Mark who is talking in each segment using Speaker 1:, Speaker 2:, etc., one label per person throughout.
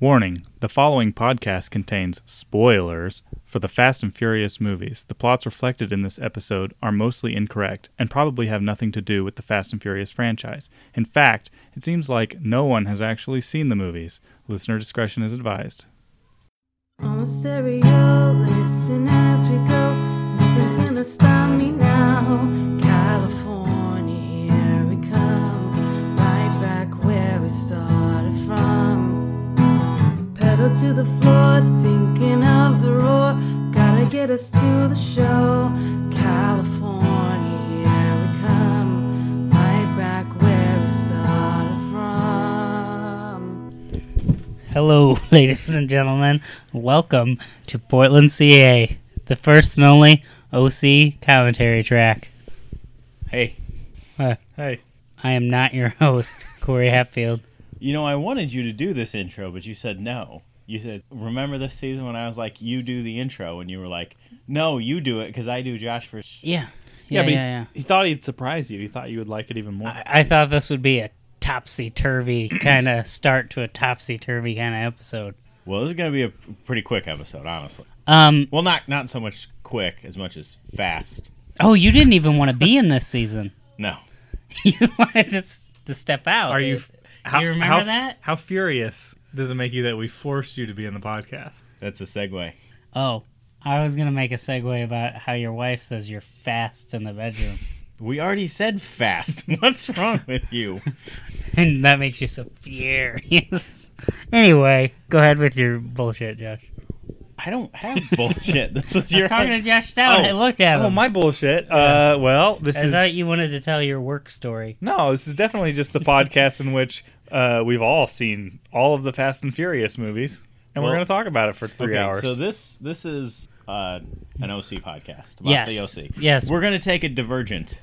Speaker 1: Warning the following podcast contains spoilers for the Fast and Furious movies. The plots reflected in this episode are mostly incorrect and probably have nothing to do with the Fast and Furious franchise. In fact, it seems like no one has actually seen the movies. Listener discretion is advised.
Speaker 2: On the stereo, listen as we go. Nothing's gonna stop me now. California, here we come. Right back where we started from. Pedal to the floor, thinking of the roar. Gotta get us to the show. California, here we come. Right back where we started from.
Speaker 3: Hello, ladies and gentlemen. Welcome to Portland, CA, the first and only OC commentary track.
Speaker 4: Hey,
Speaker 3: Uh,
Speaker 1: Hey.
Speaker 3: I am not your host, Corey Hatfield.
Speaker 4: you know, I wanted you to do this intro, but you said no. You said, remember this season when I was like, you do the intro? And you were like, no, you do it because I do Josh for sh-.
Speaker 3: Yeah. Yeah, yeah,
Speaker 1: but he,
Speaker 3: yeah.
Speaker 1: he thought he'd surprise you. He thought you would like it even more.
Speaker 3: I, I thought this would be a topsy turvy kind of start to a topsy turvy kind of episode.
Speaker 4: Well, this is going to be a p- pretty quick episode, honestly.
Speaker 3: Um.
Speaker 4: Well, not not so much quick as much as fast.
Speaker 3: Oh, you didn't even want to be in this season.
Speaker 4: No.
Speaker 3: You wanted to s- to step out.
Speaker 1: Are you-
Speaker 3: It- you remember
Speaker 1: how,
Speaker 3: that?
Speaker 1: How furious does it make you that we forced you to be in the podcast?
Speaker 4: That's a segue.
Speaker 3: Oh, I was gonna make a segue about how your wife says you're fast in the bedroom.
Speaker 4: We already said fast. What's wrong with you?
Speaker 3: And that makes you so furious. anyway, go ahead with your bullshit, Josh.
Speaker 4: I don't have bullshit. This was
Speaker 3: I
Speaker 4: your.
Speaker 3: was talking to Josh now and I
Speaker 1: Oh.
Speaker 3: looked at him.
Speaker 1: Oh, my bullshit. Uh, well, this
Speaker 3: Um, I
Speaker 1: is
Speaker 3: thought you wanted to tell your work story.
Speaker 1: No, this is definitely just the podcast in which uh, we've all seen all of the Fast and Furious movies, and we're
Speaker 4: Well-
Speaker 1: going to talk about it for three
Speaker 4: Okay,
Speaker 1: hours.
Speaker 4: So this this is uh, an OC podcast about
Speaker 3: Yes.
Speaker 4: the OC.
Speaker 3: Yes.
Speaker 4: We're going to take a divergent.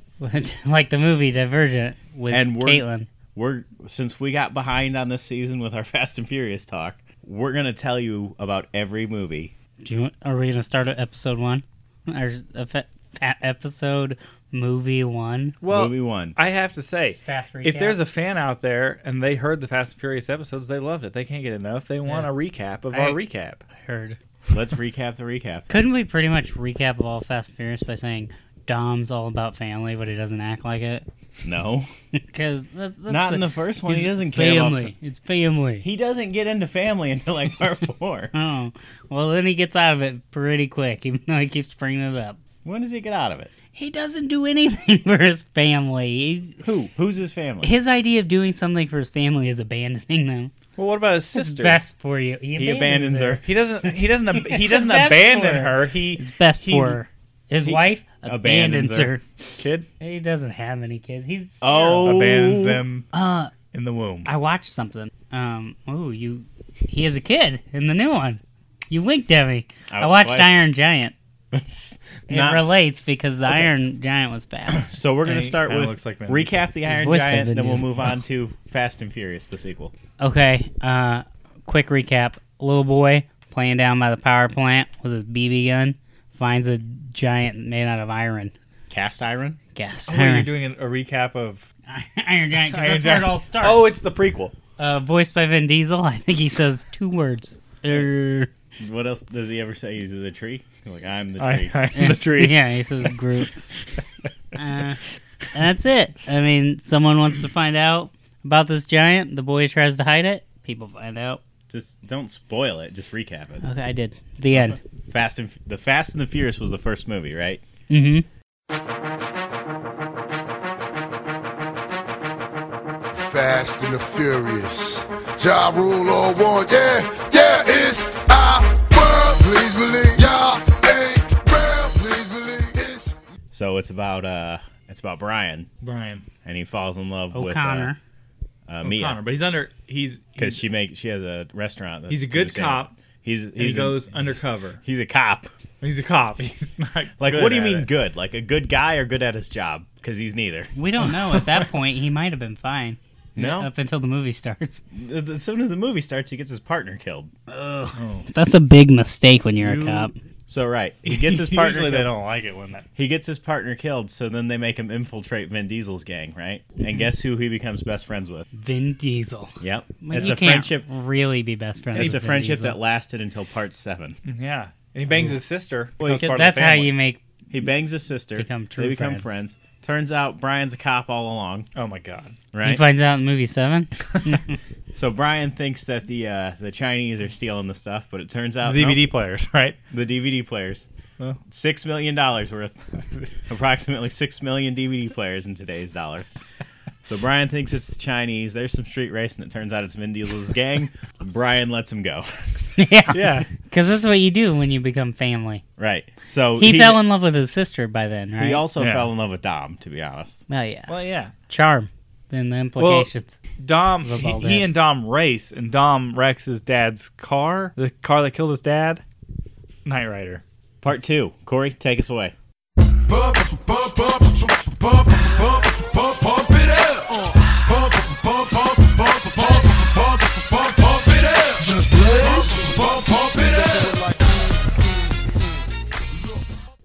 Speaker 3: like the movie Divergent with
Speaker 4: And we're-
Speaker 3: Caitlin.
Speaker 4: we're since we got behind on this season with our Fast and Furious talk, we're gonna tell you about every movie.
Speaker 3: Do you, want- are we going to start at episode one? Or a fa- fa- episode movie one?
Speaker 1: well,
Speaker 4: movie one.
Speaker 1: I have to say,
Speaker 3: Fast recap.
Speaker 1: if there's a fan out there and they heard the Fast and Furious episodes, they loved it. They can't get enough. They want
Speaker 3: Yeah.
Speaker 1: a recap of
Speaker 3: I-
Speaker 1: our recap.
Speaker 3: heard.
Speaker 4: Let's recap the recap.
Speaker 3: Couldn't we pretty much recap all Fast and Furious by saying Dom's all about family, but he doesn't act like it?
Speaker 4: No,
Speaker 3: Because that's, that's
Speaker 4: not
Speaker 3: the-
Speaker 4: in the first one. He
Speaker 3: He's-
Speaker 4: doesn't care. about-
Speaker 3: family. It's family.
Speaker 4: he doesn't get into family until like part four.
Speaker 3: oh, well, then he gets out of it pretty quick, even though he keeps bringing it up.
Speaker 4: When does he get out of it?
Speaker 3: He doesn't do anything for his family. He's,
Speaker 4: Who? Who's his family?
Speaker 3: his idea of doing something for his family is abandoning them.
Speaker 1: Well, what about his
Speaker 3: It's
Speaker 1: sister?
Speaker 3: best for you.
Speaker 4: he abandons her.
Speaker 1: He doesn't. He doesn't. ab- He
Speaker 3: It's
Speaker 1: doesn't
Speaker 3: best
Speaker 1: abandon
Speaker 3: for her.
Speaker 1: her. He
Speaker 3: It's best
Speaker 1: He-
Speaker 3: for her. His
Speaker 4: he
Speaker 3: wife
Speaker 4: abandons
Speaker 3: abandons, her.
Speaker 1: kid
Speaker 3: He doesn't have any kids. He's
Speaker 4: Oh,
Speaker 1: abandons them
Speaker 3: Uh,
Speaker 1: in the womb.
Speaker 3: I watched something. Um, oh, you. He has a kid in the new one. You winked at me.
Speaker 4: I-
Speaker 3: I watched
Speaker 4: why-
Speaker 3: Iron Giant. It
Speaker 4: Not-
Speaker 3: relates because the Iron Giant was fast.
Speaker 4: so we're
Speaker 1: Yeah,
Speaker 4: gonna
Speaker 1: he
Speaker 4: start
Speaker 1: kinda
Speaker 4: with
Speaker 1: looks like Vin
Speaker 4: recap the Iron
Speaker 3: voice by
Speaker 4: Giant,
Speaker 3: Vin
Speaker 4: then we'll
Speaker 3: Diesel.
Speaker 4: move on to Fast and Furious, the sequel.
Speaker 3: okay, uh, quick recap. Little boy playing down by the power plant with his BB gun finds a giant made out of iron.
Speaker 4: Cast iron.
Speaker 3: Gas
Speaker 1: Oh, you're
Speaker 3: iron.
Speaker 1: doing an- a recap of.
Speaker 3: Iron Giant, 'cause
Speaker 1: Iron
Speaker 3: that's
Speaker 1: Giant.
Speaker 3: where it all starts.
Speaker 1: Oh, it's the prequel.
Speaker 3: uh, voiced by Vin Diesel. I think he says two words.
Speaker 1: Er,
Speaker 3: Err.
Speaker 4: What else does he ever say? He uses a tree. He's like I'm the
Speaker 1: I,
Speaker 4: tree.
Speaker 1: I'm the tree.
Speaker 3: Yeah, he says Groot. uh, that's it. I mean, someone wants to find out about this giant. The boy tries to hide it. People find out.
Speaker 4: Just don't spoil it. Just recap it.
Speaker 3: Okay, I did. The end.
Speaker 4: Fast and the Fast and the Furious was the first movie, right?
Speaker 3: Mm-hmm.
Speaker 5: Fast and the Furious. Ja Rule or one, yeah, yeah, it's our world. Please believe y'all ain't real. Please believe it's
Speaker 4: So it's about uh, it's about Brian,
Speaker 1: Brian
Speaker 4: and he falls in love
Speaker 3: O'Connor.
Speaker 4: with uh, uh,
Speaker 1: O'Connor,
Speaker 4: Mia
Speaker 1: but he's under. He's
Speaker 4: because she makes she has a restaurant. That's
Speaker 1: He's a good
Speaker 4: doing
Speaker 1: cop.
Speaker 4: sandwich. He's, he's
Speaker 1: he
Speaker 4: a-
Speaker 1: goes undercover.
Speaker 4: he's a cop.
Speaker 1: He's a cop. He's not
Speaker 4: Like,
Speaker 1: good
Speaker 4: what do you
Speaker 1: at
Speaker 4: mean
Speaker 1: it.
Speaker 4: good? Like a good guy or good at his job? Because he's neither.
Speaker 3: We don't know at that point. He might have been fine.
Speaker 4: No.
Speaker 3: Up until the movie starts.
Speaker 4: As soon as the movie starts, he gets his partner killed.
Speaker 3: That's a big mistake when you're
Speaker 1: You-
Speaker 3: a cop.
Speaker 4: So right, he gets his partner.
Speaker 1: Usually they
Speaker 4: killed.
Speaker 1: don't like it when that.
Speaker 4: He gets his partner killed, so then they make him infiltrate Vin Diesel's gang, right?
Speaker 1: Mm-hmm.
Speaker 4: And guess who he becomes best friends with?
Speaker 3: Vin Diesel.
Speaker 4: Yep,
Speaker 3: Like,
Speaker 4: it's
Speaker 3: you
Speaker 4: a
Speaker 3: can't
Speaker 4: friendship.
Speaker 3: Really be best friends.
Speaker 4: It's a
Speaker 3: with Vin
Speaker 4: friendship
Speaker 3: Diesel.
Speaker 4: that lasted until part seven.
Speaker 3: Mm-hmm.
Speaker 1: Yeah, and he bangs his sister.
Speaker 4: Well, he
Speaker 1: becomes
Speaker 4: could-
Speaker 1: part of the
Speaker 3: That's how
Speaker 1: family.
Speaker 3: you make.
Speaker 4: He bangs his sister.
Speaker 3: Become true
Speaker 4: They become
Speaker 3: friends.
Speaker 4: friends. Turns out Brian's a cop all along,
Speaker 1: Oh my god.
Speaker 3: He
Speaker 4: right?
Speaker 3: finds out in movie seven.
Speaker 4: so Brian thinks that the uh, the Chinese are stealing the stuff, but it turns out
Speaker 1: DVD players, right?
Speaker 4: nope, the DVD players.
Speaker 1: Oh.
Speaker 4: Six million dollars worth, approximately six million DVD players in today's dollar. So Brian thinks it's the Chinese. There's some street race, and it turns out it's Vin Diesel's gang. Brian lets him go.
Speaker 3: yeah.
Speaker 1: Yeah.
Speaker 3: Because that's what you do when you become family.
Speaker 4: Right. So
Speaker 3: He, fell in love with his sister by then, right?
Speaker 4: He also
Speaker 1: Yeah.
Speaker 4: fell in love with Dom. To be honest,
Speaker 3: oh yeah.
Speaker 1: Well, yeah.
Speaker 3: Charm. Then the implications.
Speaker 1: Dom,
Speaker 3: The
Speaker 1: he,
Speaker 3: bald
Speaker 1: he
Speaker 3: head.
Speaker 1: and Dom race, and Dom wrecks his dad's car, the car that killed his dad. Knight Rider.
Speaker 4: part two. Corey, take us away.
Speaker 5: Bump, bump, bump, bump, bump, bump, bump, bump it up. Bump, bump, bump, bump, bump, bump, bump, bump it up. Just please. Bump, bump it up.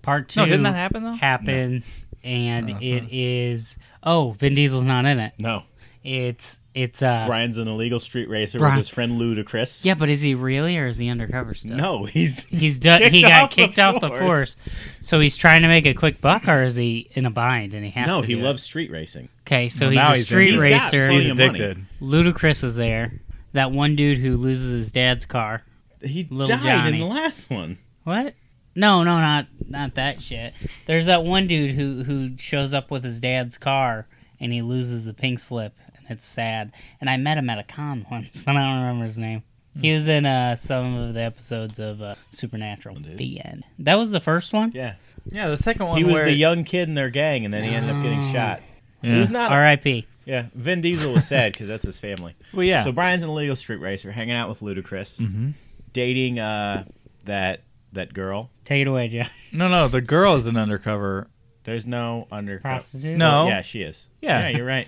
Speaker 3: Part two.
Speaker 1: No, didn't that happen though?
Speaker 3: Happens, and it is. Oh, Vin Diesel's not in it.
Speaker 4: No,
Speaker 3: It's it's uh.
Speaker 4: Brian's an illegal street racer
Speaker 3: Brian-
Speaker 4: with his friend Ludacris.
Speaker 3: Yeah, but is he really, or is he undercover still?
Speaker 4: No, he's
Speaker 3: He's done.
Speaker 4: Kicked
Speaker 3: He got
Speaker 4: off the
Speaker 3: kicked off the
Speaker 4: force.
Speaker 3: force, so he's trying to make a quick buck, or is he in a bind and he has
Speaker 4: no.
Speaker 3: to?
Speaker 4: He
Speaker 3: do it?
Speaker 4: loves street racing.
Speaker 3: Okay, so
Speaker 1: Well,
Speaker 3: he's
Speaker 1: now
Speaker 3: a
Speaker 1: he's in.
Speaker 3: street
Speaker 1: He's
Speaker 4: got
Speaker 3: racer.
Speaker 4: plenty
Speaker 1: He's
Speaker 4: of money.
Speaker 1: addicted.
Speaker 3: Ludacris is there. That one dude who loses his dad's car.
Speaker 4: He
Speaker 3: Little
Speaker 4: died
Speaker 3: Johnny.
Speaker 4: in the last one.
Speaker 3: What? No, no, not not that shit. There's that one dude who who shows up with his dad's car and he loses the pink slip and it's sad. And I met him at a con once, but I don't remember his name. He was in uh, some of the episodes of uh, Supernatural. The end. That was the first one.
Speaker 4: Yeah,
Speaker 1: Yeah, the second one.
Speaker 4: he was
Speaker 1: where-
Speaker 4: the young kid in their gang, and then he ended up
Speaker 3: Oh.
Speaker 4: getting shot.
Speaker 1: Yeah.
Speaker 4: He was not.
Speaker 3: R.I.P.
Speaker 4: Yeah, Vin Diesel was sad because that's his family.
Speaker 1: Well, yeah.
Speaker 4: So Brian's an illegal street racer, hanging out with Ludacris, dating uh, that that girl.
Speaker 3: Take it away, Joe.
Speaker 1: no, no, the girl is an undercover.
Speaker 4: There's no undercover.
Speaker 3: Prostitute.
Speaker 1: No.
Speaker 4: Yeah, she is.
Speaker 1: Yeah.
Speaker 4: yeah, you're right.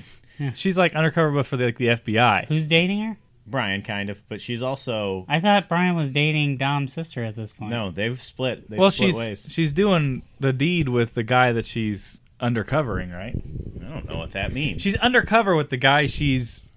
Speaker 1: She's like undercover, but for the, like the FBI.
Speaker 3: Who's dating her?
Speaker 4: Brian kind of, but she's also
Speaker 3: I thought Brian was dating Dom's sister at this point.
Speaker 4: no. They've split. They've
Speaker 1: well,
Speaker 4: split
Speaker 1: she's
Speaker 4: ways.
Speaker 1: she's doing the deed with the guy that she's undercovering, right?
Speaker 4: I don't know what that means.
Speaker 1: She's undercover with the guy she's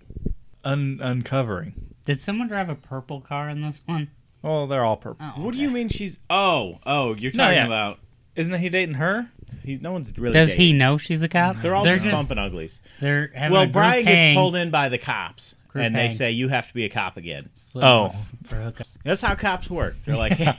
Speaker 1: un- uncovering.
Speaker 3: Did someone drive a purple car in this one?
Speaker 1: Well, they're all purple.
Speaker 3: Oh,
Speaker 4: What do you mean she's? Oh, oh, you're
Speaker 1: No,
Speaker 4: talking
Speaker 1: yeah.
Speaker 4: about.
Speaker 1: Isn't he dating her?
Speaker 4: He, no one's really.
Speaker 3: Does he
Speaker 4: dating.
Speaker 3: know she's a cop?
Speaker 4: They're all
Speaker 3: they're
Speaker 4: just, bumping uglies.
Speaker 3: They're having a
Speaker 4: Well,
Speaker 3: group
Speaker 4: Brian
Speaker 3: hang.
Speaker 4: gets pulled in by the cops,
Speaker 3: Group
Speaker 4: and
Speaker 3: hang.
Speaker 4: they say you have to be a cop again.
Speaker 1: Oh.
Speaker 3: For hookups.
Speaker 4: That's how cops work. They're like, hey,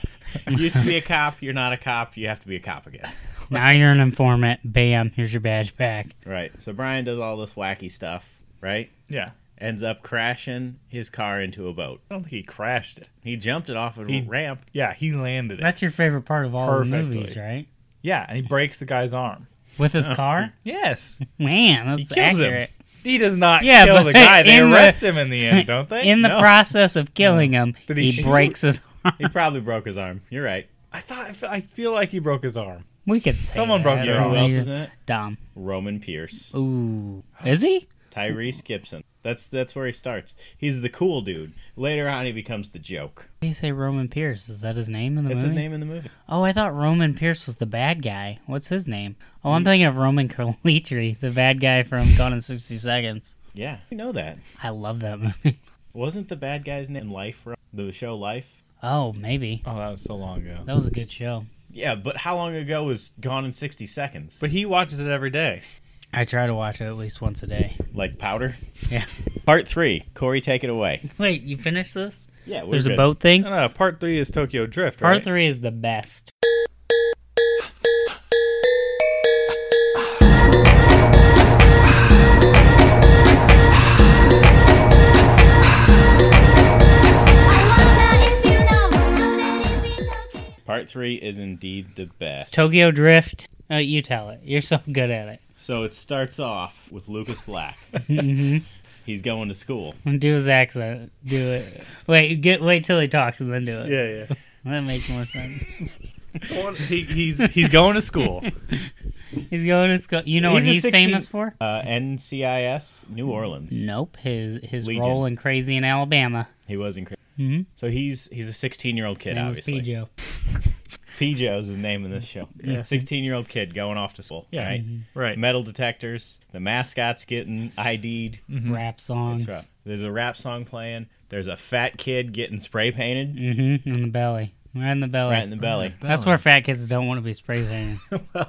Speaker 4: you used to be a cop, you're not a cop, you have to be a cop again.
Speaker 3: Now you're an informant. Bam, here's your badge back.
Speaker 4: Right. So Brian does all this wacky stuff, right?
Speaker 1: Yeah.
Speaker 4: Ends up crashing his car into a boat.
Speaker 1: I don't think he crashed it.
Speaker 4: He jumped it off a
Speaker 1: He-
Speaker 4: ramp.
Speaker 1: Yeah, he landed it.
Speaker 3: That's your favorite part of all the
Speaker 1: Perfectly.
Speaker 3: movies, right?
Speaker 1: yeah, and he breaks the guy's arm.
Speaker 3: With his car?
Speaker 1: Yes.
Speaker 3: Man,
Speaker 1: He
Speaker 3: that's
Speaker 1: kills
Speaker 3: accurate.
Speaker 1: him. He does not
Speaker 3: Yeah,
Speaker 1: kill
Speaker 3: but
Speaker 1: the guy. They
Speaker 3: in the-
Speaker 1: arrest him in the end, don't they?
Speaker 3: In the
Speaker 1: No.
Speaker 3: process of killing him,
Speaker 1: Did
Speaker 3: he,
Speaker 1: he shoot?
Speaker 3: breaks his arm.
Speaker 4: He probably broke his arm. You're right.
Speaker 1: I thought I fe- I feel like he broke his arm.
Speaker 3: We could say
Speaker 1: Someone broke
Speaker 3: that.
Speaker 4: You
Speaker 1: their
Speaker 4: know who
Speaker 1: Yeah.
Speaker 4: else is in it?
Speaker 3: Dom.
Speaker 4: Roman Pierce.
Speaker 3: Ooh. Is he?
Speaker 4: Tyrese Gibson. That's that's where he starts. He's the cool dude. Later on he becomes the joke.
Speaker 3: What do you say Roman Pierce? Is that his name in the
Speaker 4: That's
Speaker 3: movie?
Speaker 4: his name in the movie.
Speaker 3: Oh, I thought Roman Pierce was the bad guy. What's his name? Oh,
Speaker 4: Mm.
Speaker 3: I'm thinking of Roman Calitri, the bad guy from Gone in 60 Seconds.
Speaker 4: Yeah. You know that.
Speaker 3: I love that movie.
Speaker 4: Wasn't the bad guy's name Life the show Life?
Speaker 3: Oh, maybe.
Speaker 1: Oh, that was so long ago.
Speaker 3: That was a good show.
Speaker 4: Yeah, but how long ago was Gone in 60 Seconds?
Speaker 1: But he watches it every day.
Speaker 3: I try to watch it at least once a day.
Speaker 4: like powder?
Speaker 3: Yeah.
Speaker 4: Part 3. Corey take it away.
Speaker 3: Wait, you finished this?
Speaker 4: Yeah, we're
Speaker 3: There's a
Speaker 4: good.
Speaker 3: boat thing.
Speaker 1: No, no, part three is Tokyo Drift, right?
Speaker 3: Part three is the best.
Speaker 4: Part 3 is indeed the best.
Speaker 3: Tokyo Drift. Uh, you tell it. You're so good at it.
Speaker 4: So it starts off with Lucas Black.
Speaker 3: Mm-hmm.
Speaker 4: He's going to school.
Speaker 3: And Do his accent. Do it. Wait, get wait till he talks and then do it.
Speaker 1: Yeah, yeah.
Speaker 3: That makes more sense.
Speaker 1: he, he's he's going to school.
Speaker 3: He's going to school. You know what
Speaker 4: He's a
Speaker 3: he's
Speaker 4: 16
Speaker 3: famous for?
Speaker 4: Uh, NCIS, New Orleans.
Speaker 3: Nope. His his
Speaker 4: Legion.
Speaker 3: role in Crazy in Alabama.
Speaker 4: He was incredible.
Speaker 3: Mhm.
Speaker 4: So he's he's a 16 year old kid,
Speaker 3: Name was
Speaker 4: obviously.
Speaker 3: P. Joe.
Speaker 4: Pijo is the name of this show.
Speaker 1: Yeah.
Speaker 4: Sixteen-year-old kid going off to school.
Speaker 1: Yeah. Mm-hmm.
Speaker 4: Right.
Speaker 1: Right.
Speaker 4: Metal detectors. The mascots getting ID'd.
Speaker 1: Mm-hmm.
Speaker 3: Rap songs.
Speaker 4: Mm-hmm. It's rough. There's a rap song playing. There's a fat kid getting spray painted
Speaker 3: Mm-hmm. In the belly. Right in the belly.
Speaker 4: right in the belly.
Speaker 3: That's where fat kids don't want to be spray painted.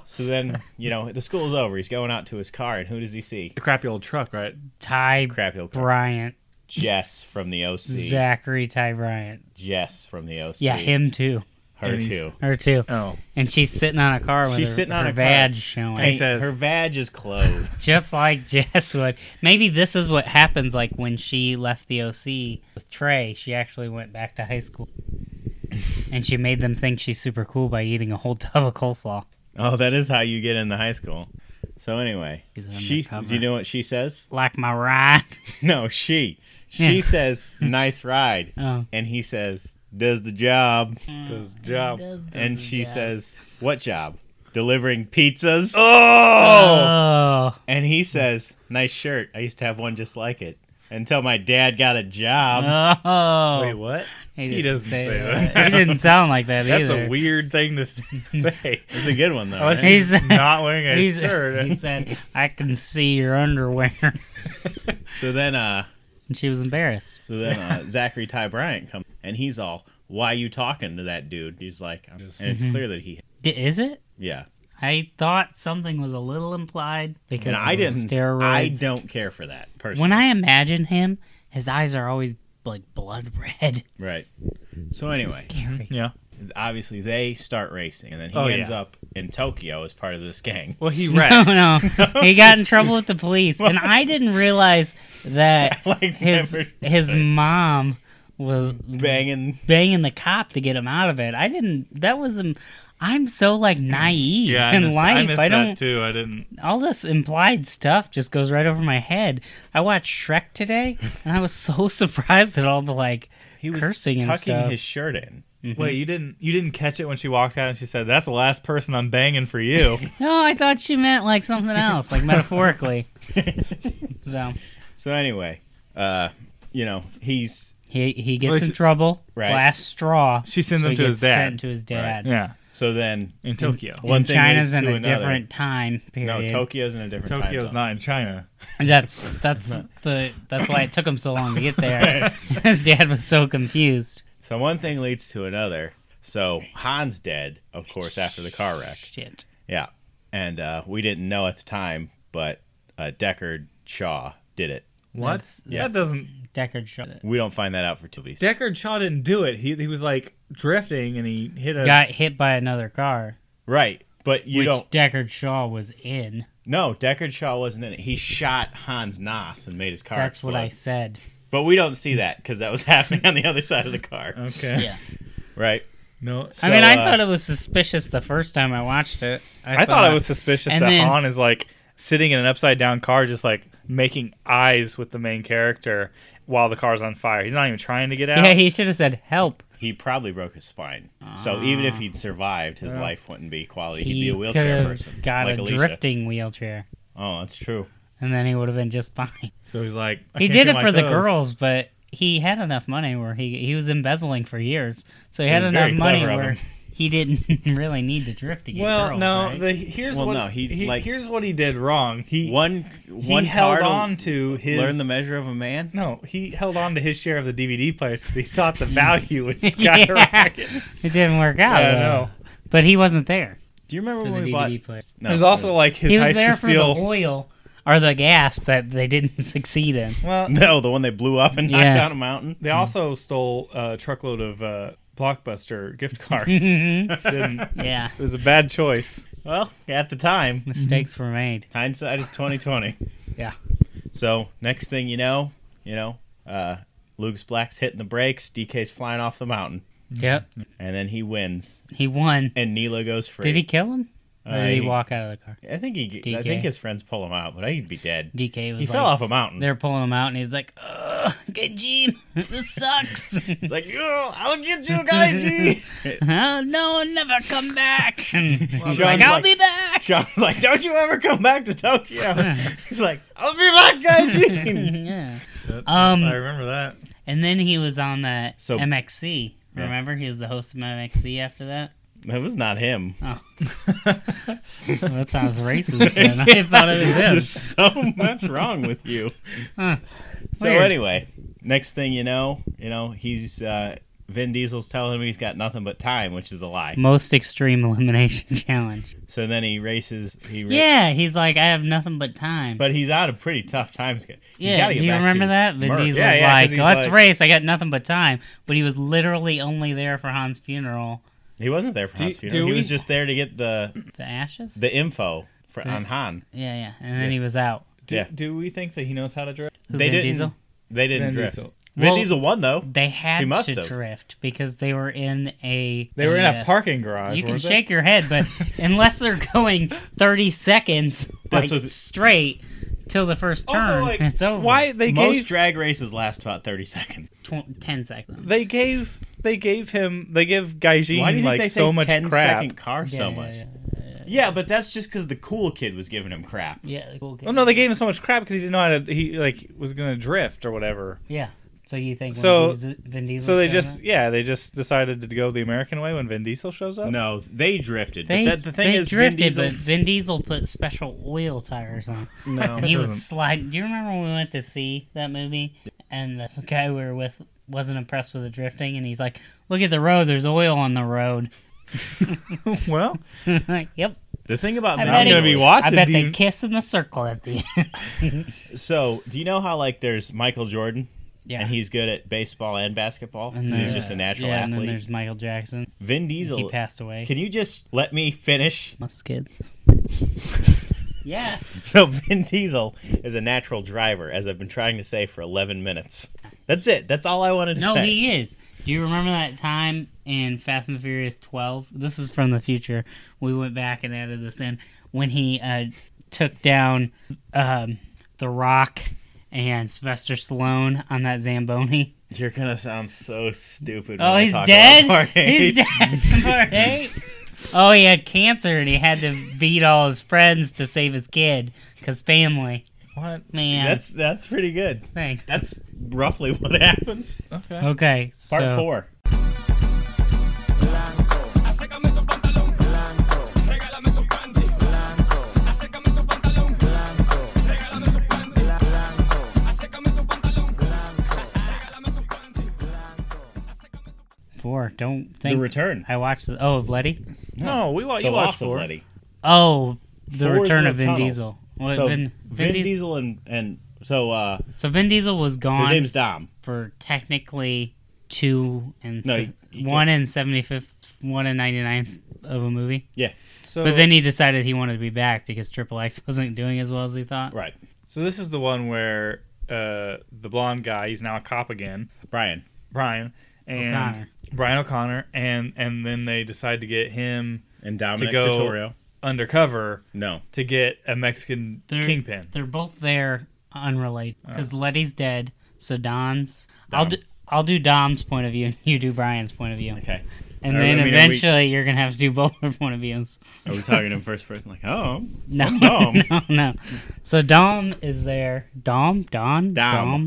Speaker 4: So then, you know, the school's over. He's going out to his car, and who does he see?
Speaker 1: The crappy old truck, right?
Speaker 3: Ty
Speaker 4: Crappy old
Speaker 3: Bryant.
Speaker 4: Jess from the OC.
Speaker 3: Zachary Ty Bryant.
Speaker 4: Jess from the OC.
Speaker 3: Yeah, him too.
Speaker 4: Her
Speaker 1: And he's-
Speaker 4: too.
Speaker 3: Her too.
Speaker 1: Oh.
Speaker 3: And she's sitting on a car with
Speaker 4: She's
Speaker 3: her,
Speaker 4: sitting on
Speaker 3: her
Speaker 4: a car.
Speaker 3: badge showing.
Speaker 4: Paint-
Speaker 1: says-
Speaker 4: her badge is closed.
Speaker 3: Just like Jess would. Maybe this is what happens like when she left the OC with Trey. She actually went back to high school. And she made them think she's super cool by eating a whole tub of coleslaw.
Speaker 4: Oh, that is how you get into high school. So anyway,
Speaker 3: She's an
Speaker 4: she.
Speaker 3: undercover.
Speaker 4: Do you know what she says?
Speaker 3: Like my ride.
Speaker 4: No, she. She
Speaker 3: Yeah.
Speaker 4: says, "Nice ride,"
Speaker 3: Oh.
Speaker 4: and he says, "Does the job?"
Speaker 1: Does
Speaker 3: Mm.
Speaker 1: job.
Speaker 4: and she says, "What job?" Delivering pizzas. Uh,
Speaker 3: Oh.
Speaker 4: And he says, "Nice shirt. I used to have one just like it until my dad got a job."
Speaker 3: Oh.
Speaker 1: Wait, what? He,
Speaker 3: didn't
Speaker 1: doesn't say, that.
Speaker 3: He didn't sound like that
Speaker 1: That's
Speaker 3: either.
Speaker 1: a weird thing to s- say.
Speaker 4: It's a good
Speaker 3: Oh,
Speaker 4: one though.
Speaker 1: Unless
Speaker 4: right?
Speaker 1: he's
Speaker 3: He's-
Speaker 1: not wearing a
Speaker 3: He's-
Speaker 1: shirt.
Speaker 3: He said, I can see your underwear.
Speaker 4: So then, uh,
Speaker 3: And she was embarrassed.
Speaker 4: so then uh, Zachary Ty Bryant comes and he's all, "Why you talking to that dude?" He's like, and
Speaker 1: Just-
Speaker 3: Mm-hmm.
Speaker 4: it's clear that he,
Speaker 3: D- is it?
Speaker 4: yeah.
Speaker 3: I thought something was a little implied because
Speaker 4: And
Speaker 3: of
Speaker 4: I
Speaker 3: the
Speaker 4: didn't.
Speaker 3: steroids.
Speaker 4: I don't care for that personally.
Speaker 3: When I imagine him, his eyes are always like blood red.
Speaker 4: right. So anyway,
Speaker 3: Scary.
Speaker 1: yeah.
Speaker 4: obviously they start racing, and then he
Speaker 1: Oh,
Speaker 4: ends
Speaker 1: yeah.
Speaker 4: up in Tokyo as part of this gang.
Speaker 1: Well, he
Speaker 3: Oh
Speaker 1: wrecked.
Speaker 3: no! He got in trouble with the police, and I didn't realize that
Speaker 4: I, like,
Speaker 3: his
Speaker 4: remember
Speaker 3: his mom was
Speaker 4: banging.
Speaker 3: banging the cop to get him out of it. I didn't. That was. um, I'm so like naive
Speaker 1: yeah, I
Speaker 3: in
Speaker 1: missed, I
Speaker 3: life.
Speaker 1: missed
Speaker 3: I,
Speaker 1: that
Speaker 3: don't.
Speaker 1: too. I didn't.
Speaker 3: All this implied stuff just goes right over my head. I watched Shrek today, and I was so surprised at all the like
Speaker 4: He was
Speaker 3: cursing
Speaker 4: tucking
Speaker 3: and stuff.
Speaker 4: his shirt in.
Speaker 1: Wait, you didn't. You didn't catch it when she walked out and she said, "That's the last person I'm banging for you."
Speaker 3: No, I thought she meant like something else, like metaphorically. so
Speaker 4: So anyway, uh, you know he's
Speaker 3: he he
Speaker 1: Well,
Speaker 3: gets in
Speaker 1: it's-
Speaker 3: trouble.
Speaker 4: Right.
Speaker 3: Last straw.
Speaker 1: She sends
Speaker 3: so
Speaker 1: him
Speaker 3: he
Speaker 1: to his
Speaker 3: gets
Speaker 1: dad.
Speaker 3: Sent to his dad.
Speaker 1: yeah,
Speaker 4: so then
Speaker 1: in Tokyo.
Speaker 4: One
Speaker 3: and
Speaker 4: thing
Speaker 3: China's
Speaker 4: leads
Speaker 3: in
Speaker 4: to
Speaker 3: a
Speaker 4: another.
Speaker 3: different time
Speaker 4: no
Speaker 3: period.
Speaker 4: Tokyo's in a different. time
Speaker 1: Tokyo's
Speaker 4: zone.
Speaker 1: not in China.
Speaker 3: That's that's the that's why it took him so long to get there. his dad was so confused.
Speaker 4: So one thing leads to another. So Han's dead, of course, after the car wreck.
Speaker 3: Shit.
Speaker 4: Yeah. And uh, we didn't know at the time, but uh, Deckard Shaw did it.
Speaker 1: What?
Speaker 4: Yeah.
Speaker 1: That doesn't.
Speaker 3: Deckard shot
Speaker 4: We don't find that out for two weeks.
Speaker 1: Deckard Shaw didn't do it. He he was like drifting and he hit a.
Speaker 3: got hit by another car.
Speaker 4: right. But you
Speaker 3: which
Speaker 4: don't.
Speaker 3: Deckard Shaw was in.
Speaker 4: No, Deckard Shaw wasn't in it. He shot Hans Noss and made his car.
Speaker 3: That's what I
Speaker 4: explode.
Speaker 3: said.
Speaker 4: But we don't see that because that was happening on the other side of the car.
Speaker 1: Okay.
Speaker 3: Yeah.
Speaker 4: Right.
Speaker 1: No.
Speaker 3: I mean,
Speaker 4: So,
Speaker 3: I
Speaker 4: uh,
Speaker 3: thought it was suspicious the first time I watched it.
Speaker 1: I thought it was suspicious
Speaker 3: And
Speaker 1: that
Speaker 3: then-
Speaker 1: Han is like sitting in an upside down car, just like making eyes with the main character while the car's on fire. He's not even trying to get out.
Speaker 3: Yeah, he should have said help.
Speaker 4: He probably broke his spine. So even if he'd survived, his life wouldn't be quality. He'd be
Speaker 3: Ah. He
Speaker 4: a
Speaker 3: could
Speaker 4: wheelchair person.
Speaker 3: have got
Speaker 4: like
Speaker 3: a
Speaker 4: Alicia.
Speaker 3: drifting wheelchair,
Speaker 4: Oh, that's true.
Speaker 3: and then he would have been just fine.
Speaker 1: so he's like, I
Speaker 3: He
Speaker 1: can't
Speaker 3: did
Speaker 1: feel
Speaker 3: it
Speaker 1: my
Speaker 3: for the
Speaker 1: toes.
Speaker 3: girls, but he had enough money where he he was embezzling for years, so he
Speaker 4: It
Speaker 3: had
Speaker 4: was
Speaker 3: enough
Speaker 4: very
Speaker 3: money
Speaker 4: clever of
Speaker 3: where
Speaker 4: him.
Speaker 3: he didn't really need to drift to get
Speaker 1: Well,
Speaker 3: girls.
Speaker 1: no.
Speaker 3: right?
Speaker 1: The, here's
Speaker 4: Well,
Speaker 1: what
Speaker 4: no, he,
Speaker 1: he,
Speaker 4: like-
Speaker 1: here's what he did wrong. He
Speaker 4: One
Speaker 1: he
Speaker 4: one
Speaker 1: held
Speaker 4: car to
Speaker 1: on to his
Speaker 4: learn the measure of a man.
Speaker 1: No, he held on to his share of the DVD players 'cause he thought the value would
Speaker 3: Yeah.
Speaker 1: skyrocket.
Speaker 3: it didn't work out.
Speaker 1: Yeah,
Speaker 3: though.
Speaker 1: no.
Speaker 3: but he wasn't there
Speaker 4: Do you remember
Speaker 3: for
Speaker 4: when
Speaker 3: the
Speaker 4: we
Speaker 3: DVD
Speaker 4: bought?
Speaker 3: player.
Speaker 4: No,
Speaker 1: There's also like his
Speaker 3: He was
Speaker 1: heist
Speaker 3: there
Speaker 1: to
Speaker 3: for
Speaker 1: steal.
Speaker 3: the oil or the gas that they didn't succeed in.
Speaker 1: well,
Speaker 4: no the one they blew up and knocked
Speaker 3: Yeah.
Speaker 4: down a mountain.
Speaker 1: they also stole a truckload of uh, blockbuster gift cards. Didn't-
Speaker 3: Yeah,
Speaker 1: it was a bad choice.
Speaker 4: Well, at the time,
Speaker 3: mistakes were made.
Speaker 4: hindsight is twenty twenty.
Speaker 3: Yeah.
Speaker 4: So next thing you know, you know, uh, Luke's black's hitting the brakes. DK's flying off the mountain,
Speaker 3: Yep,
Speaker 4: and then he wins,
Speaker 3: he won.
Speaker 4: and Neela goes free.
Speaker 3: Did he kill him? Or
Speaker 4: Uh,
Speaker 3: did he
Speaker 4: he-
Speaker 3: walk out of the car?
Speaker 4: I think he. I
Speaker 3: DK?
Speaker 4: think his friends pull him out, but I think he'd be dead.
Speaker 3: DK was
Speaker 4: He
Speaker 3: like,
Speaker 4: fell off a mountain.
Speaker 3: They're pulling him out, and he's like, "Ugh, get Jim. This sucks.
Speaker 4: He's like, "Yo, I'll get you, guy G."
Speaker 3: Huh? no, never come back." And he's
Speaker 4: Sean's
Speaker 3: like, "I'll
Speaker 4: like-
Speaker 3: be back."
Speaker 4: Sean's like, "Don't you ever come back to Tokyo?" He's like, "I'll be back, guy G."
Speaker 3: yeah.
Speaker 1: I
Speaker 3: Um,
Speaker 1: remember that.
Speaker 3: and then he was on that
Speaker 4: So-
Speaker 3: MXC.
Speaker 4: Yeah.
Speaker 3: Remember, he was the host of MXC after that.
Speaker 4: That was not him.
Speaker 3: Oh. Well, that sounds racist. Then. I thought it was him.
Speaker 4: There's just so much wrong with you. So
Speaker 3: Weird.
Speaker 4: anyway, next thing you know, you know he's uh, Vin Diesel's telling him he's got nothing but time, which is a lie.
Speaker 3: Most extreme elimination challenge.
Speaker 4: So then he races. He ra-
Speaker 3: Yeah, he's like, I have nothing but time.
Speaker 4: but he's on a pretty tough time. schedule. He's
Speaker 3: yeah,
Speaker 4: gotta
Speaker 3: do
Speaker 4: get
Speaker 3: you
Speaker 4: back
Speaker 3: remember
Speaker 4: to
Speaker 3: that? Vin
Speaker 4: Merc.
Speaker 3: Diesel's
Speaker 4: Yeah, yeah, 'cause
Speaker 3: like,
Speaker 4: he's
Speaker 3: let's
Speaker 4: like-
Speaker 3: race. I got nothing but time. But he was literally only there for Han's funeral.
Speaker 4: He wasn't there for
Speaker 1: Do-
Speaker 4: Han's
Speaker 1: do
Speaker 4: funeral. He
Speaker 1: we-
Speaker 4: was just there to get the
Speaker 3: The ashes?
Speaker 4: the info for, on Han.
Speaker 3: yeah, yeah. And then he was out.
Speaker 1: Do,
Speaker 4: Yeah.
Speaker 1: do we think that he knows how to drive?
Speaker 3: Who,
Speaker 4: They
Speaker 3: Vin
Speaker 4: didn't-
Speaker 3: Diesel?
Speaker 4: They didn't
Speaker 1: Vin
Speaker 4: drift.
Speaker 1: Diesel.
Speaker 4: Vin
Speaker 3: Well-
Speaker 4: Diesel won though.
Speaker 3: They had
Speaker 4: He must
Speaker 3: to
Speaker 4: have.
Speaker 3: drift because they were in a.
Speaker 1: They were in a
Speaker 3: uh,
Speaker 1: parking garage.
Speaker 3: You can
Speaker 1: weren't they?
Speaker 3: shake your head, but unless they're going 30 seconds like,
Speaker 4: That's what-
Speaker 3: straight till the first turn,
Speaker 1: Also, like,
Speaker 3: it's over.
Speaker 1: why they
Speaker 4: Most
Speaker 1: gave
Speaker 4: drag races last about thirty seconds.
Speaker 3: Tw- 10 seconds.
Speaker 1: they gave they gave him they give Gaijin
Speaker 4: Why do you think
Speaker 1: like
Speaker 4: they
Speaker 1: so
Speaker 4: say
Speaker 1: much
Speaker 4: 10
Speaker 1: crap.
Speaker 4: second car
Speaker 3: Yeah,
Speaker 4: so
Speaker 3: yeah,
Speaker 4: much?
Speaker 3: yeah.
Speaker 4: Yeah, but that's just because the cool kid was giving him crap.
Speaker 3: Yeah, cool kid.
Speaker 4: Oh,
Speaker 1: Well, no, they gave him so much crap because he didn't know how to. He like was gonna drift or whatever.
Speaker 3: Yeah. So you think
Speaker 1: So-
Speaker 3: when Diesel, Vin Diesel
Speaker 1: So they
Speaker 3: showed
Speaker 1: just
Speaker 3: up?
Speaker 1: yeah they just decided to go the American way when Vin Diesel shows up.
Speaker 4: No, they drifted.
Speaker 3: they,
Speaker 4: but that, the thing
Speaker 3: they
Speaker 4: is, Vin
Speaker 3: drifted,
Speaker 4: Diesel-
Speaker 3: but Vin Diesel put special oil tires on,
Speaker 1: no,
Speaker 3: and he was sliding. Do you remember when we went to see that movie, and the guy we were with wasn't impressed with the drifting, and he's like, "Look at the road. There's oil on the road."
Speaker 1: well.
Speaker 3: Like, yep.
Speaker 4: the thing about
Speaker 3: I
Speaker 4: Vin
Speaker 3: bet
Speaker 4: Diesel
Speaker 3: he-
Speaker 1: gonna be
Speaker 4: is-
Speaker 1: watching.
Speaker 3: I bet
Speaker 1: do
Speaker 3: they
Speaker 1: you-
Speaker 3: kiss in the circle at the end.
Speaker 4: So, do you know how like there's Michael Jordan?
Speaker 3: Yeah.
Speaker 4: And he's good at baseball and basketball. he's just a natural
Speaker 3: yeah, And then
Speaker 4: athlete.
Speaker 3: there's Michael Jackson.
Speaker 4: Vin
Speaker 3: He
Speaker 4: Diesel.
Speaker 3: passed away.
Speaker 4: Can you just let me finish?
Speaker 3: Us kids. yeah.
Speaker 4: So Vin Diesel is a natural driver, as I've been trying to say for 11 minutes. That's it. That's all I wanted to
Speaker 3: No,
Speaker 4: say.
Speaker 3: he is. Do you remember that time in Fast and Furious 12? This is from the future. We went back and added this in when he uh, took down um, The Rock and Sylvester Stallone on that Zamboni.
Speaker 4: You're gonna sound so stupid.
Speaker 3: Oh,
Speaker 4: when I
Speaker 3: he's
Speaker 4: talk
Speaker 3: dead.
Speaker 4: about Marty.
Speaker 3: He's dead. Part eight. Oh, he had cancer and he had to beat all his friends to save his kid, cause family.
Speaker 1: What?
Speaker 3: Man,
Speaker 4: That's that's pretty good.
Speaker 3: thanks.
Speaker 4: That's roughly what happens.
Speaker 1: Okay.
Speaker 3: Okay,
Speaker 4: Part
Speaker 3: so
Speaker 4: four.
Speaker 3: four. Don't
Speaker 4: The
Speaker 3: think
Speaker 4: return.
Speaker 3: I watched the oh of Letty.
Speaker 1: No, we wa-
Speaker 4: The
Speaker 1: you watched
Speaker 4: loss of
Speaker 1: four.
Speaker 4: Letty.
Speaker 3: Oh, the
Speaker 4: Four is
Speaker 3: return
Speaker 4: the
Speaker 3: of Vin
Speaker 4: tunnels.
Speaker 3: Diesel. Well,
Speaker 4: So
Speaker 3: Vin,
Speaker 4: Vin,
Speaker 3: Vin Dies-
Speaker 4: Diesel and and so uh,
Speaker 3: So Vin Diesel was
Speaker 4: his
Speaker 3: gone
Speaker 4: name's Dom.
Speaker 3: for technically two and
Speaker 4: No,
Speaker 3: se-
Speaker 4: you- you
Speaker 3: one and seventy fifth, one and 99th of a movie.
Speaker 4: Yeah.
Speaker 1: So,
Speaker 3: But then he decided he wanted to be back because Triple X wasn't doing as well as he thought.
Speaker 4: Right.
Speaker 1: so this is the one where uh, the blonde guy, he's now a cop again,
Speaker 4: Brian.
Speaker 1: Brian and
Speaker 3: O'Connor.
Speaker 1: Brian O'Connor, and and then they decide to get him
Speaker 4: And Dominic
Speaker 1: go-
Speaker 4: Totoro.
Speaker 1: undercover
Speaker 4: No.
Speaker 1: to get a Mexican
Speaker 3: They're,
Speaker 1: kingpin.
Speaker 3: They're both there unrelated
Speaker 4: Oh.
Speaker 3: because Letty's dead. So Don's. I'll do. I'll do Dom's point of view, and you do Brian's point of view,
Speaker 4: Okay.
Speaker 3: and
Speaker 4: I- I
Speaker 3: then
Speaker 4: mean, are we-
Speaker 3: eventually you're gonna have to do both their point of views.
Speaker 4: Are we talking in first person? Like, oh,
Speaker 3: No,
Speaker 4: Dom.
Speaker 3: no, no. So Dom is there. Dom, Don,
Speaker 4: Dom.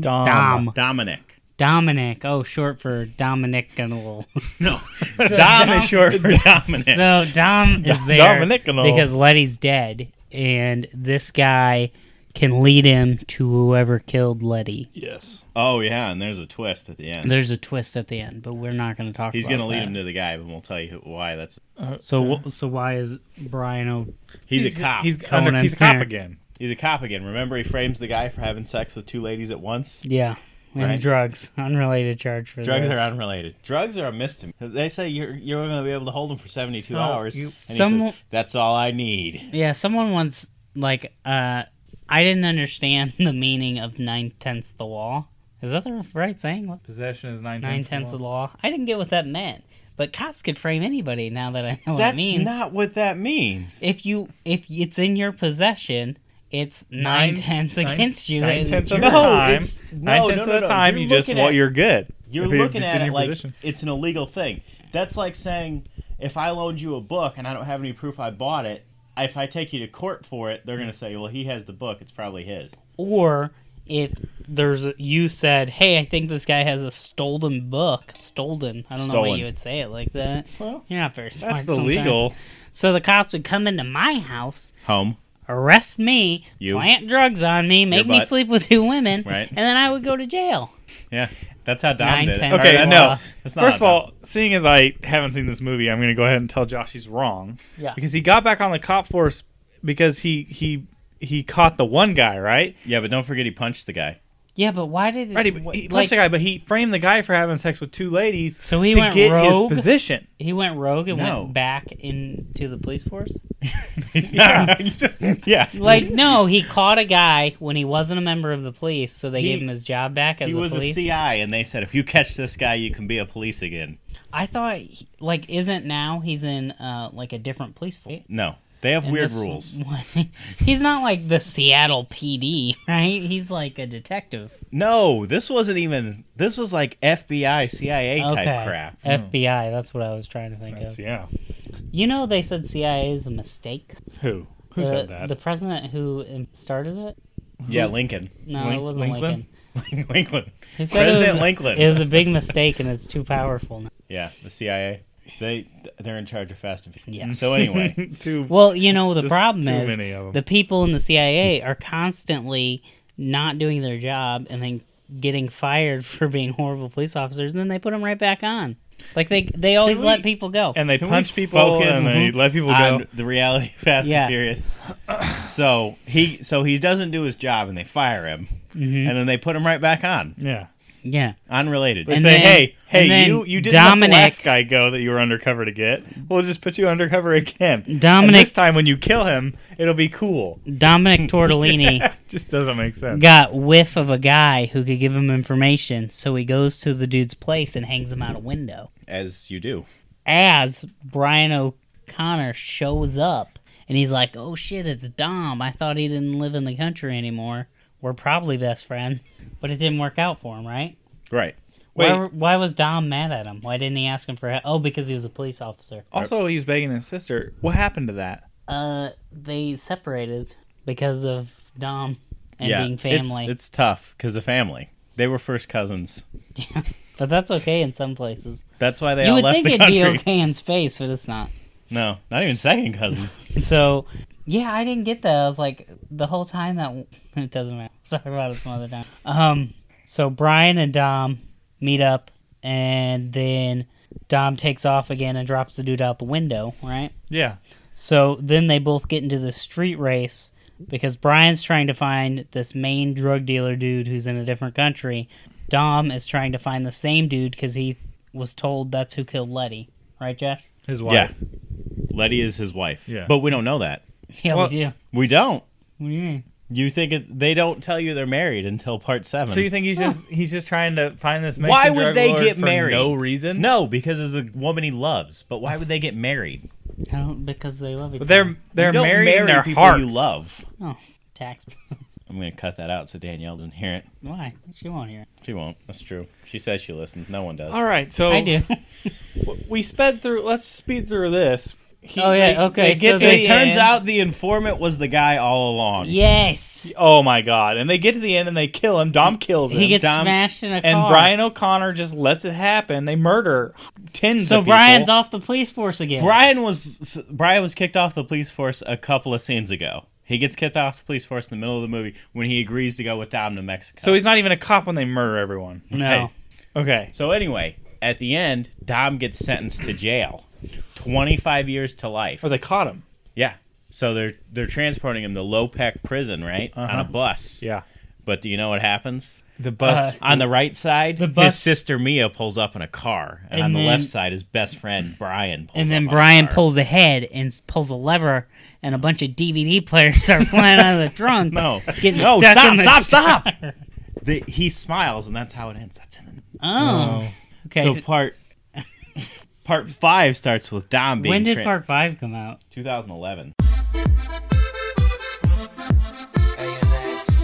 Speaker 3: Dom,
Speaker 1: Dom.
Speaker 3: Dom.
Speaker 4: Dominic.
Speaker 3: Dominic. Oh, short for Dominic Gunnell.
Speaker 4: No. Dom is short for Dominic.
Speaker 3: so Dom is there
Speaker 1: Dominic Gunnell.
Speaker 3: because Letty's dead, and this guy can lead him to whoever killed Letty.
Speaker 1: Yes.
Speaker 4: oh yeah, and there's a twist at the end.
Speaker 3: There's a twist at the end, but we're not going to talk.
Speaker 4: He's
Speaker 3: going
Speaker 4: gonna lead him to the guy, but we'll tell you who, why. That's
Speaker 3: So, wh- so why is Brian? O-
Speaker 4: he's, a cop.
Speaker 1: He's,
Speaker 3: Conan
Speaker 1: under, he's a cop
Speaker 3: Fair.
Speaker 1: again.
Speaker 4: He's a cop again. Remember, he frames the guy for having sex with two ladies at once.
Speaker 3: yeah, and
Speaker 4: Right.
Speaker 3: drugs, unrelated charge for
Speaker 4: Drugs
Speaker 3: those.
Speaker 4: are unrelated. Drugs are a misdemeanor. They say you're you're going to be able to hold them for seventy two
Speaker 1: Oh,
Speaker 4: hours,
Speaker 1: you-
Speaker 4: and he
Speaker 3: Someone-
Speaker 4: says that's all I need.
Speaker 3: Yeah, someone once like uh I didn't understand the meaning of nine tenths the law. Is that the right saying? What-
Speaker 1: Possession is nine,
Speaker 3: Nine tenths of the law. I didn't get what that meant. But cops could frame anybody now that I know what it
Speaker 4: That's
Speaker 3: means.
Speaker 4: not what that means.
Speaker 3: if you if it's in your possession, it's nine,
Speaker 1: Nine-
Speaker 3: tenths
Speaker 1: nine-
Speaker 3: against you.
Speaker 1: nine
Speaker 3: That-
Speaker 1: tenths of
Speaker 4: No,
Speaker 1: the time.
Speaker 4: it's-
Speaker 1: nine
Speaker 4: no,
Speaker 1: tenths
Speaker 4: no,
Speaker 1: of
Speaker 4: no,
Speaker 1: the
Speaker 4: no.
Speaker 1: time,
Speaker 4: You're
Speaker 1: you just
Speaker 4: looking
Speaker 1: well,
Speaker 4: at-
Speaker 1: you're good.
Speaker 4: You're
Speaker 1: If it- if
Speaker 4: looking
Speaker 1: it's
Speaker 4: at
Speaker 1: in
Speaker 4: it
Speaker 1: your
Speaker 4: like
Speaker 1: position.
Speaker 4: it's an illegal thing. That's like saying if I loaned you a book and I don't have any proof I bought it, if I take you to court for it, they're going to say, well, he has the book. It's probably his.
Speaker 3: or if there's a, you said, "Hey, I think this guy has a stolen book." Stolen. I don't know why
Speaker 4: Stolen.
Speaker 3: you would say it like that.
Speaker 4: Well,
Speaker 3: You're not very smart.
Speaker 4: That's the
Speaker 3: sometimes.
Speaker 4: legal
Speaker 3: So the cops would come into my house,
Speaker 4: home.
Speaker 3: arrest me,
Speaker 4: You.
Speaker 3: plant drugs on me, make me
Speaker 4: butt.
Speaker 3: sleep with two women,
Speaker 4: Right.
Speaker 3: and then I would go to jail.
Speaker 4: Yeah, that's how Dom
Speaker 3: Nine,
Speaker 4: did.
Speaker 3: ten,
Speaker 4: it.
Speaker 1: Okay,
Speaker 3: That's
Speaker 1: no.
Speaker 3: not-
Speaker 4: that's not
Speaker 1: First of
Speaker 4: how
Speaker 1: all, seeing as I haven't seen this movie, I'm going to go ahead and tell Josh he's wrong
Speaker 3: Yeah.
Speaker 1: because he got back on the cop force because he he he caught the one guy, right?
Speaker 4: Dom- yeah, but don't forget he punched the guy.
Speaker 3: Yeah, but why did it,
Speaker 1: Right. He,
Speaker 3: wh-
Speaker 1: he
Speaker 3: like,
Speaker 1: punched the guy, but he framed the guy for having sex with two ladies
Speaker 3: So he
Speaker 1: to
Speaker 3: went
Speaker 1: get
Speaker 3: rogue?
Speaker 1: his position.
Speaker 3: he went rogue and
Speaker 4: No.
Speaker 3: went back into the police force?
Speaker 4: yeah, yeah.
Speaker 3: Like no, he caught a guy when he wasn't a member of the police, so they
Speaker 4: He-
Speaker 3: gave him his job back as
Speaker 4: he
Speaker 3: a
Speaker 4: was
Speaker 3: police.
Speaker 4: a CI, and they said if you catch this guy, you can be a police again.
Speaker 3: I thought he- like isn't now he's in uh like a different police force.
Speaker 4: No, they have
Speaker 3: And
Speaker 4: weird
Speaker 3: this
Speaker 4: rules.
Speaker 3: one- he's not like the Seattle PD, right? He's like a detective.
Speaker 4: No, this wasn't even. This was like FBI, CIA
Speaker 3: okay.
Speaker 4: type crap. Hmm.
Speaker 3: FBI, that's what I was trying to think
Speaker 1: That's-
Speaker 3: of.
Speaker 1: yeah.
Speaker 3: You know they said CIA is a mistake.
Speaker 1: Who? Who
Speaker 3: the,
Speaker 1: said that?
Speaker 3: The president who um, started it?
Speaker 4: Yeah, Lincoln.
Speaker 3: No,
Speaker 1: Link-
Speaker 3: it wasn't
Speaker 1: Lincoln?
Speaker 3: Lincoln.
Speaker 4: Lincoln.
Speaker 3: He said it
Speaker 4: President
Speaker 3: was-
Speaker 4: Lincoln.
Speaker 3: It was a big mistake and it's too powerful now.
Speaker 4: yeah, the CIA. They they're in charge of Fast and Furious.
Speaker 3: Yeah.
Speaker 4: So anyway,
Speaker 1: Two-
Speaker 3: Well, you know the
Speaker 1: Just
Speaker 3: problem
Speaker 1: too
Speaker 3: is
Speaker 1: many of 'em.
Speaker 3: the people in the CIA are constantly not doing their job and then getting fired for being horrible police officers, and then they put them right back on. Like they they always
Speaker 1: we-
Speaker 3: let people go.
Speaker 1: and they
Speaker 4: Can we
Speaker 1: punch people
Speaker 4: focus
Speaker 1: and
Speaker 3: Mhm.
Speaker 1: they let people go.
Speaker 4: on the reality of Fast
Speaker 3: Yeah.
Speaker 4: and Furious. So he so he doesn't do his job, and they fire him,
Speaker 3: Mm-hmm.
Speaker 4: and then they put him right back on.
Speaker 1: yeah.
Speaker 3: yeah,
Speaker 4: Unrelated.
Speaker 1: They
Speaker 3: And
Speaker 1: say,
Speaker 3: then-
Speaker 1: hey, hey,
Speaker 3: and then
Speaker 1: you, you didn't let
Speaker 3: Dominic-
Speaker 1: the last guy go that you were undercover to get. We'll just put you undercover again. And
Speaker 3: Dominic-
Speaker 1: this time when you kill him, it'll be cool.
Speaker 3: Dominic Tortellini
Speaker 1: just doesn't make sense.
Speaker 3: got whiff of a guy who could give him information, so he goes to the dude's place and hangs him out a window.
Speaker 4: as you do.
Speaker 3: as Brian O'Connor shows up and he's like, "Oh shit, it's Dom. I thought he didn't live in the country anymore. We're probably best friends." But it didn't work out for him, right?
Speaker 4: Right.
Speaker 1: Wait,
Speaker 3: Why, why was Dom mad at him? Why didn't he ask him for help? Oh, because he was a police officer.
Speaker 1: also, he was begging his sister. What happened to that?
Speaker 3: Uh, they separated because of Dom and
Speaker 4: yeah.
Speaker 3: being
Speaker 4: it's-
Speaker 3: family.
Speaker 4: It's, tough because of family. They were first cousins.
Speaker 3: but that's okay in some places.
Speaker 4: That's why they
Speaker 3: You
Speaker 4: all
Speaker 3: would
Speaker 4: left
Speaker 3: think
Speaker 4: the
Speaker 3: it'd
Speaker 4: country.
Speaker 3: be okay in space, but it's not.
Speaker 4: No, not even second cousins.
Speaker 3: So, yeah, I didn't get that. I was like, the whole time that it doesn't matter. Sorry about it some other time. Um, so Brian and Dom meet up, and then Dom takes off again and drops the dude out the window, right?
Speaker 1: Yeah.
Speaker 3: So then they both get into the street race because Brian's trying to find this main drug dealer dude who's in a different country. Dom is trying to find the same dude because he was told that's who killed Letty, right, Josh?
Speaker 1: His
Speaker 4: Yeah. Letty is his wife.
Speaker 1: Yeah.
Speaker 4: But we don't know that.
Speaker 3: Yeah,
Speaker 1: Well-
Speaker 3: we do.
Speaker 4: We don't.
Speaker 3: What do you mean?
Speaker 4: You think it, they don't tell you they're married until part seven?
Speaker 1: So you think he's just he's just trying to find this? Mexican
Speaker 4: Why would
Speaker 1: drug
Speaker 4: they
Speaker 1: lord
Speaker 4: get
Speaker 1: for
Speaker 4: married?
Speaker 1: No reason.
Speaker 4: no, because it's the woman he loves. But why would they get married?
Speaker 3: I don't because they love each
Speaker 1: But
Speaker 3: other.
Speaker 1: they're they're
Speaker 4: you don't
Speaker 1: married
Speaker 4: marry
Speaker 1: in their
Speaker 4: people
Speaker 1: hearts.
Speaker 4: you love.
Speaker 3: oh, tax business.
Speaker 4: I'm gonna cut that out so Danielle doesn't hear it.
Speaker 3: Why? She won't hear. It.
Speaker 4: She won't. That's true. She says she listens. No one does.
Speaker 1: All right, so
Speaker 3: I do.
Speaker 1: we sped through. Let's speed through this. He-
Speaker 3: Oh, yeah,
Speaker 1: they-
Speaker 3: okay,
Speaker 1: they get
Speaker 3: so
Speaker 1: to
Speaker 3: they-
Speaker 1: the
Speaker 4: It turns
Speaker 1: end.
Speaker 4: out the informant was the guy all along.
Speaker 3: yes.
Speaker 1: Oh my god! And they get to the end and they kill him. Dom kills him.
Speaker 3: He gets
Speaker 4: Dom-
Speaker 3: smashed in a
Speaker 1: and
Speaker 3: car.
Speaker 1: Brian O'Connor just lets it happen. They murder tens.
Speaker 3: So
Speaker 1: of people.
Speaker 3: Brian's off the police force again.
Speaker 4: Brian was Brian was kicked off the police force a couple of scenes ago. He gets kicked off the police force in the middle of the movie when he agrees to go with Dom to Mexico.
Speaker 1: So he's not even a cop when they murder everyone.
Speaker 3: no.
Speaker 1: Okay.
Speaker 4: So anyway, at the end, Dom gets sentenced to jail, twenty five years to life.
Speaker 1: Or they caught him.
Speaker 4: Yeah. So they're they're transporting him to Lopec prison, right? On
Speaker 1: Uh-huh.
Speaker 4: a bus.
Speaker 1: Yeah. Uh,
Speaker 4: But do you know what happens?
Speaker 1: The bus.
Speaker 4: On the right side,
Speaker 3: bus-
Speaker 4: his sister Mia pulls up in a car, and,
Speaker 3: And
Speaker 4: on the
Speaker 3: then-
Speaker 4: left side, his best friend Brian. Pulls
Speaker 3: And then
Speaker 4: up on a
Speaker 3: Brian
Speaker 4: car.
Speaker 3: pulls ahead and pulls a lever, and a bunch of DVD players start flying out of the trunk.
Speaker 4: No,
Speaker 3: Getting
Speaker 4: no,
Speaker 3: stuck
Speaker 4: stop,
Speaker 3: in the
Speaker 4: stop, stop, The- Oh, he smiles, and that's how it ends. That's in the
Speaker 3: Oh. Okay.
Speaker 4: So part part five starts with Dom being.
Speaker 3: when did
Speaker 4: tran-
Speaker 3: part five come out?
Speaker 4: 2011?
Speaker 6: ANX.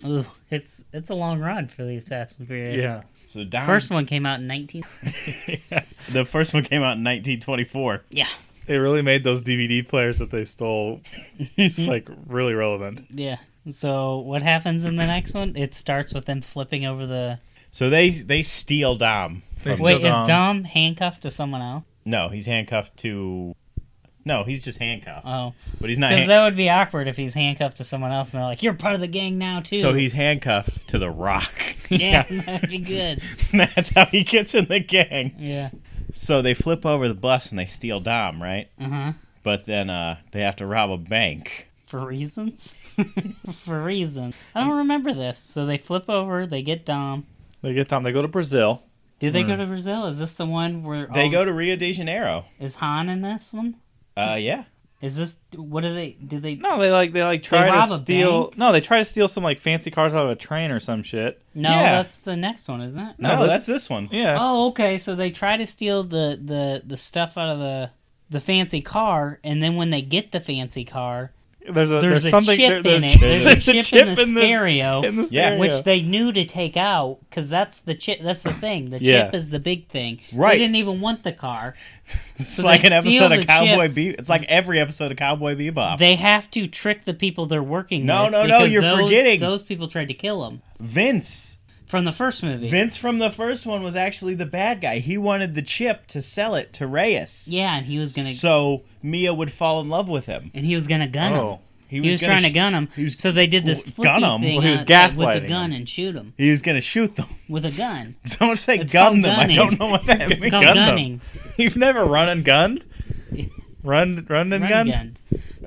Speaker 6: Hello, Fernando.
Speaker 3: Ooh, It's it's a long run for these Fast and Furious.
Speaker 1: Yeah.
Speaker 4: So Dom,
Speaker 3: First one came out in 19.
Speaker 4: the first one came out in 1924.
Speaker 3: Yeah.
Speaker 1: They really made those DVD players that they stole it's like really relevant.
Speaker 3: Yeah. So what happens in the next one? It starts with them flipping over the.
Speaker 4: So they they steal Dom.
Speaker 1: They
Speaker 4: From,
Speaker 1: steal-
Speaker 3: Wait,
Speaker 1: Dom.
Speaker 3: is Dom handcuffed to someone else?
Speaker 4: no, he's handcuffed to. No, he's just handcuffed,
Speaker 3: Oh,
Speaker 4: but he's not.
Speaker 3: because
Speaker 4: Han-
Speaker 3: that would be awkward if he's handcuffed to someone else and they're like, "You're part of the gang now too."
Speaker 4: so he's handcuffed to the Rock.
Speaker 3: yeah, that'd be good.
Speaker 4: that's how he gets in the gang.
Speaker 3: Yeah.
Speaker 4: So they flip over the bus and they steal Dom, right?
Speaker 3: Uh huh.
Speaker 4: But then uh, they have to rob a bank.
Speaker 3: For reasons. For reasons. I don't remember this. So they flip over. They get Dom.
Speaker 1: They get Tom. They go to Brazil.
Speaker 3: Did they go to Brazil? Is this the one where
Speaker 4: Hmm. They
Speaker 3: all-
Speaker 4: go to Rio de Janeiro.
Speaker 3: Is Han in this one?
Speaker 4: Uh, yeah.
Speaker 3: Is this what do they do they
Speaker 1: No, they like they like try
Speaker 3: rob
Speaker 1: to
Speaker 3: a
Speaker 1: steal.
Speaker 3: bank?
Speaker 1: No, they try to steal some like fancy cars out of a train or some shit.
Speaker 3: No,
Speaker 4: Yeah.
Speaker 3: that's the next one, isn't it?
Speaker 1: No,
Speaker 4: No,
Speaker 1: that's-
Speaker 4: that's this one.
Speaker 1: Yeah.
Speaker 3: Oh, okay. So they try to steal the the the stuff out of the the fancy car and then when they get the fancy car,
Speaker 1: There's a
Speaker 3: there's,
Speaker 1: there's,
Speaker 3: a
Speaker 1: something
Speaker 3: chip
Speaker 1: there- there's,
Speaker 3: in it. There's,
Speaker 1: there's
Speaker 3: a chip, in the stereo.
Speaker 1: in the
Speaker 4: Yeah.
Speaker 1: stereo.
Speaker 3: which they knew to take out because that's the chip. That's the thing. The
Speaker 1: Yeah.
Speaker 3: chip is the big thing.
Speaker 4: Right.
Speaker 3: They didn't even want the car.
Speaker 4: It's
Speaker 3: So
Speaker 4: like
Speaker 3: they
Speaker 4: an
Speaker 3: steal
Speaker 4: episode
Speaker 3: the
Speaker 4: of
Speaker 3: chip.
Speaker 4: Cowboy Bebop. It's like every episode of Cowboy Bebop.
Speaker 3: They have to trick the people they're working
Speaker 4: No,
Speaker 3: with.
Speaker 4: no, no,
Speaker 3: because
Speaker 4: you're
Speaker 3: those-
Speaker 4: forgetting.
Speaker 3: Those people tried to kill him
Speaker 4: Vince.
Speaker 3: from the first movie.
Speaker 4: Vince from the first one was actually the bad guy. He wanted the chip to sell it to Reyes.
Speaker 3: Yeah, and he was gonna
Speaker 4: So Mia would fall in love with him.
Speaker 3: and he was gonna gun him.
Speaker 1: oh,
Speaker 3: He was,
Speaker 4: gonna
Speaker 3: trying to
Speaker 4: sh-
Speaker 3: gun him.
Speaker 4: he was-
Speaker 3: so they did this
Speaker 4: well,
Speaker 3: flippy
Speaker 4: gun him.
Speaker 3: thing
Speaker 4: Well,
Speaker 1: he was
Speaker 3: out- like, with
Speaker 1: gaslighting
Speaker 3: a gun
Speaker 1: him.
Speaker 3: and shoot him
Speaker 4: He was gonna shoot them.
Speaker 3: with a gun.
Speaker 4: Don't say
Speaker 3: It's
Speaker 4: gun
Speaker 3: called
Speaker 4: them. I
Speaker 3: gunning.
Speaker 4: don't know what that means.
Speaker 3: It's called
Speaker 1: gun them.
Speaker 3: gunning.
Speaker 1: you've never run and gunned? Run, run and
Speaker 3: Run
Speaker 1: gunned?
Speaker 3: gunned.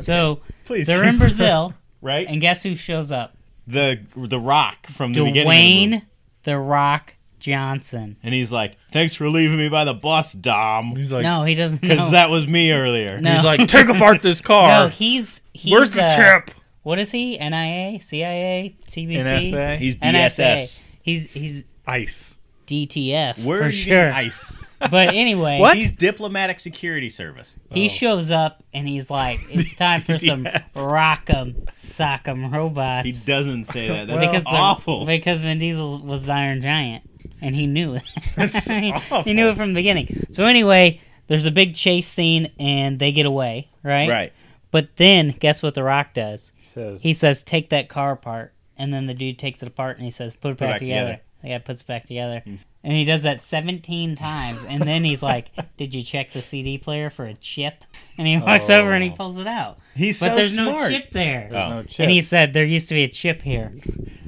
Speaker 3: So
Speaker 4: Please.
Speaker 3: they're in Brazil,
Speaker 4: right?
Speaker 3: and guess who shows up?
Speaker 4: the the Rock from the beginning. of the movie.
Speaker 3: Dwayne the Rock Johnson.
Speaker 4: And he's like, "Thanks for leaving me by the bus, Dom,
Speaker 1: He's like,
Speaker 3: no, he doesn't.
Speaker 4: because
Speaker 3: know.
Speaker 4: that was me earlier."
Speaker 3: No.
Speaker 1: he's like, take apart this car.
Speaker 3: no, he's he's
Speaker 1: Where's the
Speaker 3: uh,
Speaker 1: chip?
Speaker 3: What is he? NIA, CIA, TBC,
Speaker 1: NSA,
Speaker 4: He's
Speaker 3: NSA.
Speaker 4: DSS.
Speaker 3: He's he's
Speaker 1: ice.
Speaker 3: DTF
Speaker 4: Where
Speaker 3: for
Speaker 4: are you
Speaker 3: sure.
Speaker 4: getting ice?
Speaker 3: But anyway,
Speaker 1: What?
Speaker 4: He's diplomatic security service.
Speaker 3: he shows up and he's like, "It's time for some rock'em sock'em robots."
Speaker 4: He doesn't say that. That's
Speaker 3: because the-
Speaker 4: awful.
Speaker 3: because Vin Diesel was the Iron Giant, and he knew it.
Speaker 4: That's
Speaker 3: he,
Speaker 4: awful.
Speaker 3: he knew it from the beginning. So anyway, there's a big chase scene, and they get away, right?
Speaker 4: Right.
Speaker 3: But then, guess what The Rock does?
Speaker 1: He says,
Speaker 3: He says, "Take that car apart," and then the dude takes it apart and he says, "Put it back,
Speaker 4: back
Speaker 3: together."
Speaker 4: together. Mm.
Speaker 3: The guy puts it back together, and he does that 17 times, and then he's like, "Did you check the CD player for a chip?" And he walks over and he
Speaker 1: Oh.
Speaker 3: pulls it out,
Speaker 4: He's
Speaker 3: but
Speaker 4: so
Speaker 3: there's no
Speaker 4: smart.
Speaker 3: chip there.
Speaker 1: there's
Speaker 4: Oh.
Speaker 1: no chip.
Speaker 3: And he said, "There used to be a chip here."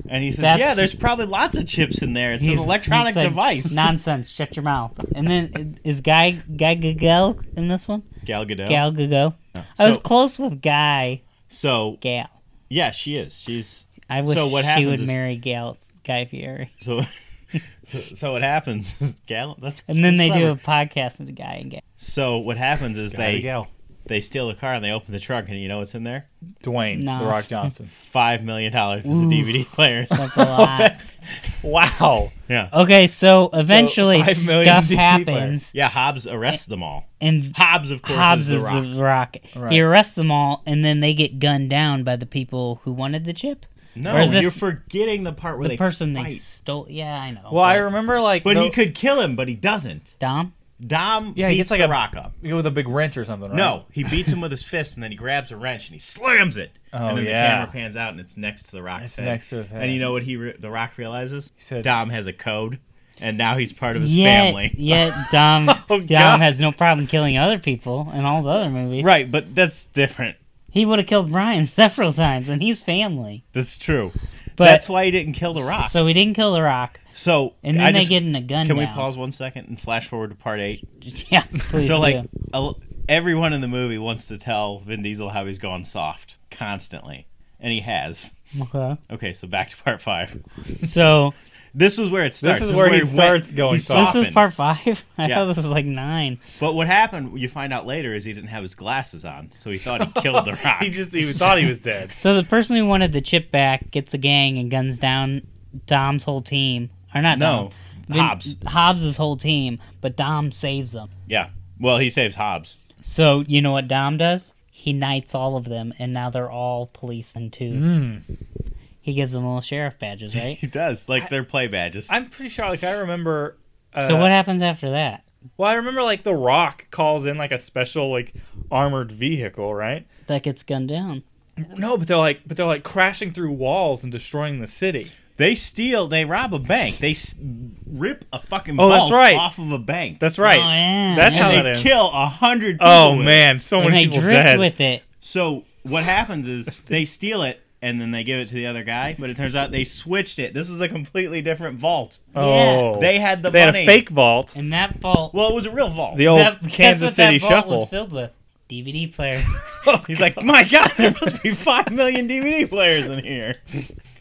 Speaker 4: And he says,
Speaker 3: That's-
Speaker 4: "Yeah, there's probably lots of chips in there. It's an
Speaker 3: He's-
Speaker 4: electronic
Speaker 3: he said,
Speaker 4: device."
Speaker 3: Nonsense. Shut your mouth. And then is Guy Guy Gagal in this one?
Speaker 4: Gal Gadot.
Speaker 3: Gal Gagal. I
Speaker 4: So-
Speaker 3: was close with Guy
Speaker 4: so
Speaker 3: Gal.
Speaker 4: yeah, she is. She's
Speaker 3: I wish
Speaker 4: So what
Speaker 3: she
Speaker 4: happens
Speaker 3: would
Speaker 4: is-
Speaker 3: marry Gal Guy Fieri.
Speaker 4: so. so what happens? is Gal. That's
Speaker 3: And then
Speaker 4: that's
Speaker 3: they do
Speaker 4: clever.
Speaker 3: a podcast with Guy and Gal.
Speaker 4: So what happens is
Speaker 1: Gotta
Speaker 4: they
Speaker 1: go.
Speaker 4: they steal the car and they open the trunk and you know what's in there?
Speaker 1: Dwayne,
Speaker 3: No,
Speaker 1: The Rock
Speaker 3: it's-
Speaker 1: Johnson.
Speaker 4: Five million dollars for the DVD players.
Speaker 3: That's a lot.
Speaker 1: wow.
Speaker 4: yeah.
Speaker 3: okay, so eventually
Speaker 1: five million
Speaker 3: stuff
Speaker 1: DVD
Speaker 3: happens,
Speaker 4: Yeah, Hobbs arrests them all.
Speaker 3: and
Speaker 4: Hobbs, of course,
Speaker 3: Hobbs is
Speaker 4: is the rock.
Speaker 3: the rock.
Speaker 1: Right.
Speaker 3: He arrests them all, and then they get gunned down by the people who wanted the chip.
Speaker 4: no,
Speaker 3: or is this
Speaker 4: you're forgetting the part where
Speaker 3: The
Speaker 4: they
Speaker 3: person
Speaker 4: fight.
Speaker 3: they stole. Yeah, I know.
Speaker 1: Well, I
Speaker 3: but-
Speaker 1: remember like
Speaker 4: But
Speaker 1: the,
Speaker 4: he could kill him, but he doesn't.
Speaker 3: Dom.
Speaker 4: Dom
Speaker 1: Yeah, he
Speaker 4: beats
Speaker 1: gets like
Speaker 4: the
Speaker 1: a-
Speaker 4: rock up.
Speaker 1: you with a big wrench or something. Right?
Speaker 4: No, he beats him with his fist, and then he grabs a wrench and he slams it.
Speaker 1: Oh,
Speaker 4: and then
Speaker 1: yeah.
Speaker 4: the camera pans out, and it's next to the rock's
Speaker 1: It's
Speaker 4: head.
Speaker 1: next to his head.
Speaker 4: And you know what he re- the rock realizes? He
Speaker 1: said-
Speaker 4: Dom has a code, and now he's part of his
Speaker 3: yet,
Speaker 4: family.
Speaker 3: Yet Dom
Speaker 1: Oh, God.
Speaker 3: Dom has no problem killing other people in all the other movies.
Speaker 4: Right, but that's different.
Speaker 3: He would have killed Brian several times, and he's family.
Speaker 4: That's true.
Speaker 3: But
Speaker 4: that's why he didn't kill the rock. So,
Speaker 3: So he didn't kill the Rock, and then
Speaker 4: I
Speaker 3: they
Speaker 4: just-
Speaker 3: get in a gun.
Speaker 4: Can we
Speaker 3: down.
Speaker 4: pause one second and flash forward to part eight?
Speaker 3: Yeah, please.
Speaker 4: so like
Speaker 3: do.
Speaker 4: a, everyone in the movie wants to tell Vin Diesel how he's gone soft constantly, and he has.
Speaker 3: Okay.
Speaker 4: Okay, so back to part five.
Speaker 3: so
Speaker 4: This is where it starts.
Speaker 1: is where he
Speaker 4: went-
Speaker 1: starts going
Speaker 4: he
Speaker 1: soft.
Speaker 3: this is
Speaker 4: softened.
Speaker 3: part five. I
Speaker 4: Yeah.
Speaker 3: thought this was like nine.
Speaker 4: But what happened? You find out later is he didn't have his glasses on, so he thought he killed the rock.
Speaker 1: He just he thought he was dead.
Speaker 3: So the person who wanted the chip back gets a gang and guns down Dom's whole team, or not?
Speaker 4: no
Speaker 3: Dom. Vin-
Speaker 4: Hobbs.
Speaker 3: Hobbs' whole team, but Dom saves them.
Speaker 4: Yeah. Well, he saves Hobbs.
Speaker 3: So you know
Speaker 4: Hmm.
Speaker 3: what Dom does? He knights all of them, and now they're all policemen too. He gives them little sheriff badges, right?
Speaker 4: He does. Like their play badges.
Speaker 1: I'm pretty sure. Like I remember. Uh,
Speaker 3: so what happens after that?
Speaker 1: Well, I remember like The Rock calls in like a special like armored vehicle, right?
Speaker 3: That gets gunned down.
Speaker 1: No, but they're like, but they're like crashing through walls and destroying the city.
Speaker 4: they steal. They rob a bank. They s- rip a fucking
Speaker 1: Oh, that's
Speaker 4: vault
Speaker 1: right.
Speaker 4: off of a bank.
Speaker 1: That's right.
Speaker 3: Oh, yeah.
Speaker 1: That's
Speaker 3: And
Speaker 1: how
Speaker 4: and
Speaker 1: that
Speaker 4: they
Speaker 1: ends.
Speaker 4: kill a hundred. people
Speaker 1: oh
Speaker 4: with it.
Speaker 1: man, so
Speaker 3: And
Speaker 1: many
Speaker 3: they
Speaker 1: people
Speaker 3: drift
Speaker 1: dead.
Speaker 3: with it.
Speaker 4: So what happens is they steal it and then they give it to the other guy. But it turns out they switched it. This was a completely different vault.
Speaker 1: oh,
Speaker 4: They had the
Speaker 1: they had
Speaker 4: money.
Speaker 1: a fake vault.
Speaker 3: And that vault
Speaker 4: Well, it was a real vault.
Speaker 1: The old
Speaker 3: that, guess
Speaker 1: Kansas
Speaker 3: what that
Speaker 1: City
Speaker 3: vault
Speaker 1: Shuffle.
Speaker 3: was filled with DVD players.
Speaker 4: He's like, my God, there must be five million DVD players in here.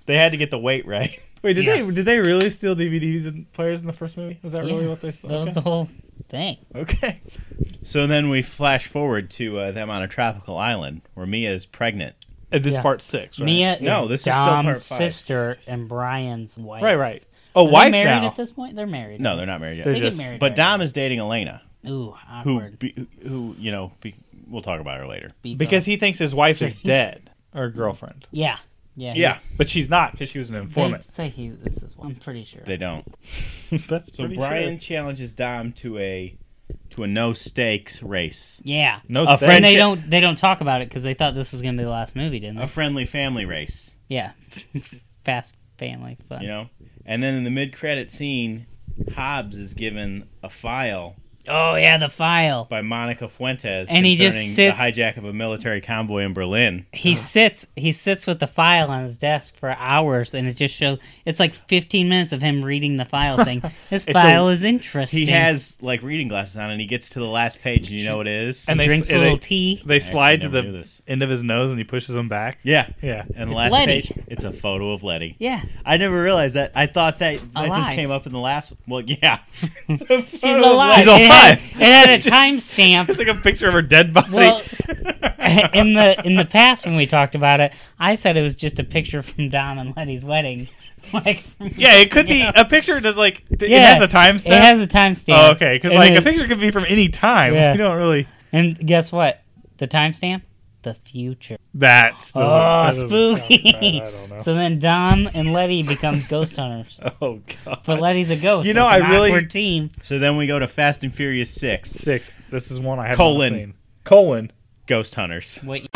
Speaker 4: They had to get the weight right.
Speaker 1: Wait, did
Speaker 3: Yeah.
Speaker 1: they did they really steal DVDs and players in the first movie? Was that really
Speaker 3: Yeah,
Speaker 1: what they saw?
Speaker 3: That was the whole thing.
Speaker 1: okay.
Speaker 4: So then we flash forward to uh, them on a tropical island where Mia is pregnant.
Speaker 1: And this
Speaker 3: Yeah.
Speaker 1: part six, right?
Speaker 3: Mia
Speaker 4: No,
Speaker 3: is
Speaker 4: this is still
Speaker 3: Dom's
Speaker 4: part five.
Speaker 3: sister and Brian's wife.
Speaker 1: Right, right. Oh,
Speaker 3: Are
Speaker 1: wife
Speaker 3: they married
Speaker 1: now.
Speaker 3: at this point? They're married.
Speaker 4: No, they're not married yet.
Speaker 1: They're
Speaker 3: They
Speaker 1: just-
Speaker 3: get married.
Speaker 4: But
Speaker 3: right
Speaker 4: Dom is dating Elena,
Speaker 3: now. Ooh,
Speaker 4: who,
Speaker 3: awkward.
Speaker 4: be, who you know, be, we'll talk about her later.
Speaker 3: Beats
Speaker 1: because
Speaker 3: up.
Speaker 1: he thinks his wife is
Speaker 3: Jeez.
Speaker 1: dead or girlfriend,
Speaker 3: Yeah. Yeah. he-
Speaker 4: Yeah,
Speaker 1: but she's not because she was an
Speaker 3: They
Speaker 1: informant.
Speaker 3: say he's. This is. I'm pretty sure.
Speaker 4: they don't.
Speaker 1: That's
Speaker 4: So Brian challenges Dom to a to a no stakes race,
Speaker 3: yeah.
Speaker 1: No,
Speaker 4: A
Speaker 1: stakes.
Speaker 3: And they
Speaker 4: friendship-
Speaker 3: don't. They don't talk about it because they thought this was gonna be the last movie, didn't
Speaker 4: a
Speaker 3: they?
Speaker 4: friendly family race,
Speaker 3: Yeah. Fast family fun.
Speaker 4: you know. And then in the mid credit scene, Hobbs is given a file
Speaker 3: Oh yeah, the file.
Speaker 4: by Monica
Speaker 3: And
Speaker 4: Fuentes concerning
Speaker 3: he just sits-
Speaker 4: the hijack of a military convoy in Berlin.
Speaker 3: He sits. He sits with the file on his desk for hours, and it just shows. It's like 15 minutes of him reading the file, saying, "This
Speaker 1: a-
Speaker 3: file is interesting."
Speaker 4: He has like reading glasses on, and he gets to the last page, and you know what it is.
Speaker 1: And they-
Speaker 3: drinks a
Speaker 1: and
Speaker 3: little
Speaker 1: they-
Speaker 3: tea.
Speaker 1: They slide to
Speaker 4: never knew
Speaker 1: the
Speaker 4: this.
Speaker 1: end of his nose and he pushes them back.
Speaker 4: yeah,
Speaker 1: Yeah.
Speaker 4: And the
Speaker 3: It's
Speaker 4: last
Speaker 3: Letty.
Speaker 4: page, it's a photo of Letty.
Speaker 3: Yeah,
Speaker 4: I never realized that. I thought that that just
Speaker 3: Alive.
Speaker 4: came up in the last. Well, yeah, she's
Speaker 3: she's alive.
Speaker 1: She's alive.
Speaker 3: It had, it had a
Speaker 1: Just- It's
Speaker 3: timestamp.
Speaker 1: like a picture of her dead body.
Speaker 3: Well, in the in the past when we talked about it, I said it was just a picture from Don and Letty's wedding. Like, from
Speaker 1: yeah, it could be
Speaker 3: years ago.
Speaker 1: a picture. Does like d- it has a timestamp.
Speaker 3: It has a timestamp.
Speaker 1: Oh, okay. Because
Speaker 3: And
Speaker 1: like
Speaker 3: it-
Speaker 1: a picture could be from any time.
Speaker 3: Yeah.
Speaker 1: You don't really.
Speaker 3: And guess what? The timestamp. The future.
Speaker 1: That's
Speaker 3: Oh,
Speaker 1: that doesn't sound
Speaker 3: spooky.
Speaker 1: right, I don't know.
Speaker 3: So then Dom and Letty become ghost hunters.
Speaker 1: oh god.
Speaker 3: But Letty's a ghost.
Speaker 1: You
Speaker 3: so
Speaker 1: know,
Speaker 3: it's an
Speaker 1: I really-
Speaker 3: awkward team.
Speaker 4: So then we go to Fast and Furious Six:
Speaker 1: six. This is one I have
Speaker 4: Colon.
Speaker 1: seen. Colon.
Speaker 4: Ghost Hunters.
Speaker 3: Wait,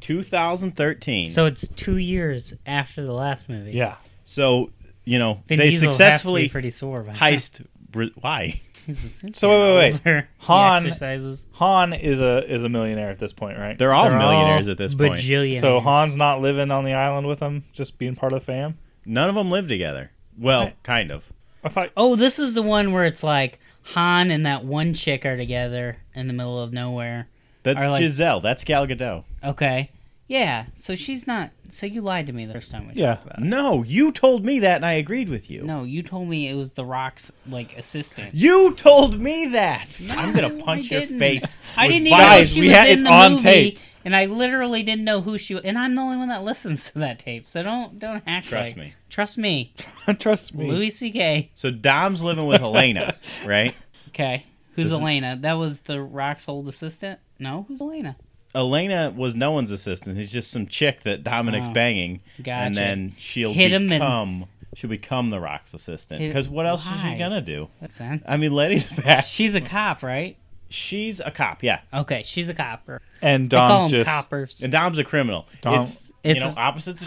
Speaker 4: Two thousand thirteen.
Speaker 3: so it's two years after the last movie.
Speaker 1: Yeah.
Speaker 4: so you know
Speaker 3: Vin
Speaker 4: they
Speaker 3: Diesel has to be
Speaker 4: successfully
Speaker 3: pretty sore. By
Speaker 4: heist. Bra- why?
Speaker 1: So wait, wait, wait. Han-
Speaker 3: Han exercises.
Speaker 1: Han is a is a millionaire at this point, right?
Speaker 4: They're all millionaires at this point.
Speaker 3: Bajillionaires.
Speaker 1: so Han's not living on the island with them, just being part of the fam.
Speaker 4: None of them live together. Well,
Speaker 1: Right.
Speaker 4: kind of.
Speaker 1: I thought.
Speaker 3: Oh, this is the one where it's like Han and that one chick are together in the middle of nowhere.
Speaker 4: That's
Speaker 3: Are like-
Speaker 4: Giselle. That's Gal Gadot.
Speaker 3: Okay. Yeah. So she's not. So you lied to me the first time. We
Speaker 1: Yeah.
Speaker 4: No, you told me that, and I agreed with you.
Speaker 3: No, you told me it was The Rock's like assistant.
Speaker 4: You told me that. I'm gonna
Speaker 3: No,
Speaker 4: punch
Speaker 3: I
Speaker 4: your
Speaker 3: didn't.
Speaker 4: face.
Speaker 3: I
Speaker 4: with
Speaker 3: didn't even know
Speaker 4: violence.
Speaker 1: Guys,
Speaker 3: she
Speaker 1: we
Speaker 3: was
Speaker 1: had-
Speaker 3: in
Speaker 1: it's
Speaker 3: the
Speaker 1: on
Speaker 3: movie,
Speaker 1: tape.
Speaker 3: and I literally didn't know who she. And I'm the only one that listens to that tape, so don't don't act
Speaker 4: Trust
Speaker 3: like-
Speaker 4: me.
Speaker 3: Trust me,
Speaker 1: Trust me.
Speaker 3: Louis C.K.
Speaker 4: So Dom's living with Elena, right?
Speaker 3: Okay, who's
Speaker 4: This is-
Speaker 3: Elena? That was The Rock's old assistant. No, who's Elena?
Speaker 4: Elena was no one's assistant. He's just some chick that Dominic's
Speaker 3: Oh,
Speaker 4: banging,
Speaker 3: gotcha.
Speaker 4: and then she'll
Speaker 3: Hit him and-
Speaker 4: become she'll become the Rock's assistant.
Speaker 3: Hit-
Speaker 4: Because what else is
Speaker 3: why?
Speaker 4: she gonna do?
Speaker 3: That sense.
Speaker 4: I mean, Letty's back.
Speaker 3: she's a cop, right?
Speaker 4: She's a cop, yeah,
Speaker 3: Okay, she's a copper.
Speaker 1: And
Speaker 3: They call
Speaker 1: Dom's
Speaker 3: them
Speaker 1: just.
Speaker 3: coppers.
Speaker 4: and Dom's a criminal.
Speaker 1: Dom-
Speaker 4: it's,
Speaker 3: It's-
Speaker 4: you know opposites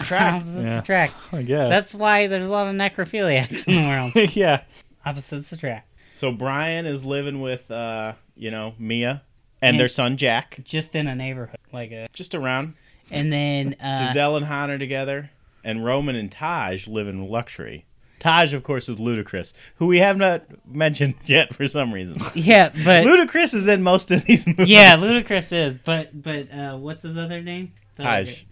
Speaker 4: attract.
Speaker 3: Opposites
Speaker 1: Yeah.
Speaker 3: attract.
Speaker 1: I guess.
Speaker 3: That's why there's a lot of necrophiliacs in the world.
Speaker 1: yeah.
Speaker 3: Opposites attract.
Speaker 4: so Brian is living with uh, you know Mia and
Speaker 3: And-
Speaker 4: their son Jack,
Speaker 3: Just in a neighborhood, like a.
Speaker 4: just around.
Speaker 3: And then uh,
Speaker 4: Giselle and Han are together, and Roman and Taj live in luxury. Taj, of course, is Ludacris, who we have not mentioned yet for some reason.
Speaker 3: yeah, but
Speaker 4: Ludacris is in most of these movies.
Speaker 3: Yeah, Ludacris is, but but uh, what's his other name? The other
Speaker 4: Taj.
Speaker 3: guy.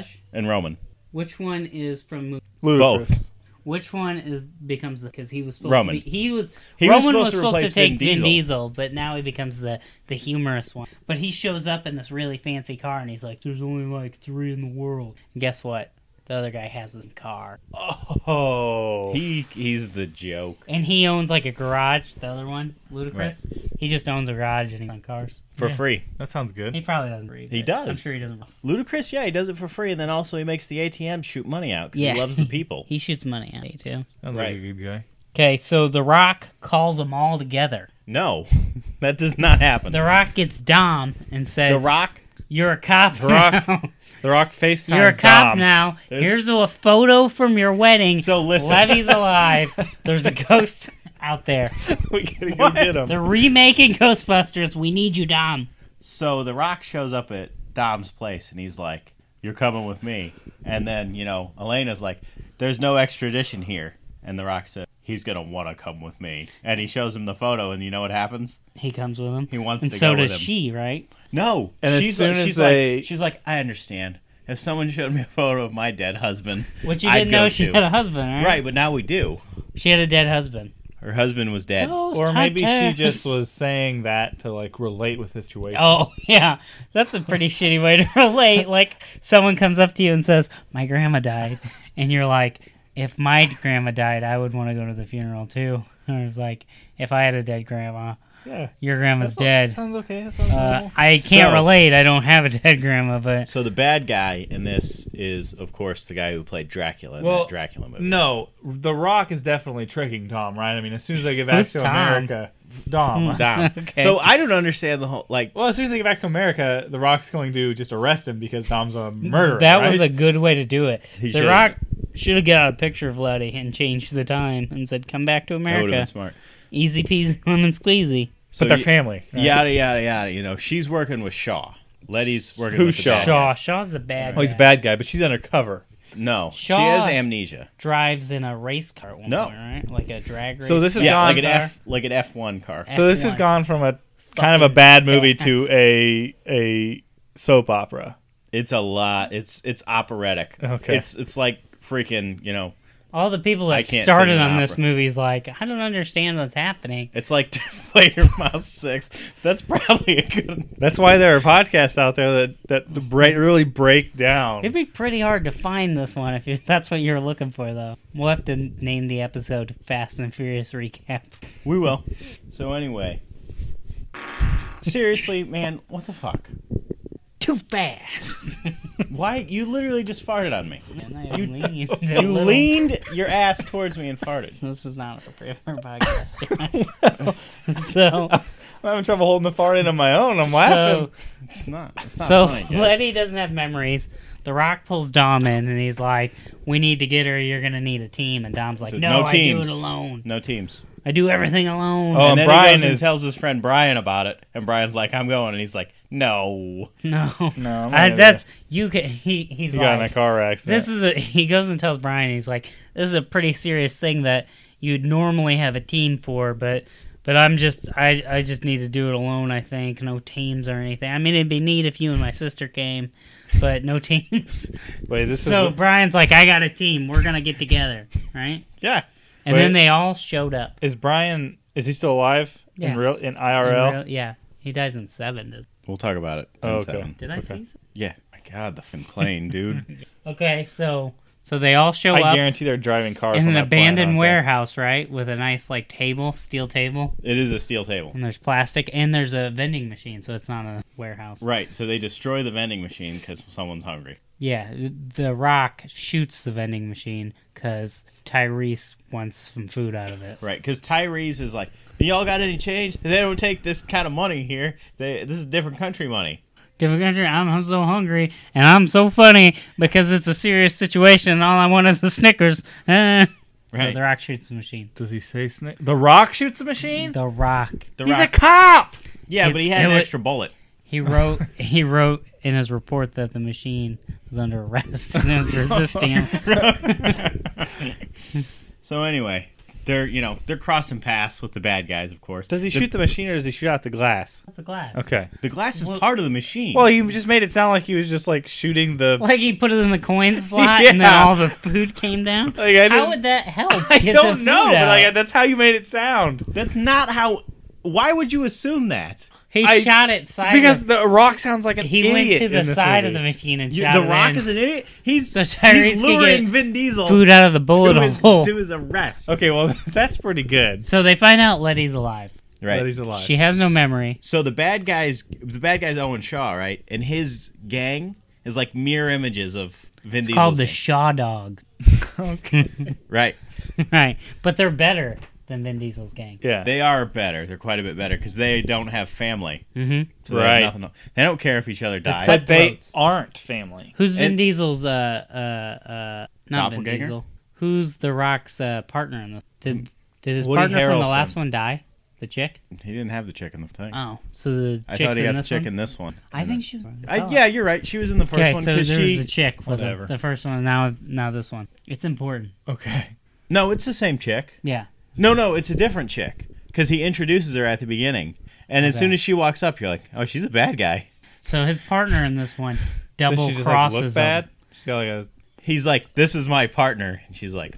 Speaker 3: Taj.
Speaker 4: and Roman.
Speaker 3: Which one is from? mo-
Speaker 1: Ludicrous.
Speaker 4: Both.
Speaker 3: Which one is becomes the? Because he was supposed
Speaker 4: Roman.
Speaker 3: to be. He was.
Speaker 4: He was
Speaker 3: Roman
Speaker 4: supposed
Speaker 3: was
Speaker 4: to
Speaker 3: supposed to,
Speaker 4: replace
Speaker 3: take
Speaker 4: Vin
Speaker 3: Vin
Speaker 4: Diesel.
Speaker 3: Diesel. but now he becomes the the humorous one. But he shows up in this really fancy car, and he's like, "There's only like three in the world." And guess what? The other guy has his car,
Speaker 1: Oh.
Speaker 4: He he's the joke
Speaker 3: and he owns like a garage. The other one, Ludacris, he just owns a garage and he on cars.
Speaker 4: for
Speaker 1: Yeah.
Speaker 4: free.
Speaker 1: That sounds
Speaker 3: He
Speaker 1: good.
Speaker 3: probably doesn't read.
Speaker 4: He
Speaker 3: it.
Speaker 4: does.
Speaker 3: I'm sure he doesn't.
Speaker 4: Ludacris, yeah, he does it for free, and then also he makes the ATM shoot money out 'cause
Speaker 3: Yeah.
Speaker 4: he loves the people.
Speaker 3: He shoots money at me too.
Speaker 1: Sounds
Speaker 4: Right.
Speaker 1: like a good guy.
Speaker 3: Okay, so The Rock calls them all together.
Speaker 4: no, that does not happen.
Speaker 3: The Rock gets Dom and
Speaker 4: The
Speaker 3: says,
Speaker 4: Rock,
Speaker 3: "You're a cop
Speaker 1: The Rock
Speaker 3: now.
Speaker 1: The Rock FaceTimes
Speaker 3: You're a cop
Speaker 1: Dom.
Speaker 3: now.
Speaker 4: There's-
Speaker 3: Here's a photo from your wedding.
Speaker 4: So listen.
Speaker 3: Levy's alive. There's a ghost out there.
Speaker 4: we gotta go get him.
Speaker 3: They're remaking Ghostbusters. We need you, Dom."
Speaker 4: So The Rock shows up at Dom's place and he's like, You're coming with me. And then, you know, Elena's like, There's no extradition here. And The Rock said, He's going to want to come with me. And he shows him the photo, and you know what happens?
Speaker 3: He comes with him.
Speaker 4: He wants
Speaker 3: and
Speaker 4: to
Speaker 3: so
Speaker 4: go
Speaker 3: does
Speaker 4: with him.
Speaker 3: she, right?
Speaker 4: No.
Speaker 1: And as
Speaker 4: she's
Speaker 1: soon
Speaker 4: like,
Speaker 1: as
Speaker 4: she's
Speaker 1: they-
Speaker 4: like, she's like, I understand. If someone showed me a photo of my dead husband,
Speaker 3: Which you
Speaker 4: I'd
Speaker 3: didn't know
Speaker 4: go
Speaker 3: she
Speaker 4: to.
Speaker 3: had a husband, right?
Speaker 4: Right, but now we do.
Speaker 3: She had a dead husband.
Speaker 4: Her husband was dead.
Speaker 3: Ghost
Speaker 1: Or maybe she
Speaker 3: hunters.
Speaker 1: just was saying that to like relate with the situation.
Speaker 3: Oh yeah, that's a pretty shitty way to relate. Like someone comes up to you and says, "My grandma died," and you're like, "If my grandma died, I would want to go to the funeral too." And it's like, "If I had a dead grandma,
Speaker 1: yeah.
Speaker 3: your grandma's dead."
Speaker 1: Sounds okay. That sounds
Speaker 3: Uh, I can't
Speaker 4: So-
Speaker 3: relate. I don't have a dead grandma, but
Speaker 4: So the bad guy in this is, of course, the guy who played Dracula in
Speaker 1: Well,
Speaker 4: that Dracula movie.
Speaker 1: No, The Rock is definitely tricking Tom, right? I mean, as soon as they get back
Speaker 3: Who's
Speaker 1: to
Speaker 3: Tom? Hmm.
Speaker 1: America, Dom.
Speaker 4: Dom.
Speaker 3: Okay.
Speaker 4: So I don't understand the whole like
Speaker 1: Well, as soon as they get back to America, The Rock's going to just arrest him because Dom's a murderer.
Speaker 3: that
Speaker 1: right?
Speaker 3: was a good way to do it.
Speaker 4: He
Speaker 3: the
Speaker 4: should've-
Speaker 3: Rock should have got a picture of Letty and changed the time and said, "Come back to
Speaker 4: That would have
Speaker 3: America,
Speaker 4: been smart.
Speaker 3: easy peasy lemon squeezy."
Speaker 4: So
Speaker 1: but their
Speaker 4: y-
Speaker 1: family. right?
Speaker 4: Yada yada yada. You know, she's working with Shaw. Letty's working
Speaker 1: Who's
Speaker 4: with the
Speaker 1: Shaw?
Speaker 4: bad
Speaker 3: Shaw,
Speaker 4: guys.
Speaker 3: Shaw's the bad.
Speaker 1: Oh, he's a
Speaker 3: guy.
Speaker 1: bad guy, but she's undercover.
Speaker 4: No, she
Speaker 3: Shaw.
Speaker 4: has amnesia.
Speaker 3: drives in a race car at one
Speaker 4: No.
Speaker 3: point, right? Like a drag race.
Speaker 1: So this is
Speaker 4: yeah,
Speaker 1: gone
Speaker 4: like an
Speaker 1: car.
Speaker 4: F, like an F one car.
Speaker 1: So this has
Speaker 3: F1.
Speaker 1: gone from a kind of a
Speaker 3: Fucking
Speaker 1: bad movie
Speaker 3: bad.
Speaker 1: to a a soap opera.
Speaker 4: It's a lot. It's it's operatic.
Speaker 1: Okay.
Speaker 4: It's it's like freaking. You know,
Speaker 3: all the people
Speaker 4: I
Speaker 3: that
Speaker 4: can't
Speaker 3: started
Speaker 4: think of an
Speaker 3: on this
Speaker 4: opera.
Speaker 3: movie is like, I don't understand what's happening.
Speaker 4: it's like Later Mouse Six. That's probably a good.
Speaker 1: That's why there are podcasts out there that that break, really break down.
Speaker 3: It'd be pretty hard to find this one if you, that's what you're looking for, though. We'll have to name the episode "Fast and Furious Recap."
Speaker 4: We will. So anyway. Seriously, man, what the fuck?
Speaker 3: Too fast.
Speaker 4: Why you literally just farted on me?
Speaker 3: And I leaned a
Speaker 4: You
Speaker 3: little.
Speaker 4: leaned your ass towards me and farted.
Speaker 3: This is not appropriate for a podcast. so,
Speaker 1: I'm having trouble holding the fart in on my own. I'm
Speaker 3: so,
Speaker 1: laughing.
Speaker 4: It's not. It's not
Speaker 3: so
Speaker 4: funny. guys.
Speaker 3: Letty doesn't have memories. The Rock pulls Dom in, and he's like, "We need to get her. You're gonna need a team." And Dom's like,
Speaker 4: So
Speaker 3: "No,
Speaker 4: no
Speaker 3: I do it
Speaker 4: teams."
Speaker 3: alone.
Speaker 4: No teams.
Speaker 3: I do everything alone."
Speaker 1: Oh,
Speaker 4: and then
Speaker 1: Brian
Speaker 4: he goes and
Speaker 1: is-
Speaker 4: tells his friend Brian about it, and Brian's like, "I'm going," and he's like, "No."
Speaker 3: No,
Speaker 1: No, I'm not
Speaker 3: I,
Speaker 1: gonna
Speaker 3: that's you. Can, he he's
Speaker 1: He got in a
Speaker 3: like,
Speaker 1: car accident.
Speaker 3: this is a. He goes and tells Brian. He's like, this is a pretty serious thing that you'd normally have a team for, but but I'm just I I just need to do it alone. I think no teams or anything. I mean, it'd be neat if you and my sister came, but no teams.
Speaker 1: Wait, this
Speaker 3: so
Speaker 1: is
Speaker 3: Brian's like, I got a team. We're gonna get together, right?
Speaker 1: yeah.
Speaker 3: And
Speaker 1: Wait.
Speaker 3: then they all showed up.
Speaker 1: Is Brian? Is he still alive
Speaker 3: Yeah.
Speaker 1: in real in
Speaker 3: In
Speaker 1: IRL?
Speaker 3: real- yeah, he dies in seven.
Speaker 4: We'll talk about it. in
Speaker 1: Oh,
Speaker 4: a
Speaker 1: okay.
Speaker 4: second.
Speaker 3: Did I
Speaker 1: Okay.
Speaker 3: see? Something?
Speaker 4: Yeah. My God, the fin plane, dude.
Speaker 3: Okay, so so they all show
Speaker 1: I
Speaker 3: up.
Speaker 1: guarantee they're driving cars
Speaker 3: in
Speaker 1: on
Speaker 3: an
Speaker 1: that plane,
Speaker 3: abandoned
Speaker 1: aren't they?
Speaker 3: warehouse, right? With a nice like table, steel table,
Speaker 4: it is a steel table.
Speaker 3: and there's plastic, and there's a vending machine, so it's not a warehouse.
Speaker 4: Right. So they destroy the vending machine because someone's hungry.
Speaker 3: Yeah, the Rock shoots the vending machine because Tyrese wants some food out of it.
Speaker 4: Right. Because Tyrese is like, "Y'all got any change? They don't take this kind of money here. They, this is different country money."
Speaker 3: Different country. I'm, I'm so hungry, and I'm so funny because it's a serious situation. And all I want is a Snickers. Eh. So
Speaker 4: Right.
Speaker 3: the Rock shoots the machine.
Speaker 1: Does he say snake? The Rock shoots a machine.
Speaker 3: The Rock.
Speaker 4: The
Speaker 1: He's a
Speaker 4: rock,
Speaker 1: cop.
Speaker 4: yeah,
Speaker 3: It-
Speaker 4: but he had
Speaker 3: it
Speaker 4: an
Speaker 3: wa-
Speaker 4: extra bullet.
Speaker 3: He wrote. he wrote in his report that the machine was under arrest and was resisting him.
Speaker 4: so anyway, they're you know they're crossing paths with the bad guys, of course.
Speaker 1: Does he
Speaker 4: the,
Speaker 1: shoot the machine or does he shoot out the glass?
Speaker 3: The glass.
Speaker 1: Okay.
Speaker 4: The glass is
Speaker 3: Well-
Speaker 4: part of the machine.
Speaker 1: Well, you just made it sound like he was just like shooting the.
Speaker 3: Like he put it in the coin slot and then
Speaker 1: Yeah.
Speaker 3: all the food came down.
Speaker 1: Like, I
Speaker 3: How
Speaker 1: didn't-
Speaker 3: would that help?
Speaker 1: I
Speaker 3: get the
Speaker 1: don't
Speaker 3: food
Speaker 1: know, but
Speaker 3: out?
Speaker 1: like that's how you made it sound.
Speaker 4: That's not how. Why would you assume that?
Speaker 3: He
Speaker 1: I-
Speaker 3: shot it sideways.
Speaker 1: because the Rock sounds like an
Speaker 3: he
Speaker 1: idiot.
Speaker 3: went to
Speaker 1: in
Speaker 3: the
Speaker 1: this
Speaker 3: side of the
Speaker 1: movie.
Speaker 3: machine and
Speaker 4: You-
Speaker 3: shot
Speaker 4: the
Speaker 3: it
Speaker 4: Rock
Speaker 3: in.
Speaker 4: is an idiot. He's
Speaker 3: So Tyrese
Speaker 4: he's
Speaker 3: could
Speaker 4: luring
Speaker 3: get
Speaker 4: Vin Diesel
Speaker 3: food out of the bullet
Speaker 4: to,
Speaker 3: hole.
Speaker 4: his, to his arrest.
Speaker 1: Okay, well that's pretty good.
Speaker 3: So they find out Letty's alive.
Speaker 1: That he's alive.
Speaker 3: She has no memory.
Speaker 4: So the bad guys, the bad guys, Owen Shaw, right, and his gang is like mirror images of Vin
Speaker 3: It's
Speaker 4: Diesel's
Speaker 3: called the
Speaker 4: gang.
Speaker 3: Shaw Dogs.
Speaker 4: right.
Speaker 3: right. But they're better than Vin Diesel's gang.
Speaker 1: yeah.
Speaker 4: They are better. They're quite a bit better because they don't have family.
Speaker 3: Mm-hmm.
Speaker 4: So they, have
Speaker 1: Right.
Speaker 4: nothing, else. they don't care if each other dies.
Speaker 1: but they
Speaker 3: Cutthroats.
Speaker 1: aren't family.
Speaker 3: Who's Vin
Speaker 4: And-
Speaker 3: Diesel's, uh, uh, uh, not Vin
Speaker 4: Doppelganger?
Speaker 3: Diesel. Who's The Rock's uh, partner in this? Did, did his
Speaker 1: Woody
Speaker 3: partner from the
Speaker 1: Harrelson.
Speaker 3: last one die? The chick?
Speaker 4: he didn't have the chick in the thing.
Speaker 3: Oh. So the chick's
Speaker 4: I thought he
Speaker 3: in
Speaker 4: got the
Speaker 3: this
Speaker 4: chick
Speaker 3: one?
Speaker 4: in this one.
Speaker 3: I think she was.
Speaker 4: I, yeah, you're right. She was in the first
Speaker 3: Okay,
Speaker 4: one
Speaker 3: so there
Speaker 4: because she.
Speaker 3: was a chick for the,
Speaker 1: Whatever.
Speaker 3: the first one, and now, it's- now this one. It's important.
Speaker 1: Okay.
Speaker 4: no, it's the same chick.
Speaker 3: Yeah.
Speaker 4: No, no, it's a different chick because he introduces her at the beginning, and as
Speaker 3: Okay.
Speaker 4: soon as she walks up, you're like, oh, she's a bad guy.
Speaker 3: So his partner in this one
Speaker 1: Does
Speaker 3: double
Speaker 1: she just like
Speaker 3: crosses
Speaker 1: look
Speaker 3: him.
Speaker 1: bad? She's got like a
Speaker 4: He's like, this is my partner, and she's like,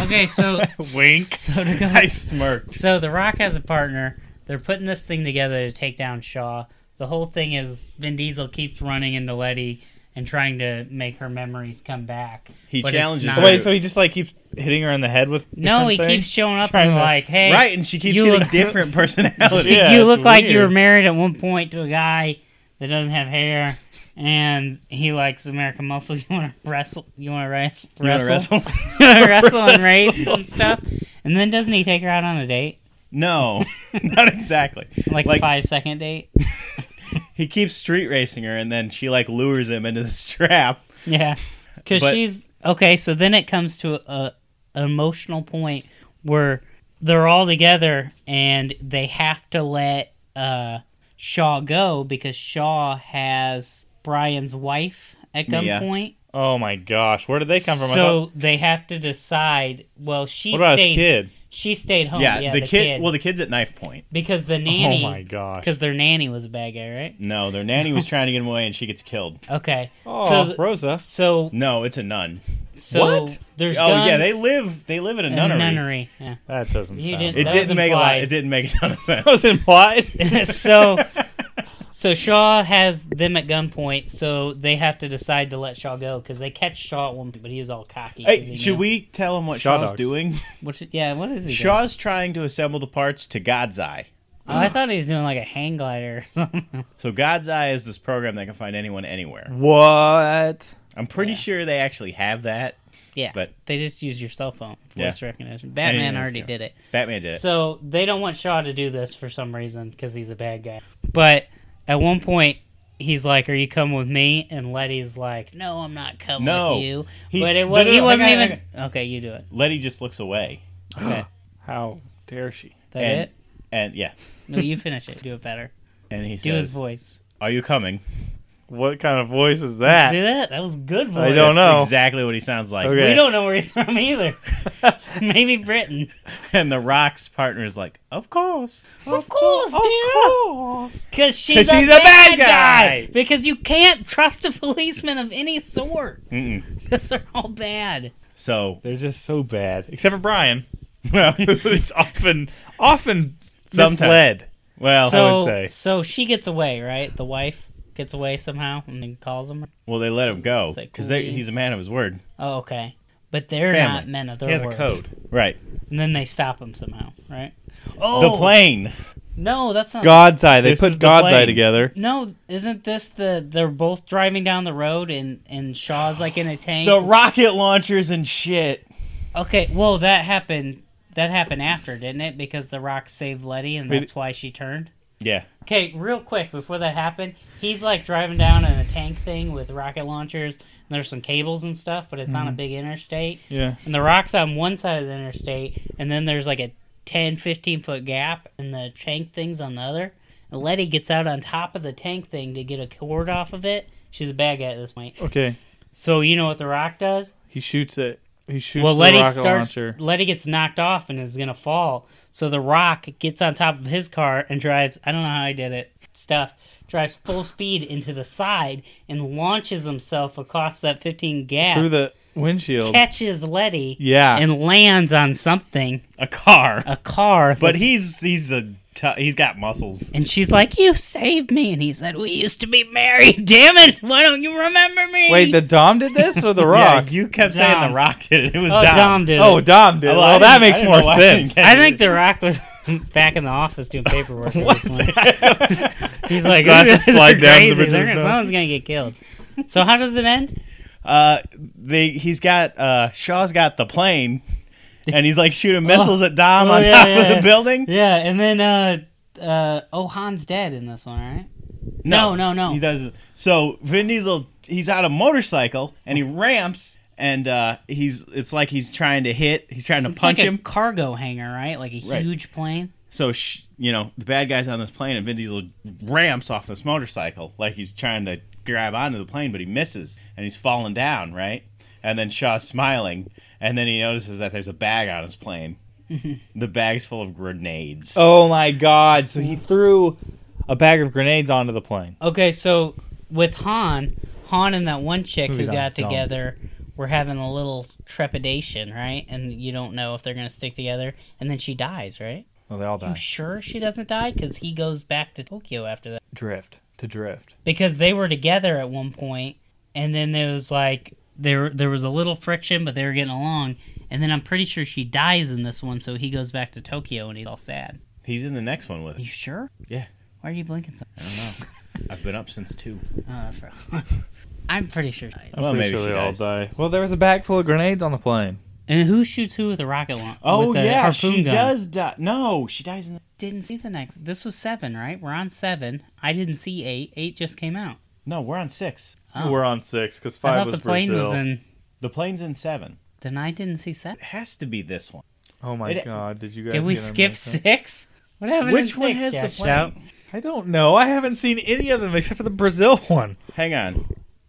Speaker 3: Okay, so
Speaker 1: wink.
Speaker 3: so to go
Speaker 4: I smirked.
Speaker 3: So The Rock has a partner. They're putting this thing together to take down Shaw. The whole thing is Vin Diesel keeps running into Letty and trying to make her memories come back.
Speaker 4: He
Speaker 3: But it's
Speaker 4: challenges
Speaker 3: not-
Speaker 4: her.
Speaker 1: Wait, so he just like keeps hitting her in the head with
Speaker 3: No,
Speaker 1: different
Speaker 3: he
Speaker 1: things?
Speaker 3: keeps showing up
Speaker 1: Trying
Speaker 3: and
Speaker 1: to-
Speaker 3: like, hey,
Speaker 4: right, and she keeps
Speaker 3: you
Speaker 4: getting
Speaker 3: look-
Speaker 4: different personalities.
Speaker 1: Yeah,
Speaker 3: you
Speaker 1: it's
Speaker 3: look like you were
Speaker 1: weird.
Speaker 3: married at one point to a guy that doesn't have hair, and he likes American Muscle. You want to wrestle? You want to wrestle?
Speaker 4: You wanna
Speaker 3: Wrestle?
Speaker 4: wrestle?
Speaker 3: You wanna wrestle and race and stuff. And then doesn't he take her out on a date,
Speaker 4: no, not exactly.
Speaker 3: like,
Speaker 4: Like-
Speaker 3: a five second date?
Speaker 4: He keeps street racing her, and then she like lures him into this trap.
Speaker 3: Yeah, because
Speaker 4: But-
Speaker 3: she's okay. So then it comes to a, an emotional point where they're all together and they have to let uh, Shaw go because Shaw has Brian's wife at
Speaker 4: Mia.
Speaker 3: gunpoint.
Speaker 1: Oh my gosh, where did they come from? I
Speaker 3: So
Speaker 1: thought-
Speaker 3: they have to decide. Well, she
Speaker 1: what about
Speaker 3: stayed.
Speaker 1: his kid? Oh
Speaker 3: She stayed home.
Speaker 4: yeah,
Speaker 3: Oh, Yeah,
Speaker 4: the, kid, Well, the kid's at knife point.
Speaker 3: because the
Speaker 1: Oh
Speaker 3: nanny.
Speaker 1: my gosh.
Speaker 3: Because their nanny was a bad guy, right?
Speaker 4: No, their nanny was trying to get him away, and she gets killed.
Speaker 3: Okay.
Speaker 1: Oh,
Speaker 3: so, th-
Speaker 1: Rosa.
Speaker 3: so,
Speaker 4: No, it's a nun.
Speaker 3: so
Speaker 1: What?
Speaker 3: There's
Speaker 4: oh yeah,
Speaker 3: guns
Speaker 4: they live. They live in a
Speaker 3: and a
Speaker 4: nunnery.
Speaker 3: nunnery. Yeah.
Speaker 1: That doesn't
Speaker 3: You
Speaker 1: sound.
Speaker 3: didn't-
Speaker 1: right.
Speaker 3: That
Speaker 4: It
Speaker 3: was
Speaker 4: didn't make a lot.
Speaker 3: implied.
Speaker 4: It didn't make a ton of sense.
Speaker 1: That was implied.
Speaker 3: so so Shaw has them at gunpoint, so they have to decide to let Shaw go because they catch Shaw at one point, but he was all cocky. 'cause
Speaker 4: Hey,
Speaker 3: he
Speaker 4: should
Speaker 3: knew-
Speaker 4: we tell him what
Speaker 1: Shaw
Speaker 4: Shaw's
Speaker 1: dogs.
Speaker 4: doing?
Speaker 3: What should- yeah, what is he? doing?
Speaker 4: Shaw's trying to assemble the parts to God's Eye.
Speaker 3: Oh, I thought he was doing like a hang glider. Or something.
Speaker 4: So God's Eye is this program that can find anyone anywhere.
Speaker 1: what?
Speaker 4: I'm pretty
Speaker 3: Yeah.
Speaker 4: sure they actually have that.
Speaker 3: yeah,
Speaker 4: But-
Speaker 3: they just use your cell phone
Speaker 4: Yeah.
Speaker 3: voice recognition. Batman
Speaker 4: Anything else
Speaker 3: already
Speaker 4: can.
Speaker 3: did it,
Speaker 4: Batman did it.
Speaker 3: so they don't want Shaw to do this for some reason because he's a bad guy. But at one point. He's like, "Are you coming with me?" And Letty's like, "No, I'm not coming
Speaker 4: No.
Speaker 3: with you."
Speaker 4: He's-
Speaker 3: but it
Speaker 4: no,
Speaker 3: was,
Speaker 4: no,
Speaker 3: he
Speaker 4: no, I
Speaker 3: wasn't
Speaker 4: got it, I
Speaker 3: even. Okay, you do it.
Speaker 4: Letty just looks away.
Speaker 3: Okay,
Speaker 1: How dare she?
Speaker 3: that
Speaker 4: and,
Speaker 3: it.
Speaker 4: and yeah,
Speaker 3: No, you finish it. Do it better.
Speaker 4: and he
Speaker 3: Do
Speaker 4: says,
Speaker 3: his voice.
Speaker 4: "Are you coming?"
Speaker 1: What kind of voice is
Speaker 3: See
Speaker 1: that?
Speaker 3: that? That was a good voice.
Speaker 1: I don't
Speaker 4: That's
Speaker 1: know.
Speaker 4: exactly what he sounds like.
Speaker 1: Okay.
Speaker 3: We don't know where he's from either. Maybe Britain.
Speaker 4: And the Rock's partner is like, "Of course."
Speaker 3: Of course, dude.
Speaker 1: course.
Speaker 3: Because she's,
Speaker 1: 'Cause
Speaker 3: a,
Speaker 1: she's a bad
Speaker 3: bad,
Speaker 1: guy.
Speaker 3: guy. Because you can't trust a policeman of any sort.
Speaker 4: Mm-mm.
Speaker 3: Because they're all bad.
Speaker 4: So,
Speaker 1: They're just so bad, except for Brian,
Speaker 4: well,
Speaker 1: who's often, often
Speaker 4: Sometimes.
Speaker 1: misled.
Speaker 4: well,
Speaker 3: so,
Speaker 1: say.
Speaker 3: so she gets away, right? The wife gets away somehow and then calls him.
Speaker 4: well, they let him go
Speaker 3: Sick
Speaker 4: because
Speaker 3: leaves.
Speaker 4: he's a man of his word,
Speaker 3: Oh, okay. But they're
Speaker 4: Family.
Speaker 3: not men of their
Speaker 1: He has a
Speaker 3: words.
Speaker 1: code.
Speaker 4: right?
Speaker 3: And then they stop him somehow, right? Oh,
Speaker 4: The plane.
Speaker 3: No, that's not.
Speaker 1: God's Eye. They
Speaker 4: This is
Speaker 1: put
Speaker 4: the
Speaker 1: God's
Speaker 4: plane.
Speaker 1: Eye together.
Speaker 3: No, isn't this the they're both driving down the road and and Shaw's like in a tank?
Speaker 4: The rocket launchers and shit.
Speaker 3: okay, well that happened that happened after, didn't it? Because the rock saved Letty and
Speaker 1: Wait.
Speaker 3: that's why she turned.
Speaker 4: Yeah.
Speaker 3: Okay, real quick before that happened, he's like driving down in a tank thing with rocket launchers and there's some cables and stuff, but it's on a big interstate.
Speaker 1: Yeah.
Speaker 3: And the rock's on one side of the interstate and then there's like a 10 15 foot gap and the tank thing's on the other. And Letty gets out on top of the tank thing to get a cord off of it. She's a bad guy at this point.
Speaker 1: Okay.
Speaker 3: So you know what the Rock does?
Speaker 1: He shoots it. He shoots
Speaker 3: well,
Speaker 1: the
Speaker 3: Letty
Speaker 1: rocket
Speaker 3: starts.
Speaker 1: launcher.
Speaker 3: Letty gets knocked off and is gonna fall. So the Rock gets on top of his car and drives. I don't know how he did it. Stuff drives full speed into the side and launches himself across that 15 gap.
Speaker 1: through the windshield.
Speaker 3: catches Letty
Speaker 1: Yeah.
Speaker 3: and lands on something,
Speaker 4: A car.
Speaker 3: a car.
Speaker 4: But
Speaker 3: that-
Speaker 4: he's he's a t- he's got muscles.
Speaker 3: And she's like, "You saved me," and he said, "We used to be married. Damn it! Why don't you remember me?"
Speaker 7: Wait, the Dom did this or the Rock?
Speaker 4: Yeah, you kept saying
Speaker 3: Dom.
Speaker 4: the Rock did it. It was
Speaker 3: oh, Dom.
Speaker 4: Dom.
Speaker 3: did.
Speaker 7: oh,
Speaker 3: it.
Speaker 7: Dom did.
Speaker 4: Well,
Speaker 7: Well,
Speaker 4: I
Speaker 7: that
Speaker 4: didn't- I
Speaker 7: makes
Speaker 4: didn't
Speaker 7: more
Speaker 4: know why I didn't
Speaker 7: sense.
Speaker 4: get
Speaker 3: I think the Rock was back in the office doing paperwork. at this point. He's like,
Speaker 1: Glasses
Speaker 3: "They're
Speaker 1: slide down to the
Speaker 3: crazy.
Speaker 1: bridge of
Speaker 3: They're-
Speaker 1: his nose."
Speaker 3: Someone's gonna get killed. So how does it end?
Speaker 4: Uh, they he's got uh Shaw's got the plane, and he's like shooting missiles at Dom
Speaker 3: Oh,
Speaker 4: on
Speaker 3: yeah,
Speaker 4: top
Speaker 3: yeah,
Speaker 4: of the
Speaker 3: yeah.
Speaker 4: building.
Speaker 3: Yeah, and then uh, uh, oh, Han's dead in this one, right? No, no, no.
Speaker 4: He doesn't. So Vin Diesel, he's on a motorcycle and he ramps, and uh, he's it's like he's trying to hit, he's trying to
Speaker 3: It's
Speaker 4: punch
Speaker 3: like
Speaker 4: him.
Speaker 3: A cargo hangar, right? Like a
Speaker 4: Right.
Speaker 3: huge plane.
Speaker 4: so sh- you know the bad guy's on this plane, and Vin Diesel ramps off this motorcycle like he's trying to grab onto the plane, but he misses and he's falling down, right? And then Shaw's smiling, and then he notices that there's a bag on his plane. the bag's full of grenades.
Speaker 7: Oh my God! So he threw a bag of grenades onto the plane.
Speaker 3: Okay, so with Han, Han and that one chick who
Speaker 7: Movie's on
Speaker 3: got
Speaker 7: its own.
Speaker 3: together were having a little trepidation, right? And you don't know if they're gonna stick together. And then she dies, right?
Speaker 7: Well, they all
Speaker 3: You
Speaker 7: died.
Speaker 3: sure she doesn't die? Because he goes back to Tokyo after that.
Speaker 7: Drift to drift.
Speaker 3: because they were together at one point and then there was like there there was a little friction but they were getting along and then i'm pretty sure she dies in this one so he goes back to tokyo and he's all sad
Speaker 4: He's in the next one with
Speaker 3: you
Speaker 4: it.
Speaker 3: sure
Speaker 4: Yeah.
Speaker 3: why are you blinking so oh
Speaker 4: I've been up since two.
Speaker 3: that's right i'm pretty sure she dies.
Speaker 4: Well,
Speaker 1: Pretty
Speaker 4: maybe
Speaker 1: sure
Speaker 4: she
Speaker 1: they all
Speaker 4: dies.
Speaker 1: die.
Speaker 7: Well, there was a bag full of grenades on the plane.
Speaker 3: and who shoots who with a rocket launcher
Speaker 4: Oh
Speaker 3: with a
Speaker 4: yeah,
Speaker 3: harpoon
Speaker 4: she
Speaker 3: gun?
Speaker 4: does die. No, she dies in the
Speaker 3: didn't see the next this was seven right we're on seven i didn't see eight eight just came out
Speaker 4: No, we're on six.
Speaker 3: Oh.
Speaker 1: We're on six because
Speaker 3: i
Speaker 1: five
Speaker 3: thought
Speaker 1: was
Speaker 3: the plane
Speaker 1: Brazil.
Speaker 3: was in
Speaker 4: The plane's in seven.
Speaker 3: then i didn't see seven
Speaker 4: It has to be this one.
Speaker 7: Oh my
Speaker 4: It-
Speaker 7: God! Did you guys?
Speaker 3: did we
Speaker 7: get him
Speaker 3: skip
Speaker 7: this time?
Speaker 3: six what happened in
Speaker 4: Which one
Speaker 3: six,
Speaker 4: has the
Speaker 3: Josh?
Speaker 4: plane?
Speaker 3: Out?
Speaker 7: I don't know. I haven't seen any of them except for the Brazil one.
Speaker 4: Hang on.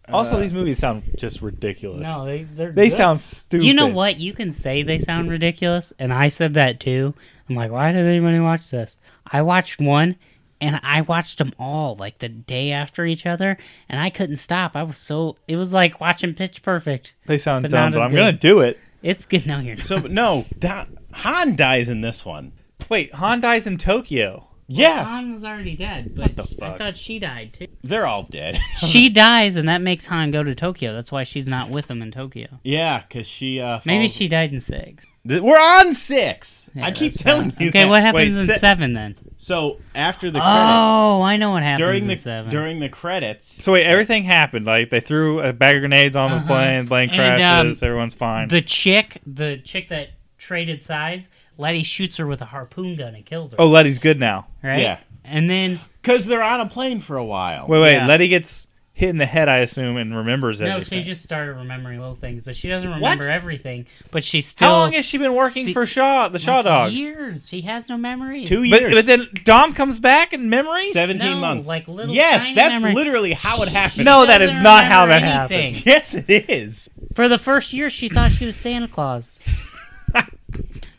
Speaker 7: Also,
Speaker 4: Uh,
Speaker 7: these movies sound just ridiculous.
Speaker 3: No, they they're
Speaker 7: they
Speaker 3: good.
Speaker 7: sound stupid.
Speaker 3: You know what? You can say they sound ridiculous, and I said that too. I'm like, why does anybody watch this? I watched one, and I watched them all like the day after each other, and I couldn't stop. I was so it was like watching Pitch Perfect.
Speaker 7: They sound
Speaker 3: But
Speaker 7: dumb,
Speaker 3: not
Speaker 7: but
Speaker 3: as
Speaker 7: I'm
Speaker 3: good.
Speaker 7: gonna do it.
Speaker 3: It's good. No, you're not.
Speaker 4: So no, da- Han dies in this one.
Speaker 7: Wait, Han dies in Tokyo.
Speaker 4: Yeah,
Speaker 3: Han was already dead, but
Speaker 7: the fuck?
Speaker 3: I thought she died too.
Speaker 4: they're all dead.
Speaker 3: she dies, and that makes Han go to Tokyo. That's why she's not with him in Tokyo.
Speaker 4: yeah, because she. Uh,
Speaker 3: Maybe
Speaker 4: falls-
Speaker 3: she died in six.
Speaker 4: Th- We're on six.
Speaker 3: Yeah,
Speaker 4: I keep
Speaker 3: that's
Speaker 4: telling
Speaker 3: right.
Speaker 4: you.
Speaker 3: Okay,
Speaker 4: that.
Speaker 3: what happens
Speaker 4: Wait,
Speaker 3: in
Speaker 4: se-
Speaker 3: seven then?
Speaker 4: So after the credits,
Speaker 3: Oh, I know what happens
Speaker 4: during
Speaker 3: in
Speaker 4: the
Speaker 3: seven.
Speaker 4: during the credits,
Speaker 7: So wait, everything happened. Like they threw a bag of grenades on the
Speaker 3: Uh-huh.
Speaker 7: plane. Plane
Speaker 3: And,
Speaker 7: crashes. everyone's fine.
Speaker 3: the chick, the chick that traded sides, Letty shoots her with a harpoon gun and kills her.
Speaker 7: oh, Letty's good now.
Speaker 3: right?
Speaker 4: yeah.
Speaker 3: And then
Speaker 4: because they're on a plane for a while.
Speaker 7: Wait, wait.
Speaker 3: Yeah.
Speaker 7: Letty gets hit in the head, I assume, and remembers
Speaker 3: no,
Speaker 7: everything.
Speaker 3: she just started remembering little things, but she doesn't remember everything. But she's still
Speaker 7: How long has she been working
Speaker 3: See-
Speaker 7: for Shaw? The Shaw
Speaker 3: like,
Speaker 7: dogs.
Speaker 3: Years. She has no memories.
Speaker 4: Two
Speaker 7: But,
Speaker 4: years,
Speaker 7: but then Dom comes back in memories.
Speaker 4: seventeen
Speaker 3: No,
Speaker 4: months.
Speaker 3: like little
Speaker 4: yes,
Speaker 3: tiny
Speaker 4: that's
Speaker 3: memories.
Speaker 4: literally how it happened.
Speaker 7: No,
Speaker 3: She
Speaker 7: that
Speaker 3: doesn't
Speaker 7: is not how
Speaker 3: remember
Speaker 7: that happened.
Speaker 3: anything.
Speaker 4: Yes, it is.
Speaker 3: For the first year, she thought she was Santa Claus.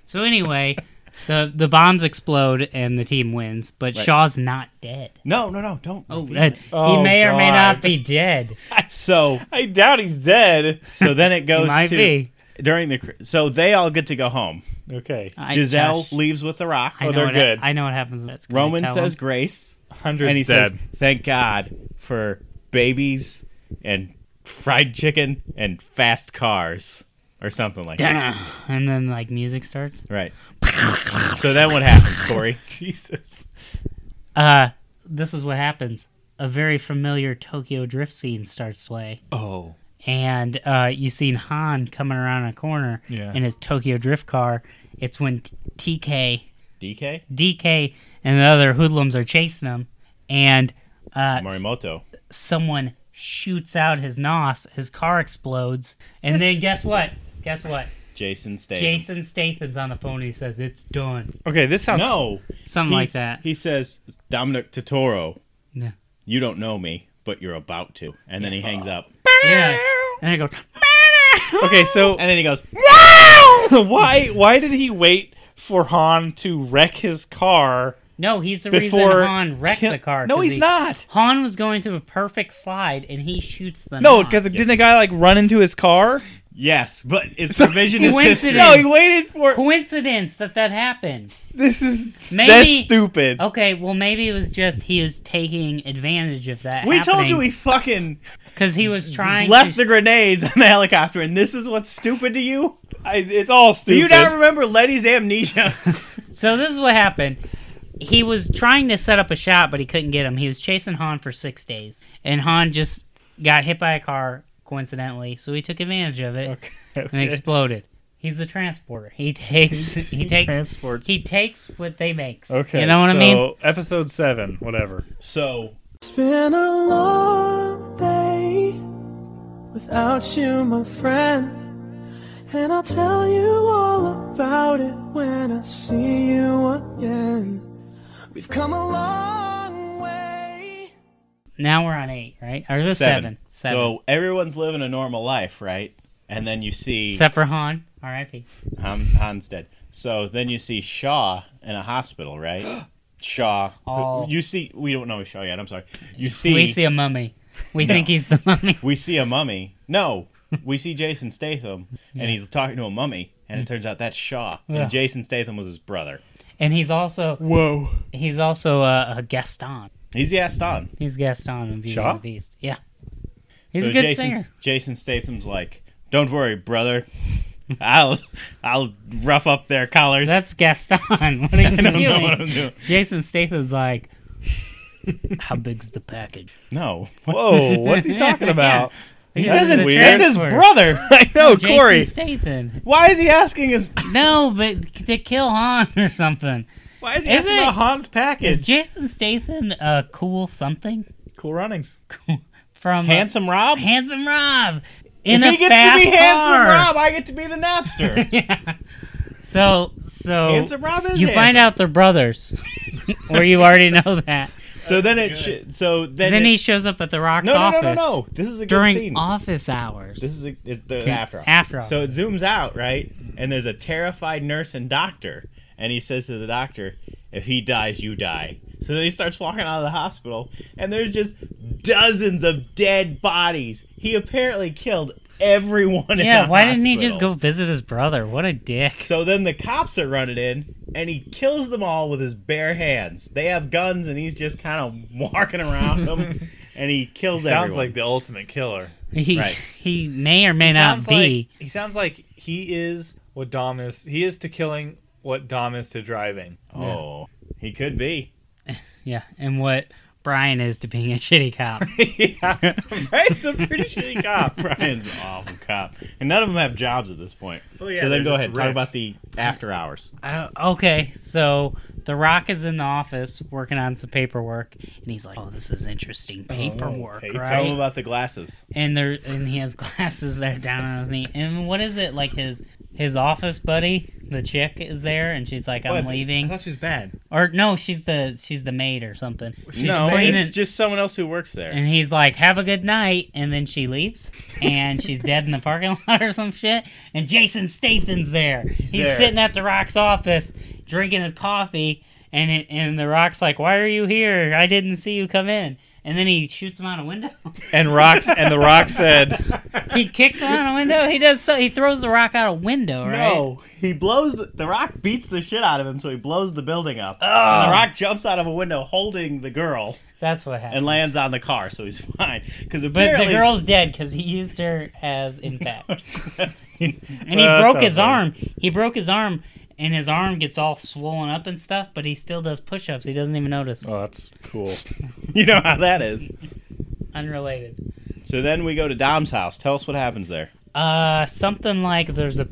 Speaker 3: so anyway, the the bombs explode and the team wins, but Shaw's not dead.
Speaker 4: No, no, no, don't.
Speaker 3: Oh,
Speaker 4: reveal
Speaker 3: that-
Speaker 4: it.
Speaker 7: Oh,
Speaker 3: he may or may
Speaker 7: God.
Speaker 3: not be dead.
Speaker 4: so
Speaker 7: I doubt he's dead.
Speaker 4: so then it goes
Speaker 3: Might
Speaker 4: to
Speaker 3: be.
Speaker 4: during the cr- so they all get to go home.
Speaker 7: Okay,
Speaker 3: I-
Speaker 4: Giselle
Speaker 3: Josh,
Speaker 4: leaves with the rock.
Speaker 3: I
Speaker 4: Oh,
Speaker 3: know
Speaker 7: they're
Speaker 3: what,
Speaker 7: good.
Speaker 3: I know what happens. That's good.
Speaker 4: Roman
Speaker 3: Tell
Speaker 4: says
Speaker 3: him.
Speaker 4: grace,
Speaker 7: hundred
Speaker 4: and he
Speaker 7: dead.
Speaker 4: says, "Thank God for babies and fried chicken and fast cars or something like that."
Speaker 3: and then like music starts.
Speaker 4: Right. So then what happens, Corey?
Speaker 7: Jesus.
Speaker 3: Uh, this is what happens. A very familiar Tokyo drift scene starts to play,
Speaker 7: Oh.
Speaker 3: and uh, you seen Han coming around a corner
Speaker 7: Yeah.
Speaker 3: in his Tokyo drift car. It's when T- TK,
Speaker 4: DK
Speaker 3: DK, and the other hoodlums are chasing him, and uh,
Speaker 4: Morimoto.
Speaker 3: someone shoots out his nos. His car explodes, and then guess what? Guess what?
Speaker 4: Jason Statham.
Speaker 3: Jason Statham's on the phone. He says it's done.
Speaker 7: Okay, this sounds
Speaker 4: No,
Speaker 3: Something like
Speaker 4: He's-
Speaker 3: that.
Speaker 4: He says, "Dominic Totoro,
Speaker 3: Yeah.
Speaker 4: you don't know me, but you're about to." And then he hangs up.
Speaker 3: Yeah. And I go,
Speaker 7: Okay, so
Speaker 4: And then he goes,
Speaker 7: why why did he wait for Han to wreck his car
Speaker 3: no, he's the
Speaker 7: before
Speaker 3: reason Han wrecked
Speaker 7: kill-
Speaker 3: the car.
Speaker 7: No,
Speaker 3: 'cause
Speaker 7: he's
Speaker 3: he-
Speaker 7: not.
Speaker 3: Han was going to a perfect slide and he shoots the
Speaker 7: No,
Speaker 3: Nas.
Speaker 7: because didn't the guy like run into his car?
Speaker 4: Yes, but its provision is history.
Speaker 3: Coincidence.
Speaker 7: No, he waited for.
Speaker 3: Coincidence that that happened.
Speaker 7: This is
Speaker 3: Maybe-
Speaker 7: that's stupid.
Speaker 3: Okay, well maybe it was just he was taking advantage of that.
Speaker 4: We told you he fucking
Speaker 3: because he was trying.
Speaker 4: left
Speaker 3: to,
Speaker 4: the grenades on the helicopter, and this is what's stupid to you?
Speaker 7: I, it's all
Speaker 4: Do
Speaker 7: stupid.
Speaker 4: you not remember Letty's amnesia?
Speaker 3: So this is what happened. He was trying to set up a shot, but he couldn't get him. He was chasing Han for six days, and Han just got hit by a car coincidentally. So he took advantage of it and exploded. He's the transporter. He takes. He, takes.
Speaker 1: transports.
Speaker 3: He takes what they makes.
Speaker 1: okay,
Speaker 3: You know what I mean?
Speaker 1: so Episode seven, whatever.
Speaker 4: so
Speaker 2: It's been a long day without you, my friend. And I'll tell you all about it when I see you again. We've come a long way.
Speaker 3: Now we're on eight, right? Or the seven.
Speaker 4: seven.
Speaker 3: Seven.
Speaker 4: So everyone's living a normal life, right? And then you see
Speaker 3: Except for Han. R.I.P.
Speaker 4: Han, Han's dead. So then you see Shaw in a hospital, right? Shaw. who-
Speaker 3: Oh.
Speaker 4: You see, we don't know Shaw yet. I'm sorry. You see,
Speaker 3: We see a mummy. We think he's the mummy.
Speaker 4: we see a mummy. No, we see Jason Statham, and he's talking to a mummy, and it turns out that's Shaw,
Speaker 3: Yeah.
Speaker 4: and Jason Statham was his brother.
Speaker 3: And he's also
Speaker 4: Whoa.
Speaker 3: he's also uh, a, a Gaston.
Speaker 4: He's Gaston.
Speaker 3: He's Gaston in Beauty
Speaker 1: Shaw?
Speaker 3: and the Beast. Yeah. He's
Speaker 4: so
Speaker 3: a good
Speaker 4: Jason,
Speaker 3: singer.
Speaker 4: Jason Statham's like, "Don't worry, brother. I'll I'll rough up their collars."
Speaker 3: That's Gaston. What are you
Speaker 4: I don't
Speaker 3: doing?
Speaker 4: know what I'm doing.
Speaker 3: Jason Statham's like, how big's the package?
Speaker 4: No,
Speaker 7: Whoa, what's he talking about?
Speaker 3: He
Speaker 4: doesn't.
Speaker 3: weird.
Speaker 4: That's his brother. I know.
Speaker 3: Jason
Speaker 7: Corey.
Speaker 3: Statham.
Speaker 4: Why is he asking his?
Speaker 3: No, but to kill Han or something.
Speaker 7: Why is he
Speaker 3: Is
Speaker 7: asking
Speaker 3: it-
Speaker 7: about Han's
Speaker 3: Is
Speaker 7: package?
Speaker 3: Jason Statham a cool something
Speaker 1: Cool runnings.
Speaker 3: from uh,
Speaker 4: Handsome Rob?
Speaker 3: Handsome Rob in
Speaker 4: if
Speaker 3: a
Speaker 4: he gets
Speaker 3: fast
Speaker 4: to be
Speaker 3: car?
Speaker 4: Handsome Rob, I get to be the Napster.
Speaker 3: yeah. So so
Speaker 4: handsome Rob is
Speaker 3: you find
Speaker 4: handsome.
Speaker 3: out they're brothers, or you already know that.
Speaker 4: So then it. Sh- so then,
Speaker 3: Then,
Speaker 4: it-
Speaker 3: he shows up at the Rock's
Speaker 4: No, no, no,
Speaker 3: office
Speaker 4: no, no. This is a
Speaker 3: during
Speaker 4: good scene.
Speaker 3: office hours.
Speaker 4: this is a, it's the
Speaker 3: Okay,
Speaker 4: after office.
Speaker 3: after office.
Speaker 4: So it zooms out right, and there's a terrified nurse and doctor, and he says to the doctor, "If he dies, you die." So then he starts walking out of the hospital, and there's just dozens of dead bodies. He apparently killed everyone. in
Speaker 3: yeah,
Speaker 4: the
Speaker 3: why didn't he just
Speaker 4: hospital.
Speaker 3: go visit his brother? What a dick.
Speaker 4: So then the cops are running in, and he kills them all with his bare hands. They have guns, and he's just kind of walking around them, and he kills
Speaker 1: Sounds
Speaker 4: everyone.
Speaker 1: like the ultimate killer.
Speaker 3: He
Speaker 4: Right.
Speaker 3: he may or may not
Speaker 1: sounds
Speaker 3: be.
Speaker 1: Like, he sounds like he is what Dom is. He is to killing what Dom is to driving.
Speaker 4: oh, he could be.
Speaker 3: yeah, and what Brian is to being a shitty cop.
Speaker 4: yeah, Brian's a pretty shitty cop. Brian's an awful cop, and none of them have jobs at this point. Oh
Speaker 1: yeah,
Speaker 4: So
Speaker 1: they're
Speaker 4: then go
Speaker 1: just
Speaker 4: ahead
Speaker 1: rich.
Speaker 4: talk about the after hours.
Speaker 3: Uh, okay, so The Rock is in the office working on some paperwork, and he's like, "Oh, this is interesting paperwork,
Speaker 1: paper.
Speaker 3: right?"
Speaker 4: Tell them about the glasses.
Speaker 3: and there and he has glasses that are down on his knee. And what is it like his his office buddy, the chick, is there, and she's like, "I'm leaving,"
Speaker 1: she was bad.
Speaker 3: or no, she's the she's the maid or something. She's
Speaker 4: no,
Speaker 3: cleaning-
Speaker 4: it's just someone else who works there.
Speaker 3: and he's like, "Have a good night," and then she leaves, and she's dead in the parking lot or some shit. And Jason Statham's there. He's,
Speaker 4: there.
Speaker 3: sitting at the Rock's office drinking his coffee, and it, and the Rock's like, "Why are you here? I didn't see you come in." And then he shoots him out a window.
Speaker 7: And rocks and the rock said,
Speaker 3: he kicks him out a window. He does so. He throws the rock out a window, right?
Speaker 4: No, he blows the, the rock beats the shit out of him, so he blows the building up. And the rock jumps out of a window holding the girl.
Speaker 3: That's what happened.
Speaker 4: and lands on the car, so he's fine. Because
Speaker 3: but
Speaker 4: apparently,
Speaker 3: the girl's dead because he used her as impact.
Speaker 4: That's-
Speaker 3: And he
Speaker 7: Well, that
Speaker 3: broke his
Speaker 7: sounds right.
Speaker 3: arm. He broke his arm, and his arm gets all swollen up and stuff. But he still does push-ups. He doesn't even notice.
Speaker 7: "Oh, that's cool."
Speaker 4: you know how that is.
Speaker 3: Unrelated.
Speaker 4: So then we go to Dom's house. Tell us what happens there.
Speaker 3: Uh, something like there's a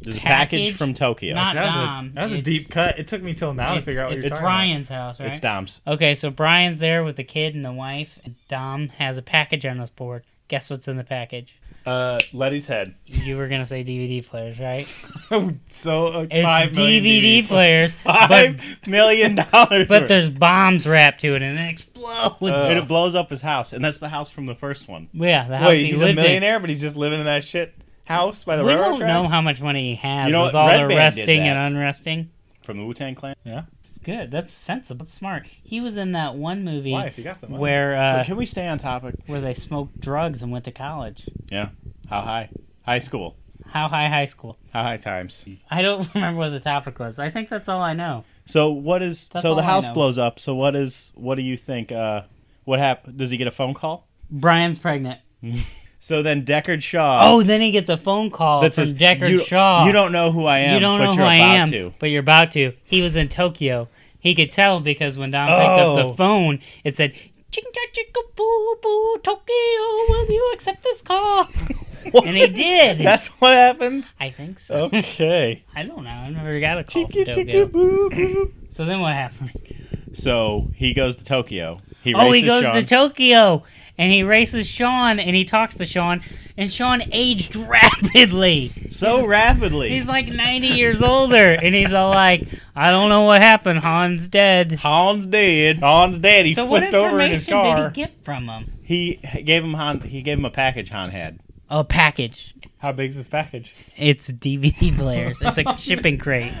Speaker 4: There's a package,
Speaker 3: Package?
Speaker 4: from Tokyo.
Speaker 3: Not-
Speaker 7: That was,
Speaker 3: Dom,
Speaker 7: a, that was a
Speaker 3: it's-
Speaker 7: deep cut. It took me till now to
Speaker 3: it's,
Speaker 7: figure out what
Speaker 3: it's
Speaker 7: you're talking
Speaker 3: Brian's house, right?
Speaker 4: It's Dom's.
Speaker 3: Okay, so Brian's there with the kid and the wife. And Dom has a package on his board. Guess what's in the package?
Speaker 7: about. Uh, Letty's head.
Speaker 3: You were gonna say DVD players, right?
Speaker 7: so uh,
Speaker 3: It's
Speaker 7: five million
Speaker 3: DVD, players, but
Speaker 4: Five million dollars.
Speaker 3: but
Speaker 4: worth.
Speaker 3: there's bombs wrapped to it, and it explodes.
Speaker 7: Uh,
Speaker 4: and it blows up his house, and that's the house from the first one.
Speaker 3: yeah, the house
Speaker 7: Wait,
Speaker 3: he
Speaker 7: he's a
Speaker 3: lived in.
Speaker 7: millionaire, but he's just living in that shit house by the
Speaker 3: We
Speaker 7: railroad
Speaker 3: don't know
Speaker 7: tracks?
Speaker 3: how much money he has
Speaker 4: You know
Speaker 3: with
Speaker 4: what?
Speaker 3: all
Speaker 4: Red Band
Speaker 3: the
Speaker 4: did
Speaker 3: resting
Speaker 4: that.
Speaker 3: and unresting.
Speaker 4: From the Wu Tang Clan.
Speaker 3: It's good. That's sensible. That's smart. He was in that one movie
Speaker 7: Why, if you got the money?
Speaker 3: where uh,
Speaker 4: Can we stay on topic?
Speaker 3: where they smoked drugs and went to college.
Speaker 4: Yeah. How high? High school.
Speaker 3: How high high school?
Speaker 4: How high times.
Speaker 3: I don't remember what the topic was. I think that's all I know.
Speaker 4: So what is
Speaker 3: That's
Speaker 4: so the
Speaker 3: all I
Speaker 4: house
Speaker 3: know.
Speaker 4: blows up. So what is what do you think? Uh, what hap- Does he get a phone call?
Speaker 3: Brian's pregnant.
Speaker 4: So then Deckard Shaw.
Speaker 3: Oh, then he gets a phone call
Speaker 4: that's
Speaker 3: from
Speaker 4: his,
Speaker 3: Deckard
Speaker 4: you,
Speaker 3: Shaw.
Speaker 4: You don't know who I am.
Speaker 3: You don't
Speaker 4: but
Speaker 3: know
Speaker 4: you're
Speaker 3: who
Speaker 4: about
Speaker 3: I am,
Speaker 4: To.
Speaker 3: but you're about to. He was in Tokyo. He could tell because when Don picked up
Speaker 4: Oh.
Speaker 3: the phone, it said, "Ching cha chicka boo boo, Tokyo, will you accept this call?" and he did.
Speaker 7: That's what happens.
Speaker 3: I think so.
Speaker 4: Okay.
Speaker 3: I don't know. I've never got a call from
Speaker 7: Chicka
Speaker 3: Tokyo.
Speaker 7: chicka boo boo.
Speaker 3: So then what happens?
Speaker 4: so he goes to Tokyo. He
Speaker 3: Oh, he
Speaker 4: races
Speaker 3: goes
Speaker 4: Sean.
Speaker 3: to Tokyo and he races Sean and he talks to Sean and Sean aged rapidly.
Speaker 4: so rapidly.
Speaker 3: He's like 90 years older and he's all like, I don't know what happened. Han's dead.
Speaker 4: Han's dead.
Speaker 7: Don's daddy
Speaker 3: so what
Speaker 7: flipped over in his
Speaker 3: information did he
Speaker 7: car.
Speaker 3: get from him?
Speaker 4: He gave him Han. He gave him a package Han had.
Speaker 3: A package.
Speaker 7: How big's this package?
Speaker 3: It's DVD players. It's a shipping crate.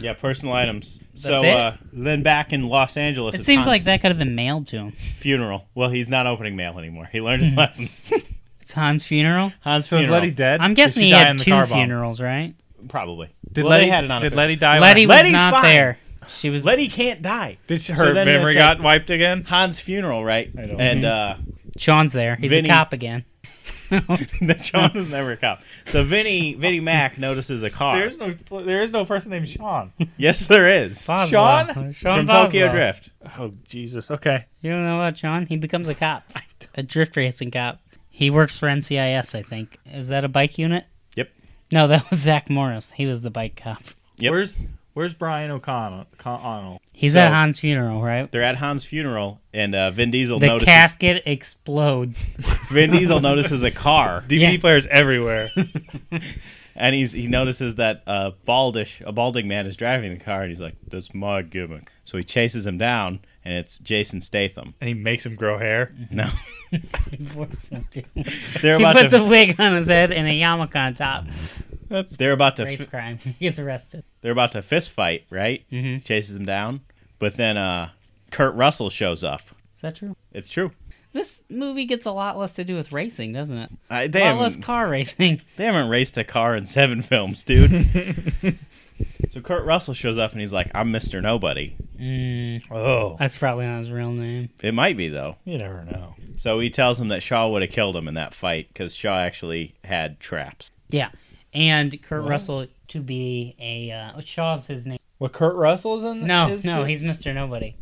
Speaker 4: Yeah, personal items. so
Speaker 3: That's it?
Speaker 4: Uh, then back in Los Angeles,
Speaker 3: It
Speaker 4: it's
Speaker 3: seems
Speaker 4: Han's
Speaker 3: like that Hmm. could have been mailed to him.
Speaker 4: funeral. Well, he's not opening mail anymore. He learned his lesson.
Speaker 3: It's Han's funeral.
Speaker 4: Han's
Speaker 1: So is
Speaker 4: funeral.
Speaker 1: Letty dead?
Speaker 3: I'm
Speaker 1: Did
Speaker 3: guessing
Speaker 1: she
Speaker 3: he
Speaker 1: die
Speaker 3: had
Speaker 1: in the
Speaker 3: two
Speaker 1: car bomb?
Speaker 3: funerals, right?
Speaker 4: Probably.
Speaker 1: Did
Speaker 4: Well, they
Speaker 1: Letty
Speaker 4: had it on
Speaker 1: Did
Speaker 4: official.
Speaker 1: Letty die?
Speaker 3: Letty was
Speaker 4: Letty's
Speaker 3: not
Speaker 4: fine.
Speaker 3: there. She was.
Speaker 4: Letty can't die.
Speaker 1: Did she,
Speaker 4: So
Speaker 1: her
Speaker 4: then
Speaker 1: memory
Speaker 4: it's
Speaker 1: got
Speaker 4: like-
Speaker 1: wiped again?
Speaker 4: Han's funeral, right?
Speaker 1: I don't
Speaker 4: and uh,
Speaker 3: Sean's there. He's
Speaker 4: Vinny-
Speaker 3: a cop again.
Speaker 4: that John was never a cop. So Vinny, Vinny Mac notices a car.
Speaker 7: There is no there is no person named Sean.
Speaker 4: yes, there is.
Speaker 3: Boswell.
Speaker 7: Sean?
Speaker 4: From Tokyo
Speaker 3: Boswell.
Speaker 4: Drift.
Speaker 1: Oh Jesus. Okay.
Speaker 3: You don't know about Sean? He becomes a cop, a drift racing cop. He works for NCIS, I think. Is that a bike unit?
Speaker 4: Yep.
Speaker 3: No, that was Zach Morris. He was the bike cop.
Speaker 4: Yep.
Speaker 1: Where's Where's Brian O'Connell? O'Connell?
Speaker 3: He's
Speaker 4: So-
Speaker 3: at Han's funeral, right?
Speaker 4: They're at Han's funeral, and uh, Vin Diesel
Speaker 3: The
Speaker 4: notices.
Speaker 3: casket explodes.
Speaker 4: Vin Diesel notices a car,
Speaker 7: DVD
Speaker 3: Yeah.
Speaker 7: players everywhere.
Speaker 4: and he's he notices that a baldish, a balding man is driving the car, and he's like, "That's my gimmick." So he chases him down, and it's Jason Statham.
Speaker 7: and he makes him grow hair.
Speaker 4: No,
Speaker 3: he forced him to.
Speaker 4: they're
Speaker 3: He
Speaker 4: about
Speaker 3: puts
Speaker 4: to.
Speaker 3: a wig on his head and a yarmulke on top.
Speaker 4: they're about to.
Speaker 3: Race
Speaker 4: fi-
Speaker 3: crime. He gets arrested.
Speaker 4: they're about to fist fight, right? Mm-hmm. Chases him down, but then uh, Kurt Russell shows up.
Speaker 3: Is that true?
Speaker 4: It's true.
Speaker 3: This movie gets a lot less to do with racing, doesn't it?
Speaker 4: I,
Speaker 3: A
Speaker 4: they
Speaker 3: lot less
Speaker 4: haven't-
Speaker 3: car racing.
Speaker 4: They haven't raced a car in seven films, dude. so Kurt Russell shows up and he's like, I'm Mr. Nobody.
Speaker 3: Mm,
Speaker 7: Oh,
Speaker 3: that's probably not his real name.
Speaker 4: It might be, though.
Speaker 7: you never know.
Speaker 4: So he tells him that Shaw would have killed him in that fight because Shaw actually had traps.
Speaker 3: Yeah. And Kurt Russell to be a uh, Shaw's his name.
Speaker 7: What Kurt Russell's in?
Speaker 3: No,
Speaker 7: is
Speaker 3: no, he's Mr. Nobody.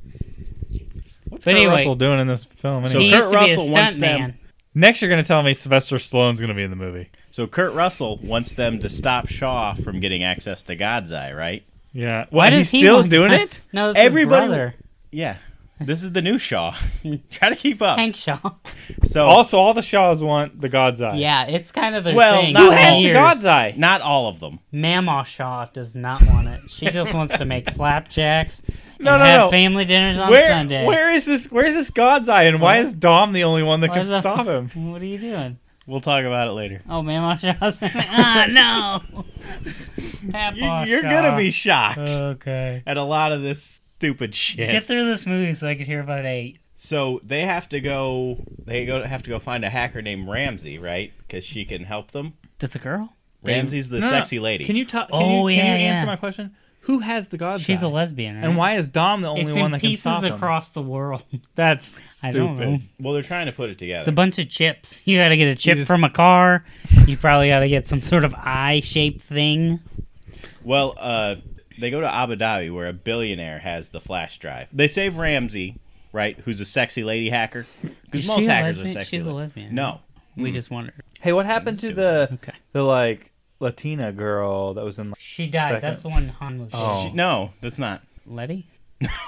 Speaker 1: What's
Speaker 3: But
Speaker 1: Kurt
Speaker 3: anyway-
Speaker 1: Russell doing in this film?
Speaker 4: So
Speaker 1: Anyway?
Speaker 3: he
Speaker 4: Kurt
Speaker 3: used to be a
Speaker 4: Russell wants
Speaker 3: stuntman.
Speaker 4: them-
Speaker 1: Next, you're gonna tell me Sylvester Stallone's gonna be in the movie.
Speaker 4: So Kurt Russell wants them to stop Shaw from getting access to God's Eye, right?
Speaker 1: Yeah.
Speaker 3: Why
Speaker 1: Why
Speaker 3: does
Speaker 1: he's
Speaker 3: he
Speaker 1: still
Speaker 3: want-
Speaker 1: doing it?
Speaker 3: No, that's everybody.
Speaker 4: Everybody-
Speaker 3: His brother,
Speaker 4: Yeah. This is the new Shaw. Try to keep up.
Speaker 3: Hank Shaw.
Speaker 4: So
Speaker 7: Also, all the Shaws want the God's Eye.
Speaker 3: Yeah, it's kind of their
Speaker 4: Well,
Speaker 3: thing.
Speaker 4: not
Speaker 7: Who
Speaker 3: for
Speaker 7: has the
Speaker 3: years.
Speaker 7: God's Eye?
Speaker 4: not all of them.
Speaker 3: Mamaw Shaw does not want it. She just wants to make flapjacks and
Speaker 7: No, no,
Speaker 3: have
Speaker 7: no.
Speaker 3: family dinners on
Speaker 7: Where,
Speaker 3: Sunday.
Speaker 7: where is this? Where is this God's Eye? And why is Dom the only one that
Speaker 3: Why
Speaker 7: can
Speaker 3: is that-
Speaker 7: stop him?
Speaker 3: What are you doing?
Speaker 4: We'll talk about it later.
Speaker 3: Oh, Mamaw Shaw's in it. Ah, no. Papaw
Speaker 4: You, are
Speaker 3: Shaw.
Speaker 4: gonna be shocked
Speaker 7: Okay.
Speaker 4: at a lot of this stupid shit.
Speaker 3: Get through this movie so I can hear about eight.
Speaker 4: So they have to go. They go have to go find a hacker named Ramsey, right? Because she can help them.
Speaker 3: Does a girl?
Speaker 4: Ramsey's the
Speaker 1: No, no, no.
Speaker 4: sexy lady.
Speaker 1: Can you talk? Can
Speaker 3: Oh,
Speaker 1: you, can
Speaker 3: yeah,
Speaker 1: you answer
Speaker 3: yeah.
Speaker 1: my question? Who has the God's
Speaker 3: She's
Speaker 1: Eye?
Speaker 3: a lesbian, right?
Speaker 1: And why is Dom the only
Speaker 3: it's
Speaker 1: one
Speaker 3: in
Speaker 1: that can
Speaker 3: pieces
Speaker 1: stop him?
Speaker 3: across the world.
Speaker 1: That's
Speaker 3: I don't know.
Speaker 1: stupid.
Speaker 4: well, they're trying to put it together.
Speaker 3: It's a bunch of chips. You gotta get a chip
Speaker 1: Jesus.
Speaker 3: from a car. You probably gotta get some sort of eye shaped thing.
Speaker 4: well, uh, they go to Abu Dhabi where a billionaire has the flash drive. They save Ramsey, right? Who's a sexy lady hacker?
Speaker 3: Is
Speaker 4: Because
Speaker 3: she
Speaker 4: most
Speaker 3: a
Speaker 4: hackers
Speaker 3: lesbian?
Speaker 4: are sexy.
Speaker 3: She's a
Speaker 4: li-
Speaker 3: lesbian.
Speaker 4: No,
Speaker 3: We just wondered.
Speaker 1: Hey, what happened to the
Speaker 3: Okay.
Speaker 1: the like Latina girl that was in? Like,
Speaker 3: She died.
Speaker 1: second-
Speaker 3: That's the one Han was.
Speaker 1: Oh.
Speaker 4: She- no, that's not.
Speaker 3: Letty?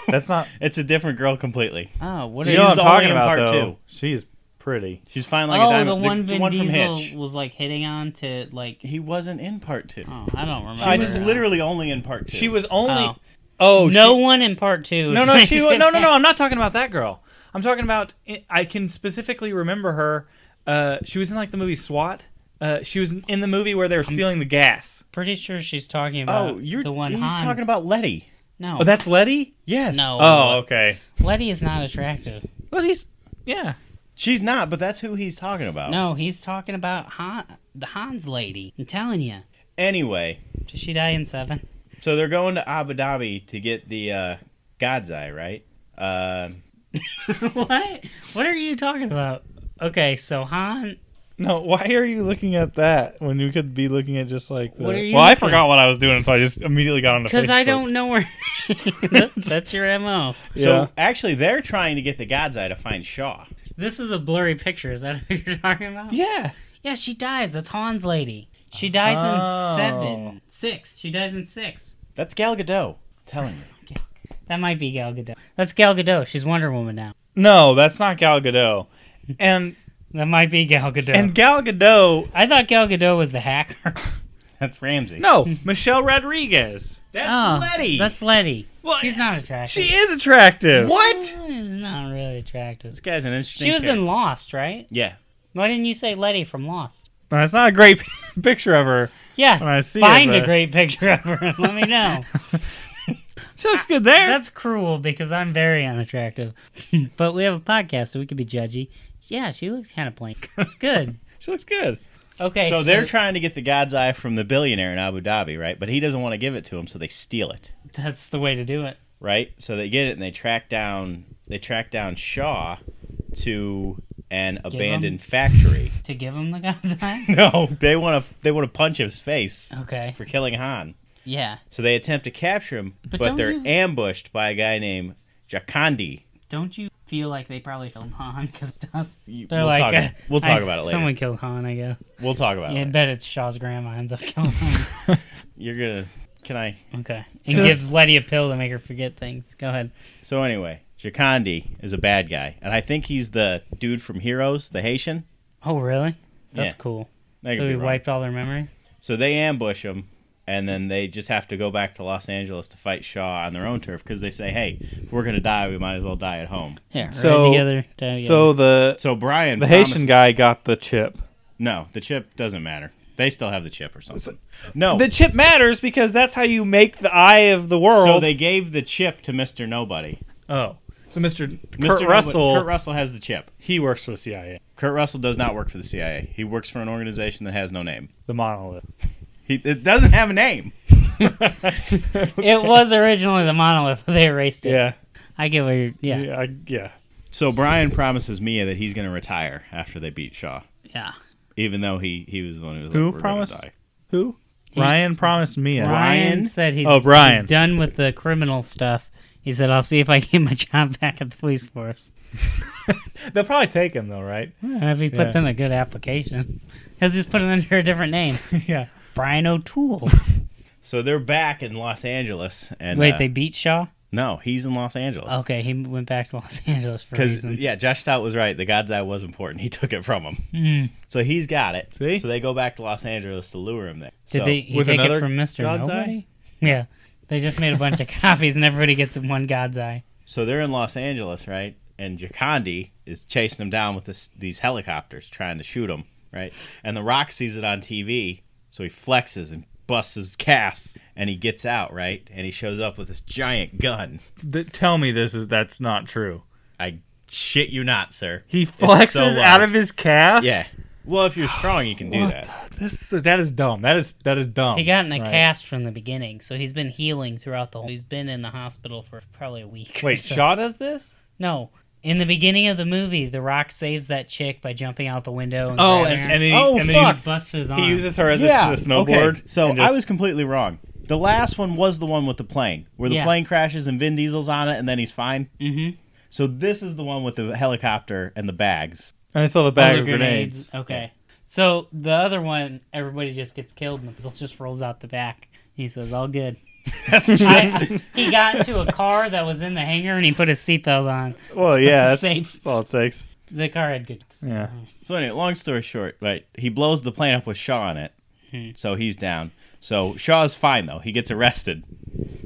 Speaker 1: that's not.
Speaker 4: It's a different girl completely.
Speaker 3: Oh, what
Speaker 1: You
Speaker 4: She
Speaker 3: are
Speaker 1: know
Speaker 4: was
Speaker 1: what I'm
Speaker 4: only
Speaker 1: talking
Speaker 4: in
Speaker 1: about
Speaker 4: part
Speaker 1: though.
Speaker 4: two.
Speaker 1: She's pretty.
Speaker 4: She's fine like a
Speaker 3: Oh,
Speaker 4: diamond.
Speaker 3: the one
Speaker 4: the
Speaker 3: Vin
Speaker 4: one from Hitch.
Speaker 3: Diesel was like hitting on to like.
Speaker 4: He wasn't in part two.
Speaker 3: Oh, I don't remember.
Speaker 4: She was
Speaker 3: now.
Speaker 4: literally only in part two.
Speaker 1: She was only.
Speaker 3: Oh.
Speaker 1: Oh
Speaker 3: no
Speaker 1: she-
Speaker 3: one in part two.
Speaker 1: no, no, she. wa- No, no, no. I'm not talking about that girl. I'm talking about. I can specifically remember her. Uh, she was in like the movie SWAT. Uh, she was in the movie where they were stealing the gas.
Speaker 3: Pretty sure she's talking about
Speaker 4: Oh, you're
Speaker 3: the one
Speaker 4: he's
Speaker 3: Han.
Speaker 4: talking about Letty.
Speaker 3: no,
Speaker 1: Oh, that's Letty.
Speaker 4: Yes.
Speaker 3: No.
Speaker 1: Oh, okay.
Speaker 3: Letty is not attractive.
Speaker 1: Letty's. Yeah.
Speaker 4: She's not, but that's who he's talking about.
Speaker 3: No, he's talking about Han, the Hans lady. I'm telling you.
Speaker 4: Anyway,
Speaker 3: Does she die in seven?
Speaker 4: so they're going to Abu Dhabi to get the uh, God's Eye, right? Uh,
Speaker 3: what? What are you talking about? Okay, so Han.
Speaker 1: No, why are you looking at that when you could be looking at just like the?
Speaker 3: What are you
Speaker 1: well, I
Speaker 3: looking
Speaker 1: forgot what I was doing, so I just immediately got on the.
Speaker 3: Because I don't know where. That's- That's your mo.
Speaker 1: Yeah.
Speaker 4: So actually, they're trying to get the God's Eye to find Shaw.
Speaker 3: This is a blurry picture. Is that what you're talking about?
Speaker 1: yeah.
Speaker 3: Yeah, she dies. That's Han's lady. She dies
Speaker 4: Oh.
Speaker 3: in seven, six. She dies in six.
Speaker 4: That's Gal Gadot. Telling you.
Speaker 3: That might be Gal Gadot. That's Gal Gadot. She's Wonder Woman now.
Speaker 1: No, that's not Gal Gadot. And
Speaker 3: That might be Gal Gadot.
Speaker 1: and Gal Gadot.
Speaker 3: I thought Gal Gadot was the hacker.
Speaker 4: That's Ramsey.
Speaker 1: No, Michelle Rodriguez.
Speaker 4: that's
Speaker 3: Oh,
Speaker 4: Letty.
Speaker 3: That's Letty.
Speaker 1: Well,
Speaker 3: She's not attractive.
Speaker 1: She is attractive.
Speaker 4: what?
Speaker 3: She's not really attractive.
Speaker 4: This guy's an interesting.
Speaker 3: She was
Speaker 4: character.
Speaker 3: in Lost, right?
Speaker 4: Yeah.
Speaker 3: Why didn't you say Letty from Lost?
Speaker 1: No, that's not a great picture of her.
Speaker 3: Yeah,
Speaker 1: When I see
Speaker 3: find
Speaker 1: it,
Speaker 3: a
Speaker 1: but-
Speaker 3: great picture of her and let me know.
Speaker 1: She looks good there.
Speaker 3: That's cruel because I'm very unattractive. but we have a podcast, so we could be judgy. Yeah, she looks kind of plain. That's good.
Speaker 1: she looks good.
Speaker 3: Okay,
Speaker 4: so they're trying to get the God's Eye from the billionaire in Abu Dhabi, right? But he doesn't want to give it to him, so they steal it,
Speaker 3: that's the way to do it.
Speaker 4: right? So they get it and they track down they track down Shaw to an abandoned factory.
Speaker 3: To give him the God's eye.
Speaker 4: No, they want to they want to punch his face
Speaker 3: Okay.
Speaker 4: for killing Han.
Speaker 3: Yeah.
Speaker 4: So they attempt to capture him,
Speaker 3: But
Speaker 4: but,
Speaker 3: don't
Speaker 4: they're
Speaker 3: you-
Speaker 4: ambushed by a guy named Jakandi.
Speaker 3: Don't you feel like they probably killed Han because
Speaker 4: You-
Speaker 3: they're
Speaker 4: we'll
Speaker 3: like
Speaker 4: talk-
Speaker 3: uh,
Speaker 4: we'll talk
Speaker 3: I-
Speaker 4: about it later. Oh,
Speaker 3: Someone killed Han, I guess.
Speaker 4: We'll talk about
Speaker 3: Yeah, I
Speaker 4: it.
Speaker 3: bet it's Shaw's grandma ends up killing him.
Speaker 4: You're gonna. Can I?
Speaker 3: okay, and
Speaker 1: Just-
Speaker 3: gives Letty a pill to make her forget things. Go ahead.
Speaker 4: So anyway, Jakandi is a bad guy, and I think he's the dude from Heroes, the Haitian.
Speaker 3: Oh, really? That's
Speaker 4: Yeah.
Speaker 3: cool.
Speaker 4: That could
Speaker 3: so
Speaker 4: be
Speaker 3: we
Speaker 4: wrong.
Speaker 3: wiped all their memories.
Speaker 4: So they ambush him, and then they just have to go back to Los Angeles to fight Shaw on their own turf because they say, "Hey, if we're gonna die, we might as well die at home."
Speaker 3: Yeah. right
Speaker 1: So-
Speaker 3: together, together.
Speaker 1: So the
Speaker 4: So Brian,
Speaker 1: the
Speaker 4: promises-
Speaker 1: Haitian guy got the chip.
Speaker 4: No, the chip doesn't matter. They still have the chip or something. No,
Speaker 1: The chip matters because that's how you make the eye of the world.
Speaker 4: so they gave the chip to Mister Nobody.
Speaker 1: oh, so Mr.
Speaker 4: Mr.
Speaker 1: Kurt Russell,
Speaker 4: Kurt Russell has the chip.
Speaker 1: he works for the CIA,
Speaker 4: Kurt Russell does not work for the CIA. He works for an organization that has no name.
Speaker 1: the monolith.
Speaker 4: He it doesn't have a name.
Speaker 3: it was originally the monolith, but they erased it.
Speaker 1: Yeah,
Speaker 3: I get what you're. Yeah. Yeah.
Speaker 1: yeah, I- yeah.
Speaker 4: So Brian promises Mia that he's going to retire after they beat Shaw,
Speaker 3: yeah.
Speaker 4: even though he he was the one who was
Speaker 1: Who
Speaker 4: like, "We're gonna
Speaker 1: promised?
Speaker 4: die."
Speaker 1: Who? Ryan promised Mia.
Speaker 3: Brian
Speaker 4: Brian?
Speaker 3: said he's,
Speaker 1: Oh, Brian.
Speaker 3: he's done with the criminal stuff. He said, I'll see if I get my job back at the police force.
Speaker 1: They'll probably take him though, right?
Speaker 3: If he puts
Speaker 1: Yeah.
Speaker 3: in a good application, he'll just put it under a different name
Speaker 1: yeah.
Speaker 3: Brian O'Toole.
Speaker 4: So they're back in Los Angeles, and
Speaker 3: Wait,
Speaker 4: uh,
Speaker 3: they beat Shaw?
Speaker 4: no, he's in Los Angeles.
Speaker 3: Okay, he went back to Los Angeles for
Speaker 4: because
Speaker 3: reasons.
Speaker 4: yeah, Josh Stout was right. The God's Eye was important. He took it from him, so he's got it.
Speaker 1: Mm-hmm. See?
Speaker 4: So they go back to Los Angeles to lure him there.
Speaker 3: Did
Speaker 4: so,
Speaker 3: they he
Speaker 1: with
Speaker 3: take it
Speaker 1: another
Speaker 3: from Mr.
Speaker 1: God's
Speaker 3: Nobody? Yeah. They just made a bunch of copies and everybody gets one God's Eye.
Speaker 4: So they're in Los Angeles, right? And Jacondi is chasing him down with this, these helicopters, trying to shoot him, right? And The Rock sees it on TV, so he flexes and busts his cast, and he gets out, right? And he shows up with this giant gun.
Speaker 1: Th- tell me this is that's not true.
Speaker 4: I shit you not, sir.
Speaker 1: He
Speaker 4: It's so
Speaker 1: flexes out of
Speaker 4: large.
Speaker 1: his calf.
Speaker 4: Yeah. Well, if you're strong, you can do
Speaker 1: What
Speaker 4: that.
Speaker 1: the- This that is dumb. That is that is dumb.
Speaker 3: He got in a
Speaker 1: Oh, Right.
Speaker 3: cast from the beginning, so he's been healing throughout the whole. He's been in the hospital for probably a week. or
Speaker 1: Wait,
Speaker 3: so.
Speaker 1: Shaw does this?
Speaker 3: No, in the beginning of the movie, The Rock saves that chick by jumping out the window. And
Speaker 1: Oh,
Speaker 3: grabbing
Speaker 1: and,
Speaker 3: her.
Speaker 1: and he,
Speaker 4: Oh,
Speaker 1: and
Speaker 4: fuck.
Speaker 1: He,
Speaker 3: busts his arm.
Speaker 1: he uses her as a, as a
Speaker 4: okay.
Speaker 1: snowboard.
Speaker 4: So
Speaker 1: and just-
Speaker 4: I was completely wrong. The last one was the one with the plane, where the
Speaker 3: Yeah.
Speaker 4: plane crashes and Vin Diesel's on it, and then he's fine.
Speaker 3: Mhm.
Speaker 4: So this is the one with the helicopter and the bags.
Speaker 1: and I throw the
Speaker 3: All
Speaker 1: bag
Speaker 3: the
Speaker 1: of grenades.
Speaker 3: Okay. So the other one, everybody just gets killed, and Mazel just rolls out the back. He says, "All good." I- he got into a car that was in the hangar, and he put his seatbelt on.
Speaker 1: Well, yeah, that's,
Speaker 3: Safe.
Speaker 1: that's all it takes.
Speaker 3: The car had good.
Speaker 1: Yeah.
Speaker 4: So anyway, long story short, right? He blows the plane up with Shaw on it,
Speaker 3: Hmm.
Speaker 4: so he's down. So Shaw's fine though. He gets arrested,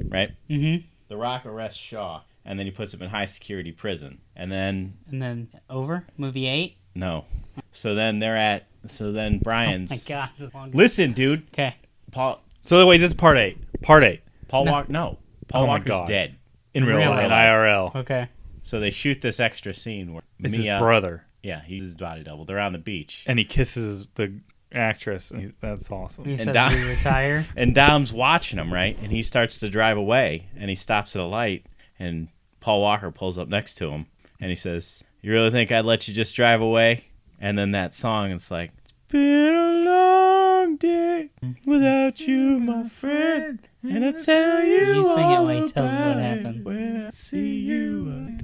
Speaker 4: right?
Speaker 3: Mm-hmm.
Speaker 4: The Rock arrests Shaw, and then he puts him in high security prison. And then
Speaker 3: And then over movie eight.
Speaker 4: no, so then they're at. So then Brian's.
Speaker 3: Oh My God, this is long.
Speaker 4: Listen, dude,
Speaker 3: Okay.
Speaker 4: Paul
Speaker 1: So wait, this is part eight. Part eight
Speaker 4: Paul Walker. No, Paul
Speaker 1: Oh my
Speaker 4: Walker's
Speaker 1: God.
Speaker 4: dead.
Speaker 1: in real,
Speaker 3: Real
Speaker 1: life,
Speaker 3: life.
Speaker 1: IRL.
Speaker 3: Okay.
Speaker 4: So they shoot this extra scene where
Speaker 1: It's
Speaker 4: Mia.
Speaker 1: his brother.
Speaker 4: Yeah, he's his body double. They're on the beach.
Speaker 1: and he kisses the actress, and he, that's awesome.
Speaker 3: He says
Speaker 4: Dom-
Speaker 3: we retire.
Speaker 4: And Dom's watching him, right? And he starts to drive away and he stops at a light and Paul Walker pulls up next to him and he says, You really think I'd let you just drive away? And then that song, it's like, It's been a long day without you, my friend. And I tell you,
Speaker 3: You sing it
Speaker 4: all
Speaker 3: while he tells us what
Speaker 4: about it
Speaker 3: happened.
Speaker 4: when I see you.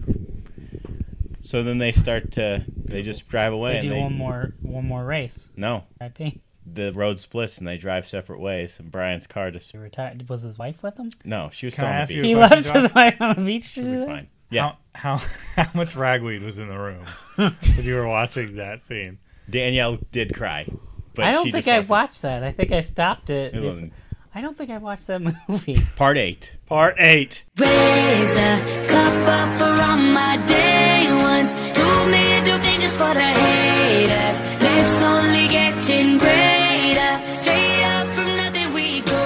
Speaker 4: So then they start to, they just drive away
Speaker 3: They
Speaker 4: and
Speaker 3: do
Speaker 4: they,
Speaker 3: one more one more race.
Speaker 4: no,
Speaker 3: RIP.
Speaker 4: the road splits and they drive separate ways. And Brian's car just,
Speaker 3: He retired. Was his wife with him?
Speaker 4: no, she was
Speaker 1: Can I
Speaker 4: still on the
Speaker 1: ask you
Speaker 4: beach.
Speaker 1: a
Speaker 3: He
Speaker 1: question,
Speaker 3: left
Speaker 1: Josh?
Speaker 3: his wife on the beach to
Speaker 4: Should
Speaker 3: do
Speaker 4: be
Speaker 3: that.
Speaker 4: fine. Yeah,
Speaker 1: How, how how much ragweed was in the room when you were watching that scene?
Speaker 4: Danielle did cry, but
Speaker 3: I don't
Speaker 4: she
Speaker 3: think
Speaker 4: just
Speaker 3: I
Speaker 4: walked-
Speaker 3: watched that. I think I stopped it.
Speaker 4: It wasn't.
Speaker 3: I don't think I watched that movie.
Speaker 4: Part eight.
Speaker 1: Part eight.
Speaker 8: Raise a cup up for all my day ones. Two middle fingers for the haters. Life's only getting greater. Straight up from nothing we go.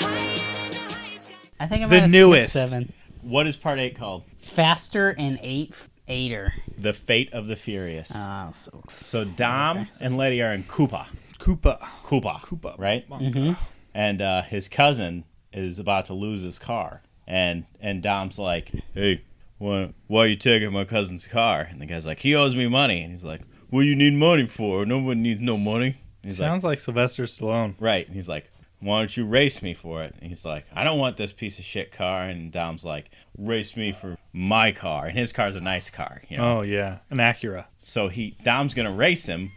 Speaker 8: Higher than the highest sky.
Speaker 3: I think I'm
Speaker 4: The newest.
Speaker 3: seven.
Speaker 4: What is part eight called?
Speaker 3: Faster and eight eighter.
Speaker 4: The Fate of the Furious.
Speaker 3: Oh, so
Speaker 4: so Dom and Letty are in Koopa.
Speaker 1: Koopa.
Speaker 4: Koopa. Koopa. Right.
Speaker 3: Mhm.
Speaker 4: And uh, his cousin is about to lose his car, and and Dom's like, "Hey, why, why are you taking my cousin's car?" And the guy's like, "He owes me money." And he's like, "What do you need money for? No one needs no money." He's like,
Speaker 1: Sounds like Sylvester Stallone.
Speaker 4: Right. And he's like, why don't you race me for it? And he's like, I don't want this piece of shit car. And Dom's like, race me for my car. And his car's a nice car, you know.
Speaker 1: Oh yeah, an Acura.
Speaker 4: So he Dom's gonna race him.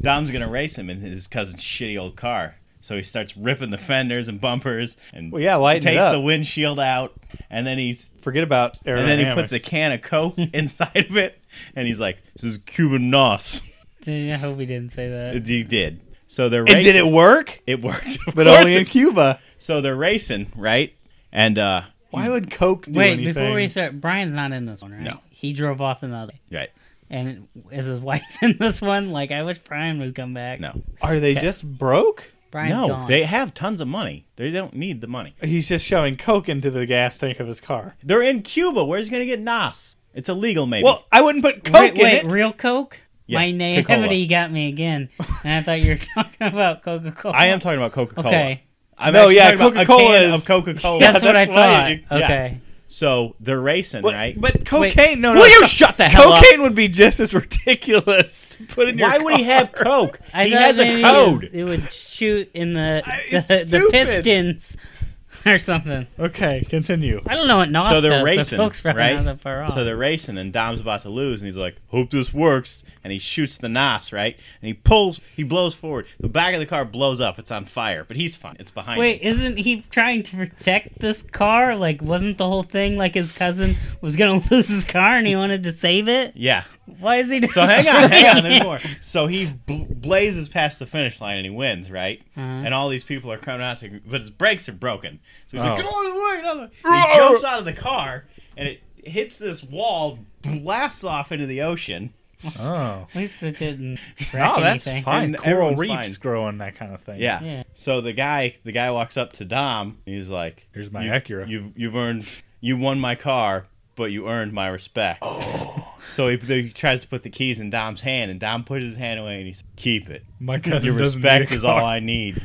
Speaker 4: Dom's gonna race him in his cousin's shitty old car. So he starts ripping the fenders and bumpers and
Speaker 1: Well, yeah, lighten it
Speaker 4: takes
Speaker 1: up.
Speaker 4: the windshield out. And then he's
Speaker 1: Forget about aerodynamics.
Speaker 4: and then he puts a can of coke inside of it. And he's like, this is Cuban nos.
Speaker 3: Dude, I hope he didn't say that.
Speaker 4: He did. So they're racing.
Speaker 1: And did it work?
Speaker 4: It worked. of
Speaker 1: But
Speaker 4: course
Speaker 1: only
Speaker 4: it
Speaker 1: in Cuba.
Speaker 4: So they're racing, right? And uh
Speaker 1: Why would Coke do
Speaker 3: Wait,
Speaker 1: anything?
Speaker 3: before we start, Brian's not in this one, right?
Speaker 4: No.
Speaker 3: He drove off in the other.
Speaker 4: right.
Speaker 3: And is his wife in this one? Like, I wish Brian would come back.
Speaker 4: No.
Speaker 1: Are they just broke?
Speaker 3: Brian's
Speaker 4: no,
Speaker 3: gone.
Speaker 4: they have tons of money. They don't need the money.
Speaker 1: He's just shoving Coke into the gas tank of his car.
Speaker 4: They're in Cuba. Where's he going to get NAS? It's illegal maybe.
Speaker 1: Well, I wouldn't put Coke
Speaker 3: Wait, wait,
Speaker 1: in it.
Speaker 3: real Coke?
Speaker 4: Yeah,
Speaker 3: My naivety got me again. And I thought you were talking about Coca Cola.
Speaker 4: I am talking about Coca-Cola.
Speaker 3: Okay.
Speaker 4: I'm
Speaker 1: No,
Speaker 4: actually
Speaker 1: yeah,
Speaker 4: talking about a
Speaker 1: Coca-Cola
Speaker 4: can
Speaker 1: is-
Speaker 4: of Coca-Cola.
Speaker 1: Yeah,
Speaker 3: that's, what I
Speaker 1: that's why
Speaker 3: thought.
Speaker 1: you-
Speaker 4: yeah.
Speaker 3: okay.
Speaker 4: So they're racing,
Speaker 1: But,
Speaker 4: right?
Speaker 1: but cocaine, no, no.
Speaker 4: Will you
Speaker 1: no.
Speaker 4: shut the hell up?
Speaker 1: Cocaine would be just as ridiculous. to Put in your
Speaker 4: Why would he
Speaker 1: car.
Speaker 4: have coke?
Speaker 3: I
Speaker 4: he
Speaker 3: thought
Speaker 4: has a
Speaker 3: maybe
Speaker 4: code.
Speaker 3: It, it would shoot in the
Speaker 1: I- it's
Speaker 3: the, the
Speaker 1: stupid.
Speaker 3: pistons or something.
Speaker 1: Okay, continue.
Speaker 3: I don't know what NOS
Speaker 4: so they're
Speaker 3: does,
Speaker 4: racing,
Speaker 3: so Coke's probably
Speaker 4: right?
Speaker 3: not that far off.
Speaker 4: So they're racing, and Dom's about to lose, and he's like, "Hope this works." And he shoots the Nas, right? And he pulls, he blows forward. The back of the car blows up; it's on fire, but he's fine. It's behind.
Speaker 3: Wait,
Speaker 4: him.
Speaker 3: isn't he trying to protect this car? Like, wasn't the whole thing like his cousin was gonna lose his car and he wanted to save it?
Speaker 4: yeah.
Speaker 3: Why is he?
Speaker 4: So hang on, hang on. There's more. So he bl- blazes past the finish line, and he wins, right? And all these people are coming out to, but his brakes are broken. So he's like,
Speaker 1: Oh.
Speaker 4: "Get out of the way!" Get out of the way." And He jumps out of the car, and it hits this wall, blasts off into the ocean.
Speaker 1: Oh,
Speaker 3: At least it didn't.
Speaker 1: oh,
Speaker 3: wreck
Speaker 1: that's
Speaker 3: anything.
Speaker 1: fine.
Speaker 4: And
Speaker 1: Coral
Speaker 4: everyone's
Speaker 1: reefs
Speaker 4: fine.
Speaker 1: growing that kind of thing.
Speaker 4: Yeah.
Speaker 3: Yeah.
Speaker 4: So the guy, the guy walks up to Dom. And he's like,
Speaker 1: Here's my
Speaker 4: you,
Speaker 1: Acura.
Speaker 4: You've you've earned, you won my car, but you earned my respect."
Speaker 1: Oh.
Speaker 4: So he, he tries to put the keys in Dom's hand, and Dom puts his hand away, and he's "Keep it.
Speaker 1: my cousin
Speaker 4: Your
Speaker 1: doesn't
Speaker 4: respect
Speaker 1: need a
Speaker 4: is
Speaker 1: car.
Speaker 4: all I need."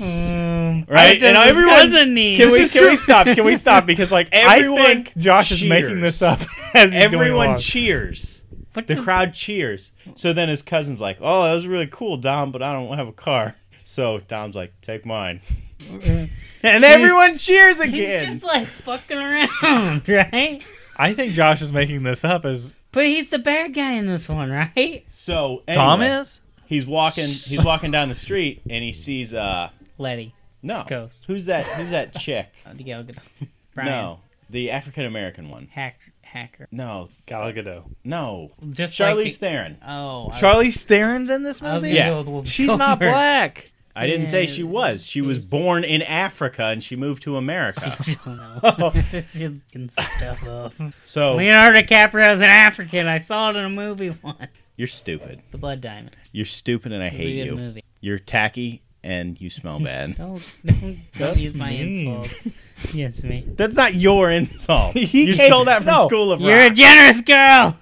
Speaker 3: Um,
Speaker 4: Right?
Speaker 3: does
Speaker 4: And
Speaker 3: his
Speaker 4: everyone-
Speaker 3: cousin need?
Speaker 1: Can
Speaker 4: This
Speaker 1: we
Speaker 4: is
Speaker 1: can
Speaker 4: true.
Speaker 1: we stop? Can we stop? Because like I
Speaker 4: Everyone
Speaker 1: think Josh is making
Speaker 4: cheers.
Speaker 1: this up as he's going
Speaker 4: Everyone
Speaker 1: along.
Speaker 4: cheers.
Speaker 3: What
Speaker 4: The
Speaker 3: does-
Speaker 4: crowd cheers. So then his cousin's like, "Oh, that was really cool, Dom, but I don't have a car." So Dom's like, "Take mine," and everyone cheers
Speaker 3: He's
Speaker 4: again.
Speaker 3: just like fucking around, right?
Speaker 1: I think Josh is making this up as
Speaker 3: But he's the bad guy in this one, right?
Speaker 4: so anyway,
Speaker 1: Tom is.
Speaker 4: he's walking he's walking down the street and he sees uh
Speaker 3: Letty.
Speaker 4: no
Speaker 3: East Coast.
Speaker 4: who's that who's that chick
Speaker 3: How'd you go? Brian.
Speaker 4: no the african american one
Speaker 3: Hack, hacker.
Speaker 4: no
Speaker 1: Gal Gadot.
Speaker 4: no
Speaker 3: Just
Speaker 4: charlize
Speaker 3: Like
Speaker 4: theron
Speaker 3: the, oh, I-
Speaker 1: Charlie Theron's in this
Speaker 3: I was
Speaker 1: movie.
Speaker 3: gonna
Speaker 4: Yeah.
Speaker 3: go with Whoopi
Speaker 1: She's not
Speaker 3: Goldberg.
Speaker 1: black.
Speaker 4: i didn't say
Speaker 3: Yeah,
Speaker 4: she was she was
Speaker 3: she's-
Speaker 4: born in africa and she moved to america so
Speaker 3: Leonardo DiCaprio is an African. I saw it in a movie once.
Speaker 4: you're stupid
Speaker 3: The Blood Diamond.
Speaker 4: you're stupid and i
Speaker 3: It was a
Speaker 4: hate
Speaker 3: good
Speaker 4: you
Speaker 3: movie.
Speaker 4: you're tacky and you smell bad
Speaker 3: Don't, don't, don't
Speaker 1: That's
Speaker 3: use my
Speaker 1: mean.
Speaker 3: insults. Yes, me.
Speaker 4: that's not your insult
Speaker 1: He
Speaker 4: you
Speaker 1: came-
Speaker 4: stole that from
Speaker 1: no.
Speaker 4: school of
Speaker 3: You're a
Speaker 4: rock
Speaker 3: generous girl.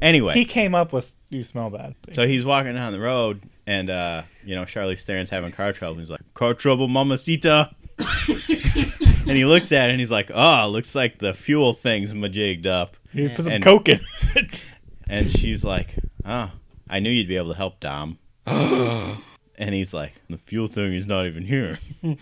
Speaker 4: Anyway,
Speaker 7: He came up with "You Smell Bad."
Speaker 4: so he's walking down the road, and uh, you know Charlie Theron's having car trouble. He's like, "Car trouble, mamacita." and he looks at it, and he's like, "Oh, looks like the fuel thing's majigged up."
Speaker 7: he put some
Speaker 4: And-
Speaker 7: coke in.
Speaker 4: And she's like, "Oh, I knew you'd be able to help, Dom." and he's like, "The fuel thing is not even here." and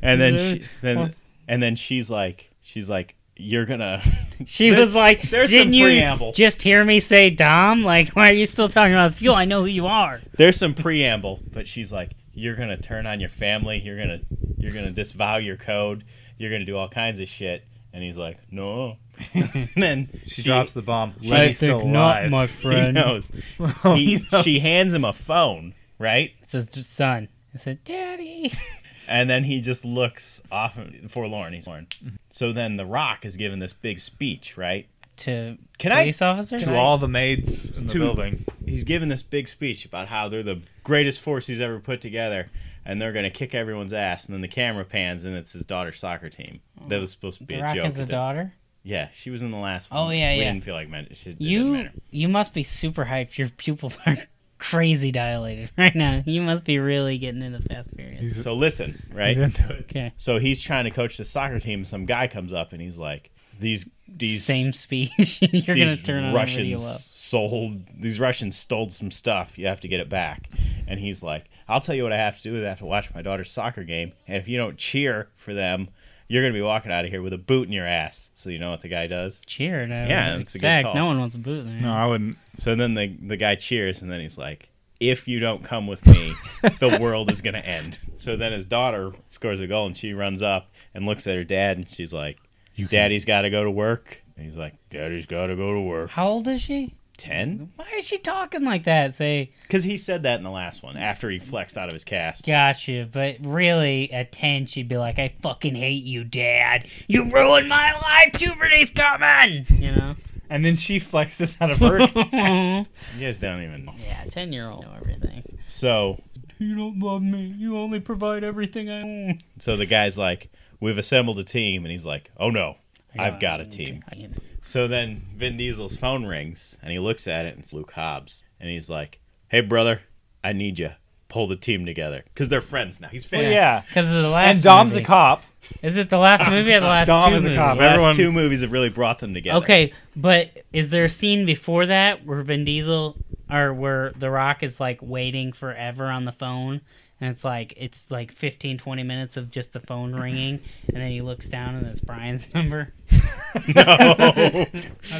Speaker 4: then she, then and then she's like, she's like, "You're gonna."
Speaker 3: She was like,
Speaker 7: there's some
Speaker 3: "Didn't you
Speaker 7: preamble."
Speaker 3: just hear me say Dom? Like, why are you still talking about fuel? I know who you are."
Speaker 4: There's some preamble, but she's like, "You're gonna turn on your family. You're gonna you're gonna disavow your code. You're gonna do all kinds of shit." And he's like, "No." and then
Speaker 9: She drops the bomb.
Speaker 4: she-
Speaker 9: Lenny's still alive.
Speaker 4: He
Speaker 3: friend.
Speaker 4: knows.
Speaker 9: Oh,
Speaker 4: He- She hands him a phone, right?
Speaker 3: It's his son. I said, "Daddy."
Speaker 4: And then he just looks off forlorn. He's forlorn. So then The Rock is giving this big speech, right?
Speaker 3: To
Speaker 4: Can I?
Speaker 3: police officer.
Speaker 9: to all the maids in the
Speaker 4: Two.
Speaker 9: building.
Speaker 4: He's giving this big speech about how they're the greatest force he's ever put together, and they're gonna kick everyone's ass. And then the camera pans, and it's his daughter's soccer team. That was supposed to be
Speaker 3: The
Speaker 4: a
Speaker 3: Rock
Speaker 4: joke.
Speaker 3: has a
Speaker 4: at the-
Speaker 3: daughter.
Speaker 4: Yeah, she was in the last one.
Speaker 3: Oh, yeah,
Speaker 4: we
Speaker 3: yeah.
Speaker 4: didn't feel like men. It, it didn't
Speaker 3: You
Speaker 4: matter.
Speaker 3: you must be super hyped. Your pupils are crazy dilated right now. You must be really getting into Fast Furious.
Speaker 4: So listen, right?
Speaker 7: He's into it.
Speaker 3: Okay.
Speaker 4: So he's trying to coach the soccer team. Some guy comes up and he's like, "These these
Speaker 3: Same speech. You're gonna
Speaker 4: these
Speaker 3: turn on the video
Speaker 4: Russians
Speaker 3: up.
Speaker 4: sold these Russians stole some stuff. You have to get it back." And he's like, "I'll tell you what I have to do is I have to watch my daughter's soccer game, and if you don't cheer for them, you're gonna be walking out of here with a boot in your ass." So you know what the guy does.
Speaker 3: Cheered. I
Speaker 4: Yeah,
Speaker 3: would
Speaker 4: it's a good
Speaker 3: expect.
Speaker 4: call.
Speaker 3: No one wants a boot in there.
Speaker 1: No, I wouldn't.
Speaker 4: So then the the guy cheers, and then he's like, "If you don't come with me, the world is gonna end." So then his daughter scores a goal, and she runs up and looks at her dad, and she's like, "Daddy's got to go to work." And he's like, "Daddy's got to go to work."
Speaker 3: How old is she?
Speaker 4: Ten?
Speaker 3: Why is she talking like that? Say,
Speaker 4: Because he said that in the last one after he flexed out of his cast.
Speaker 3: Gotcha, but really, at 10, she'd be like, I fucking hate you, Dad. You ruined my life. Puberty's coming. You know?
Speaker 7: And then she flexes out of her.
Speaker 3: yeah,
Speaker 4: You guys don't even.
Speaker 3: 10 year old. Know everything.
Speaker 4: So
Speaker 3: You don't love me. You only provide everything I want.
Speaker 4: so the guy's like, "We've assembled a team," and he's like, "Oh no." I've got a team. So then Vin Diesel's phone rings and he looks at it and it's Luke Hobbs and he's like, "Hey brother, I need you. Pull the team together because they're friends now. He's
Speaker 7: Well,
Speaker 4: family.
Speaker 7: yeah.
Speaker 3: Because of the last
Speaker 7: And Dom's
Speaker 3: movie.
Speaker 7: a cop.
Speaker 3: Is it the last movie or the last
Speaker 7: Dom
Speaker 3: two
Speaker 7: is a
Speaker 3: movies?
Speaker 7: cop.
Speaker 4: The last
Speaker 7: Everyone-
Speaker 4: two movies have really brought them together.
Speaker 3: Okay, but is there a scene before that where Vin Diesel or where The Rock is like waiting forever on the phone? And it's like it's like 15, 20 minutes of just the phone ringing, and then he looks down and it's Brian's number.
Speaker 4: no,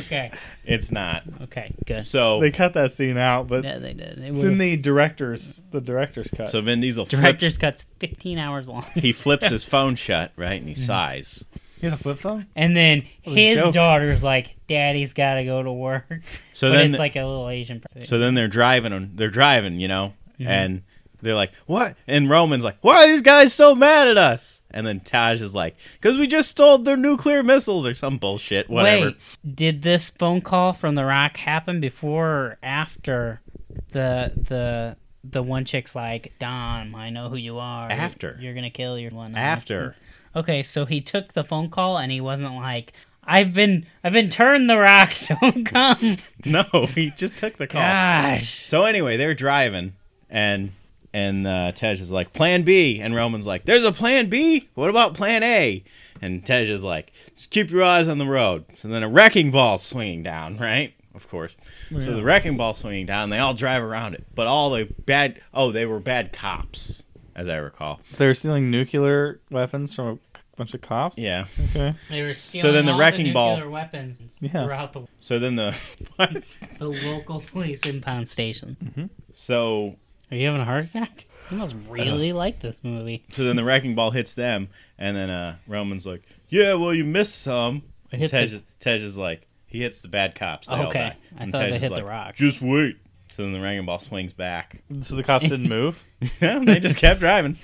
Speaker 3: Okay,
Speaker 4: it's not.
Speaker 3: okay, good.
Speaker 4: So
Speaker 7: They cut that scene out, but
Speaker 3: Yeah, they did. It
Speaker 7: it's
Speaker 3: was-
Speaker 7: in the director's the director's cut.
Speaker 4: so Vin Diesel
Speaker 3: director's
Speaker 4: flips,
Speaker 3: cut's 15 hours long,
Speaker 4: he flips his phone shut right and he
Speaker 3: Mm-hmm.
Speaker 4: sighs.
Speaker 9: He has a flip phone.
Speaker 3: and then
Speaker 7: was a
Speaker 3: his
Speaker 7: joke.
Speaker 3: daughter's like, "Daddy's got to go to work," but
Speaker 4: So then
Speaker 3: it's like a little Asian. person.
Speaker 4: so then they're driving they're driving you know and they're like what and roman's like why are these guys so mad at us and then taj is like because we just stole their nuclear missiles or some bullshit whatever
Speaker 3: Wait, did this phone call from The Rock happen before or after the the the one chick's like, Dom, I know who you are.
Speaker 4: After.
Speaker 3: You're gonna kill your one.
Speaker 4: after
Speaker 3: Okay, so he took the phone call and he wasn't like I've been I've been turned the rock, don't come.
Speaker 4: no he just took the call
Speaker 3: Gosh.
Speaker 4: so anyway they're driving and and uh, tej is like plan b and roman's like there's a plan b what about plan a and tej is like just keep your eyes on the road so then a wrecking ball swinging down right of course so the wrecking ball swinging down they all drive around it but all the bad oh they were bad cops as i recall
Speaker 7: they're stealing nuclear weapons from a bunch of cops.
Speaker 4: yeah
Speaker 7: Okay.
Speaker 3: They were stealing
Speaker 4: then the
Speaker 3: all
Speaker 4: wrecking ball-
Speaker 3: nuclear weapons
Speaker 7: Yeah.
Speaker 3: throughout the,
Speaker 4: so then the
Speaker 3: the local police impound station.
Speaker 4: so
Speaker 3: Are you having a heart attack? You must
Speaker 4: Uh-huh.
Speaker 3: really like this movie.
Speaker 4: so then the wrecking ball hits them and then uh roman's like yeah well you missed some
Speaker 3: I hit
Speaker 4: Tej,
Speaker 3: the-
Speaker 4: Tej is like, he hits the bad cops. They all
Speaker 3: Okay.
Speaker 4: die.
Speaker 3: I
Speaker 4: And
Speaker 3: thought
Speaker 4: Tej
Speaker 3: they
Speaker 4: is
Speaker 3: hit the
Speaker 4: like,
Speaker 3: rock.
Speaker 4: Just wait. So then the wrecking ball swings back.
Speaker 7: So the cops didn't move.
Speaker 4: they just kept driving.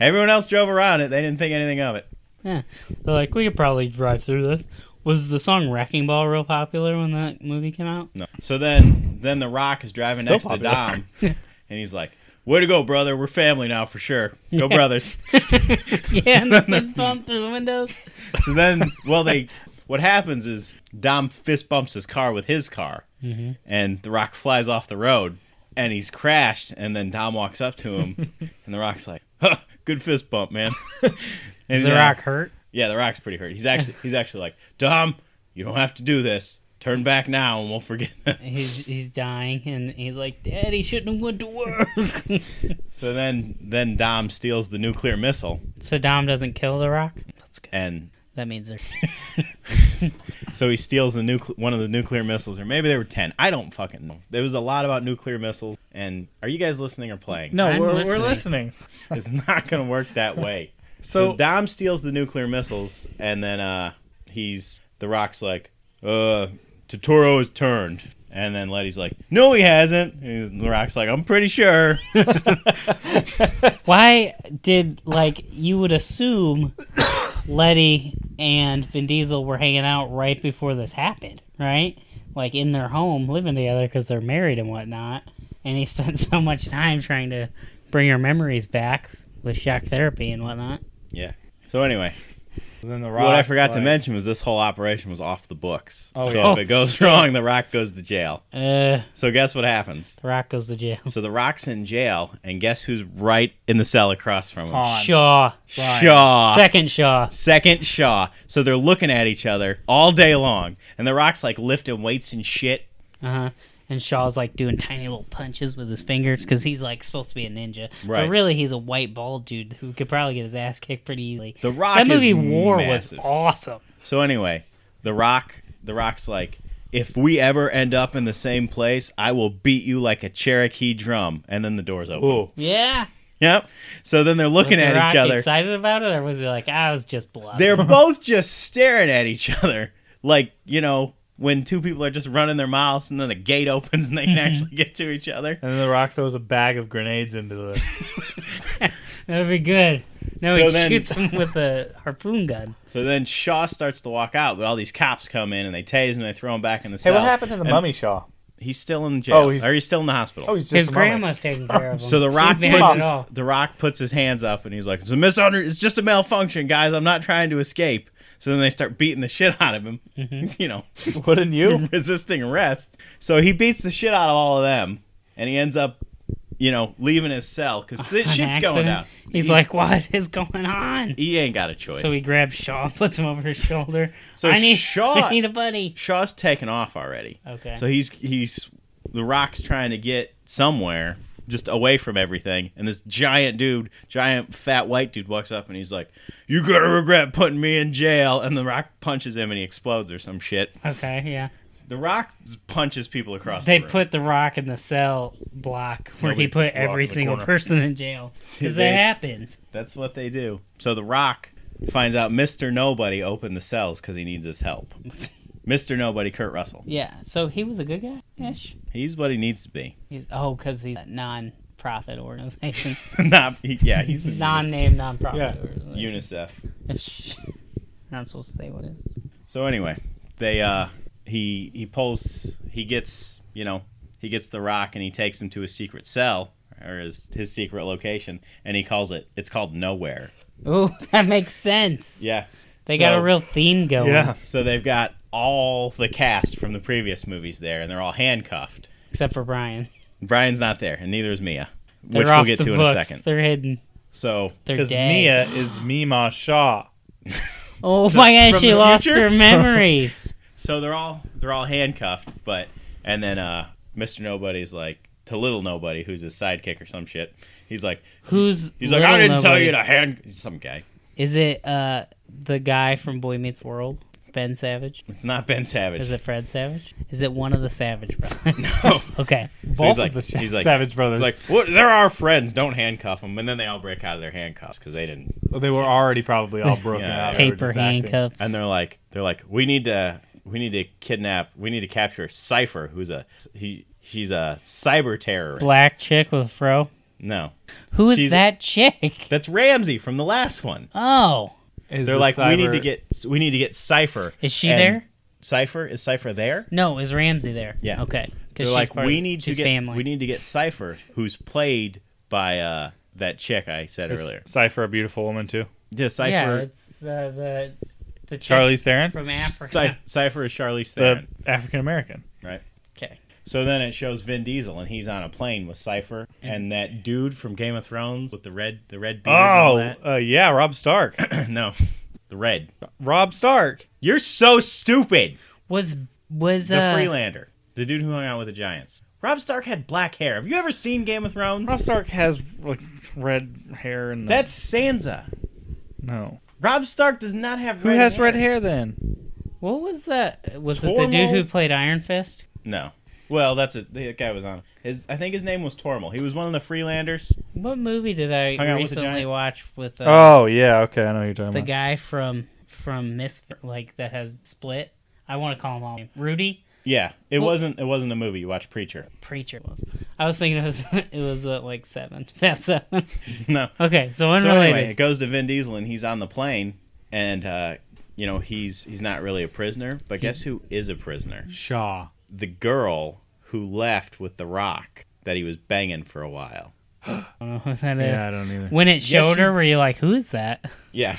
Speaker 4: Everyone else drove around it. They didn't think anything of it.
Speaker 3: Yeah. They're like, we could probably drive through this. Was the song Wrecking Ball real popular when that movie came out?
Speaker 4: No. So then, then the Rock is driving
Speaker 7: Still
Speaker 4: next to Dom, and he's like, "Way to go, brother. We're family now for sure. Go brothers."
Speaker 3: yeah, and the fist bump through the windows.
Speaker 4: so then, well, they what happens is Dom fist bumps his car with his car, and The Rock flies off the road, and he's crashed. And then Dom walks up to him, and The Rock's like, huh, "Good fist bump, man." and
Speaker 3: Is the
Speaker 4: yeah,
Speaker 3: rock hurt?
Speaker 4: Yeah, The Rock's pretty hurt. He's actually he's actually like, "Dom, you don't have to do this. Turn back now, and we'll forget."
Speaker 3: He's he's dying, and he's like, "Dad, he shouldn't have went to work."
Speaker 4: so then then Dom steals the nuclear missile,
Speaker 3: so Dom doesn't kill the rock. That's good.
Speaker 4: and
Speaker 3: That means they're
Speaker 4: So he steals the nucle- one of the nuclear missiles, or maybe there were ten. I don't fucking know. There was a lot about nuclear missiles. And are you guys listening or playing?
Speaker 7: No,
Speaker 3: I'm
Speaker 7: we're we're
Speaker 3: listening.
Speaker 7: listening.
Speaker 4: it's not going to work that way. so,
Speaker 7: So,
Speaker 4: Dom steals the nuclear missiles, and then uh, he's the Rock's like, uh, Totoro has turned. And then Letty's like, no, he hasn't. And the Rock's like, I'm pretty sure.
Speaker 3: Why did like you would assume Letty and Vin Diesel were hanging out right before this happened, right? Like in their home, living together because they're married and whatnot. And he spent so much time trying to bring her memories back with shock therapy and whatnot.
Speaker 4: yeah. So anyway,
Speaker 9: Then the
Speaker 4: what I
Speaker 9: Rock's
Speaker 4: forgot to
Speaker 9: like-
Speaker 4: mention was this whole operation was off the books.
Speaker 9: Oh,
Speaker 4: so
Speaker 9: yeah.
Speaker 4: if it goes wrong, the Rock goes to jail.
Speaker 3: Uh,
Speaker 4: So guess what happens?
Speaker 3: The Rock goes to jail.
Speaker 4: So the Rock's in jail, and guess who's right in the cell across from
Speaker 3: Oh,
Speaker 4: him?
Speaker 9: Han.
Speaker 3: Shaw,
Speaker 4: Shaw.
Speaker 3: second Shaw.
Speaker 4: Second Shaw. So they're looking at each other all day long, and the Rock's like lifting weights and shit.
Speaker 3: Uh huh. And Shaw's like doing tiny little punches with his fingers because he's like supposed to be a ninja.
Speaker 4: Right.
Speaker 3: But really, he's a white bald dude who could probably get his ass kicked pretty easily.
Speaker 4: The Rock
Speaker 3: That movie
Speaker 4: is
Speaker 3: War
Speaker 4: massive.
Speaker 3: was awesome.
Speaker 4: So anyway, the Rock, the Rock's like, if we ever end up in the same place, I will beat you like a Cherokee drum. And then the doors open.
Speaker 7: ooh,
Speaker 3: Yeah.
Speaker 4: Yep. So then they're looking
Speaker 3: was
Speaker 4: at
Speaker 3: the Rock
Speaker 4: each other.
Speaker 3: excited about it, or was he like, I was just bluffing?
Speaker 4: They're both just staring at each other, like you know when two people are just running their mouths, and then the gate opens and they can
Speaker 9: Mm-hmm.
Speaker 4: actually get to each other.
Speaker 9: And then the Rock throws a bag of grenades into the.
Speaker 3: That'd be good. No,
Speaker 4: So
Speaker 3: he
Speaker 4: then-
Speaker 3: shoots him with a harpoon gun.
Speaker 4: So then Shaw starts to walk out, but all these cops come in and they tase him and they throw him back in the
Speaker 9: Hey,
Speaker 4: cell.
Speaker 9: what happened to the
Speaker 4: And
Speaker 9: Mummy Shaw?
Speaker 4: He's still in jail.
Speaker 9: Oh, he's-
Speaker 4: or he's still in the hospital.
Speaker 9: Oh, he's just
Speaker 3: His
Speaker 9: a mummy.
Speaker 3: grandma's taking care of him.
Speaker 4: so the rock
Speaker 3: She's bad
Speaker 4: puts
Speaker 3: at
Speaker 4: his,
Speaker 3: all.
Speaker 4: the rock puts his hands up and he's like, "It's a misunder. It's just a malfunction, guys. I'm not trying to escape." So then they start beating the shit out of him.
Speaker 9: Mm-hmm.
Speaker 4: You know,
Speaker 7: wouldn't you?
Speaker 4: resisting arrest. So he beats the shit out of all of them, and he ends up, you know, leaving his cell because this
Speaker 3: An
Speaker 4: shit's
Speaker 3: accident.
Speaker 4: going down.
Speaker 3: He's, like, what is going on?
Speaker 4: he ain't got a choice.
Speaker 3: So he grabs Shaw, puts him over his shoulder.
Speaker 4: So
Speaker 3: I need,
Speaker 4: Shaw-
Speaker 3: I need a buddy.
Speaker 4: Shaw's taken off already.
Speaker 3: Okay.
Speaker 4: So he's he's the Rock's trying to get somewhere, just away from everything, and this giant dude, giant fat white dude, walks up and he's like, "You're gonna regret putting me in jail." And the Rock punches him and he explodes or some shit.
Speaker 3: Okay, yeah.
Speaker 4: The Rock punches people across.
Speaker 3: They
Speaker 4: the room.
Speaker 3: put the rock in the cell block where
Speaker 9: Nobody
Speaker 3: he put
Speaker 9: puts The Rock
Speaker 3: every
Speaker 9: in the
Speaker 3: single
Speaker 9: corner.
Speaker 3: person in jail. Because that
Speaker 4: They-
Speaker 3: happens.
Speaker 4: That's what they do. So the Rock finds out Mr. Nobody opened the cells because he needs his help. Mr. Nobody, Kurt Russell.
Speaker 3: Yeah. So he was a good guy ish.
Speaker 4: He's what he needs to be.
Speaker 3: He's oh, because he's a non-profit organization,
Speaker 4: Not he- yeah, he's the
Speaker 3: non-name non-profit.
Speaker 9: Yeah.
Speaker 3: Organization.
Speaker 4: UNICEF.
Speaker 3: If sh- not supposed to say what it is.
Speaker 4: So anyway, they uh he he pulls he gets you know he gets the rock and he takes him to his secret cell or his his secret location and he calls it it's called nowhere.
Speaker 3: Ooh, that makes sense.
Speaker 4: Yeah.
Speaker 3: They
Speaker 4: So-
Speaker 3: got a real theme going.
Speaker 9: Yeah.
Speaker 4: so they've got all the cast from the previous movies there and they're all handcuffed.
Speaker 3: Except for Brian.
Speaker 4: Brian's not there and neither is Mia,
Speaker 3: They're
Speaker 4: which we'll
Speaker 3: off
Speaker 4: get
Speaker 3: the
Speaker 4: to in
Speaker 3: books.
Speaker 4: a second.
Speaker 3: They're hidden.
Speaker 4: So
Speaker 3: They're
Speaker 9: Because
Speaker 3: dead.
Speaker 9: Mia is Mima Shaw.
Speaker 3: oh my
Speaker 4: from
Speaker 3: gosh, she
Speaker 4: the
Speaker 3: lost
Speaker 4: future?
Speaker 3: her memories.
Speaker 4: so they're all they're all handcuffed, but and then uh Mr. Nobody's like to little nobody who's his sidekick or some shit. He's like
Speaker 3: Who's
Speaker 4: He's like, I
Speaker 3: Little
Speaker 4: didn't tell
Speaker 3: Nobody?
Speaker 4: you to hand. He's Some guy.
Speaker 3: Is it uh the guy from Boy Meets World, Ben Savage?
Speaker 4: It's not Ben Savage.
Speaker 3: Is it Fred Savage? Is it one of the Savage brothers?
Speaker 4: No.
Speaker 3: okay.
Speaker 4: So he's
Speaker 9: Both
Speaker 4: like,
Speaker 9: of the Sa-
Speaker 4: he's like,
Speaker 9: Savage
Speaker 4: he's
Speaker 9: Brothers.
Speaker 4: like, what? They're our friends. Don't handcuff them. And then they all break out of their handcuffs because they didn't.
Speaker 9: they were already probably all broken
Speaker 4: Yeah.
Speaker 9: out. They were
Speaker 3: Paper
Speaker 9: just acting.
Speaker 3: handcuffs.
Speaker 4: And they're like, they're like, we need to, we need to kidnap, we need to capture Cipher, who's a he, she's a cyber terrorist.
Speaker 3: black chick with a fro.
Speaker 4: No,
Speaker 3: Who is
Speaker 4: She's-
Speaker 3: that chick?
Speaker 4: that's Ramsey from the last one.
Speaker 3: Oh.
Speaker 9: Is
Speaker 4: They're
Speaker 9: the
Speaker 4: like, we need
Speaker 9: cyber-
Speaker 4: to get, we need to get Cipher.
Speaker 3: Is she
Speaker 4: And
Speaker 3: there?
Speaker 4: Cipher is Cipher there?
Speaker 3: No, is Ramsey there?
Speaker 4: Yeah.
Speaker 3: Okay. 'Cause
Speaker 4: They're
Speaker 3: she's
Speaker 4: like,
Speaker 3: part
Speaker 4: we
Speaker 3: of-
Speaker 4: need to
Speaker 3: she's
Speaker 4: get,
Speaker 3: family.
Speaker 4: we need to get Cipher, who's played by uh that chick I said earlier.
Speaker 7: Cipher, a beautiful woman too.
Speaker 4: Yeah, Cipher.
Speaker 3: yeah, it's uh, the The chick
Speaker 9: Charlize Theron,
Speaker 3: from Africa.
Speaker 4: Cy- Cypher is Charlize
Speaker 9: the
Speaker 4: Theron,
Speaker 9: African American.
Speaker 4: right?
Speaker 3: Okay.
Speaker 4: So then it shows Vin Diesel and he's on a plane with Cypher and that dude from Game of Thrones with the red the red beard
Speaker 9: Oh,
Speaker 4: and all
Speaker 9: uh, yeah, Rob Stark.
Speaker 4: that. no. The red.
Speaker 9: Rob Stark.
Speaker 4: You're so stupid.
Speaker 3: Was was
Speaker 4: The
Speaker 3: uh,
Speaker 4: Freelander. The dude who hung out with the Giants. Rob Stark had black hair. Have you ever seen Game of Thrones?
Speaker 9: Rob Stark has like red hair and
Speaker 4: That's Sansa.
Speaker 9: no.
Speaker 4: Rob Stark does not have
Speaker 9: Who
Speaker 4: red
Speaker 9: has
Speaker 4: hair.
Speaker 9: red hair then?
Speaker 3: What was that? Was it the dude who
Speaker 4: Tormund?
Speaker 3: played Iron Fist?
Speaker 4: No. Well, that's it. That guy was on. His I think his name was Tormal. He was one of the Freelanders.
Speaker 3: What movie did I
Speaker 4: Hung Out with the
Speaker 3: recently
Speaker 4: Giant?
Speaker 3: watch with uh,
Speaker 9: Oh yeah, okay, I know what you're talking
Speaker 3: the
Speaker 9: about.
Speaker 3: guy from from Misfit, like that has split? I want to call him all Rudy
Speaker 4: Yeah, it
Speaker 3: Well-
Speaker 4: wasn't. It wasn't a movie. You watch Preacher.
Speaker 3: Preacher was. I was thinking it was it was uh, like seven past seven.
Speaker 4: No.
Speaker 3: Okay, so
Speaker 4: So
Speaker 3: unrelated.
Speaker 4: anyway, it goes to Vin Diesel, and he's on the plane, and uh, you know he's he's not really a prisoner, but guess who is a prisoner?
Speaker 9: Shaw.
Speaker 4: The girl who left with the rock that he was banging for a while.
Speaker 3: I don't know who that is.
Speaker 9: Yeah, I don't either.
Speaker 3: When it
Speaker 4: Yes,
Speaker 3: showed
Speaker 4: you-
Speaker 3: her, were you like, "Who is that?
Speaker 4: Yeah.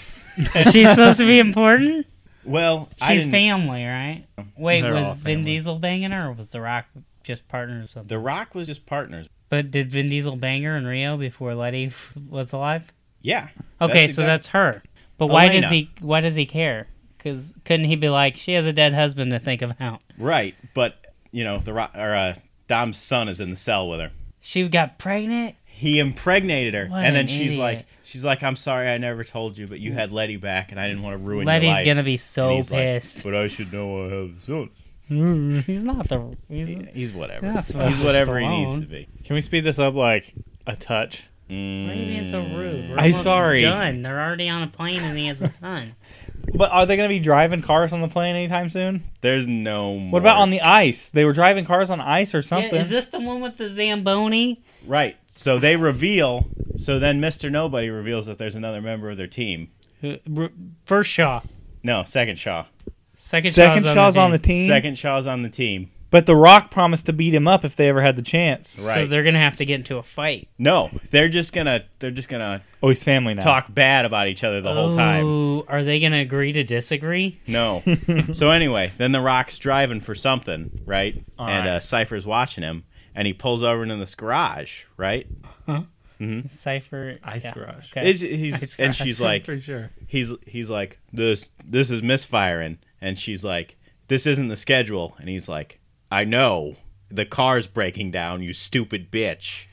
Speaker 3: Is she supposed to be important?
Speaker 4: Well, I
Speaker 3: She's
Speaker 4: didn't,
Speaker 3: family, right?" Wait,
Speaker 9: They're
Speaker 3: was
Speaker 9: all
Speaker 3: Vin
Speaker 9: family.
Speaker 3: Diesel banging her, or was The Rock just partner or something?
Speaker 4: The Rock was just partners.
Speaker 3: But did Vin Diesel bang her in Rio before Letty f- was alive?
Speaker 4: Yeah.
Speaker 3: Okay, so
Speaker 4: exact-
Speaker 3: that's her. But why does
Speaker 4: Elena.
Speaker 3: he? Why does he care? Because couldn't he be like, she has a dead husband to think about?
Speaker 4: right. But you know, the rock or uh, Dom's son is in the cell with her.
Speaker 3: She got pregnant.
Speaker 4: he impregnated her,
Speaker 3: What
Speaker 4: and
Speaker 3: an
Speaker 4: then she's
Speaker 3: idiot.
Speaker 4: like, she's like, I'm sorry, I never told you, but you had Letty back, and I didn't want to ruin your
Speaker 3: Letty's
Speaker 4: life.
Speaker 3: gonna be
Speaker 4: And
Speaker 3: so
Speaker 4: he's like,
Speaker 3: pissed.
Speaker 4: but I should know I have soon.
Speaker 3: he's not the. He's, why
Speaker 4: He's whatever.
Speaker 3: That's
Speaker 4: he's whatever he
Speaker 3: Stallone.
Speaker 4: needs to be.
Speaker 9: Can we speed this up like a touch?
Speaker 3: are you being so rude? We're
Speaker 9: I'm
Speaker 3: almost
Speaker 9: sorry.
Speaker 3: Done. They're already on a plane, and he has a son.
Speaker 9: But are they going to be driving cars on the plane anytime soon?
Speaker 4: Mm, There's no. More.
Speaker 9: What about on the ice? They were driving cars on ice or
Speaker 3: Yeah,
Speaker 9: something.
Speaker 3: is this the one with the zamboni?
Speaker 4: right? So they reveal. So then Mr. Nobody reveals that there's another member of their team.
Speaker 3: Who- Uh, r- First Shaw.
Speaker 4: No, second Shaw.
Speaker 3: Second,
Speaker 9: Second Shaw's on the
Speaker 3: team.
Speaker 9: team,
Speaker 4: Second Shaw's on the team.
Speaker 9: but The Rock promised to beat him up if they ever had the chance.
Speaker 4: Right.
Speaker 3: So they're gonna have to get into a fight
Speaker 4: no, they're just gonna they're just gonna
Speaker 9: Oh, he's family now.
Speaker 4: talk bad about each other the whole time.
Speaker 3: Ooh, Oh, Are they gonna agree to disagree?
Speaker 4: No. so anyway, then the rock's driving for something, right? and
Speaker 9: right.
Speaker 4: uh, Cypher's watching him, and he pulls over into this garage, right?
Speaker 3: Hmm? Cipher
Speaker 9: Ice garage.
Speaker 3: Okay.
Speaker 4: Is he's, and she's like,
Speaker 9: sure.
Speaker 4: he's he's like, this this is misfiring, and she's like, this isn't the schedule, and he's like, I know, the car's breaking down, you stupid bitch,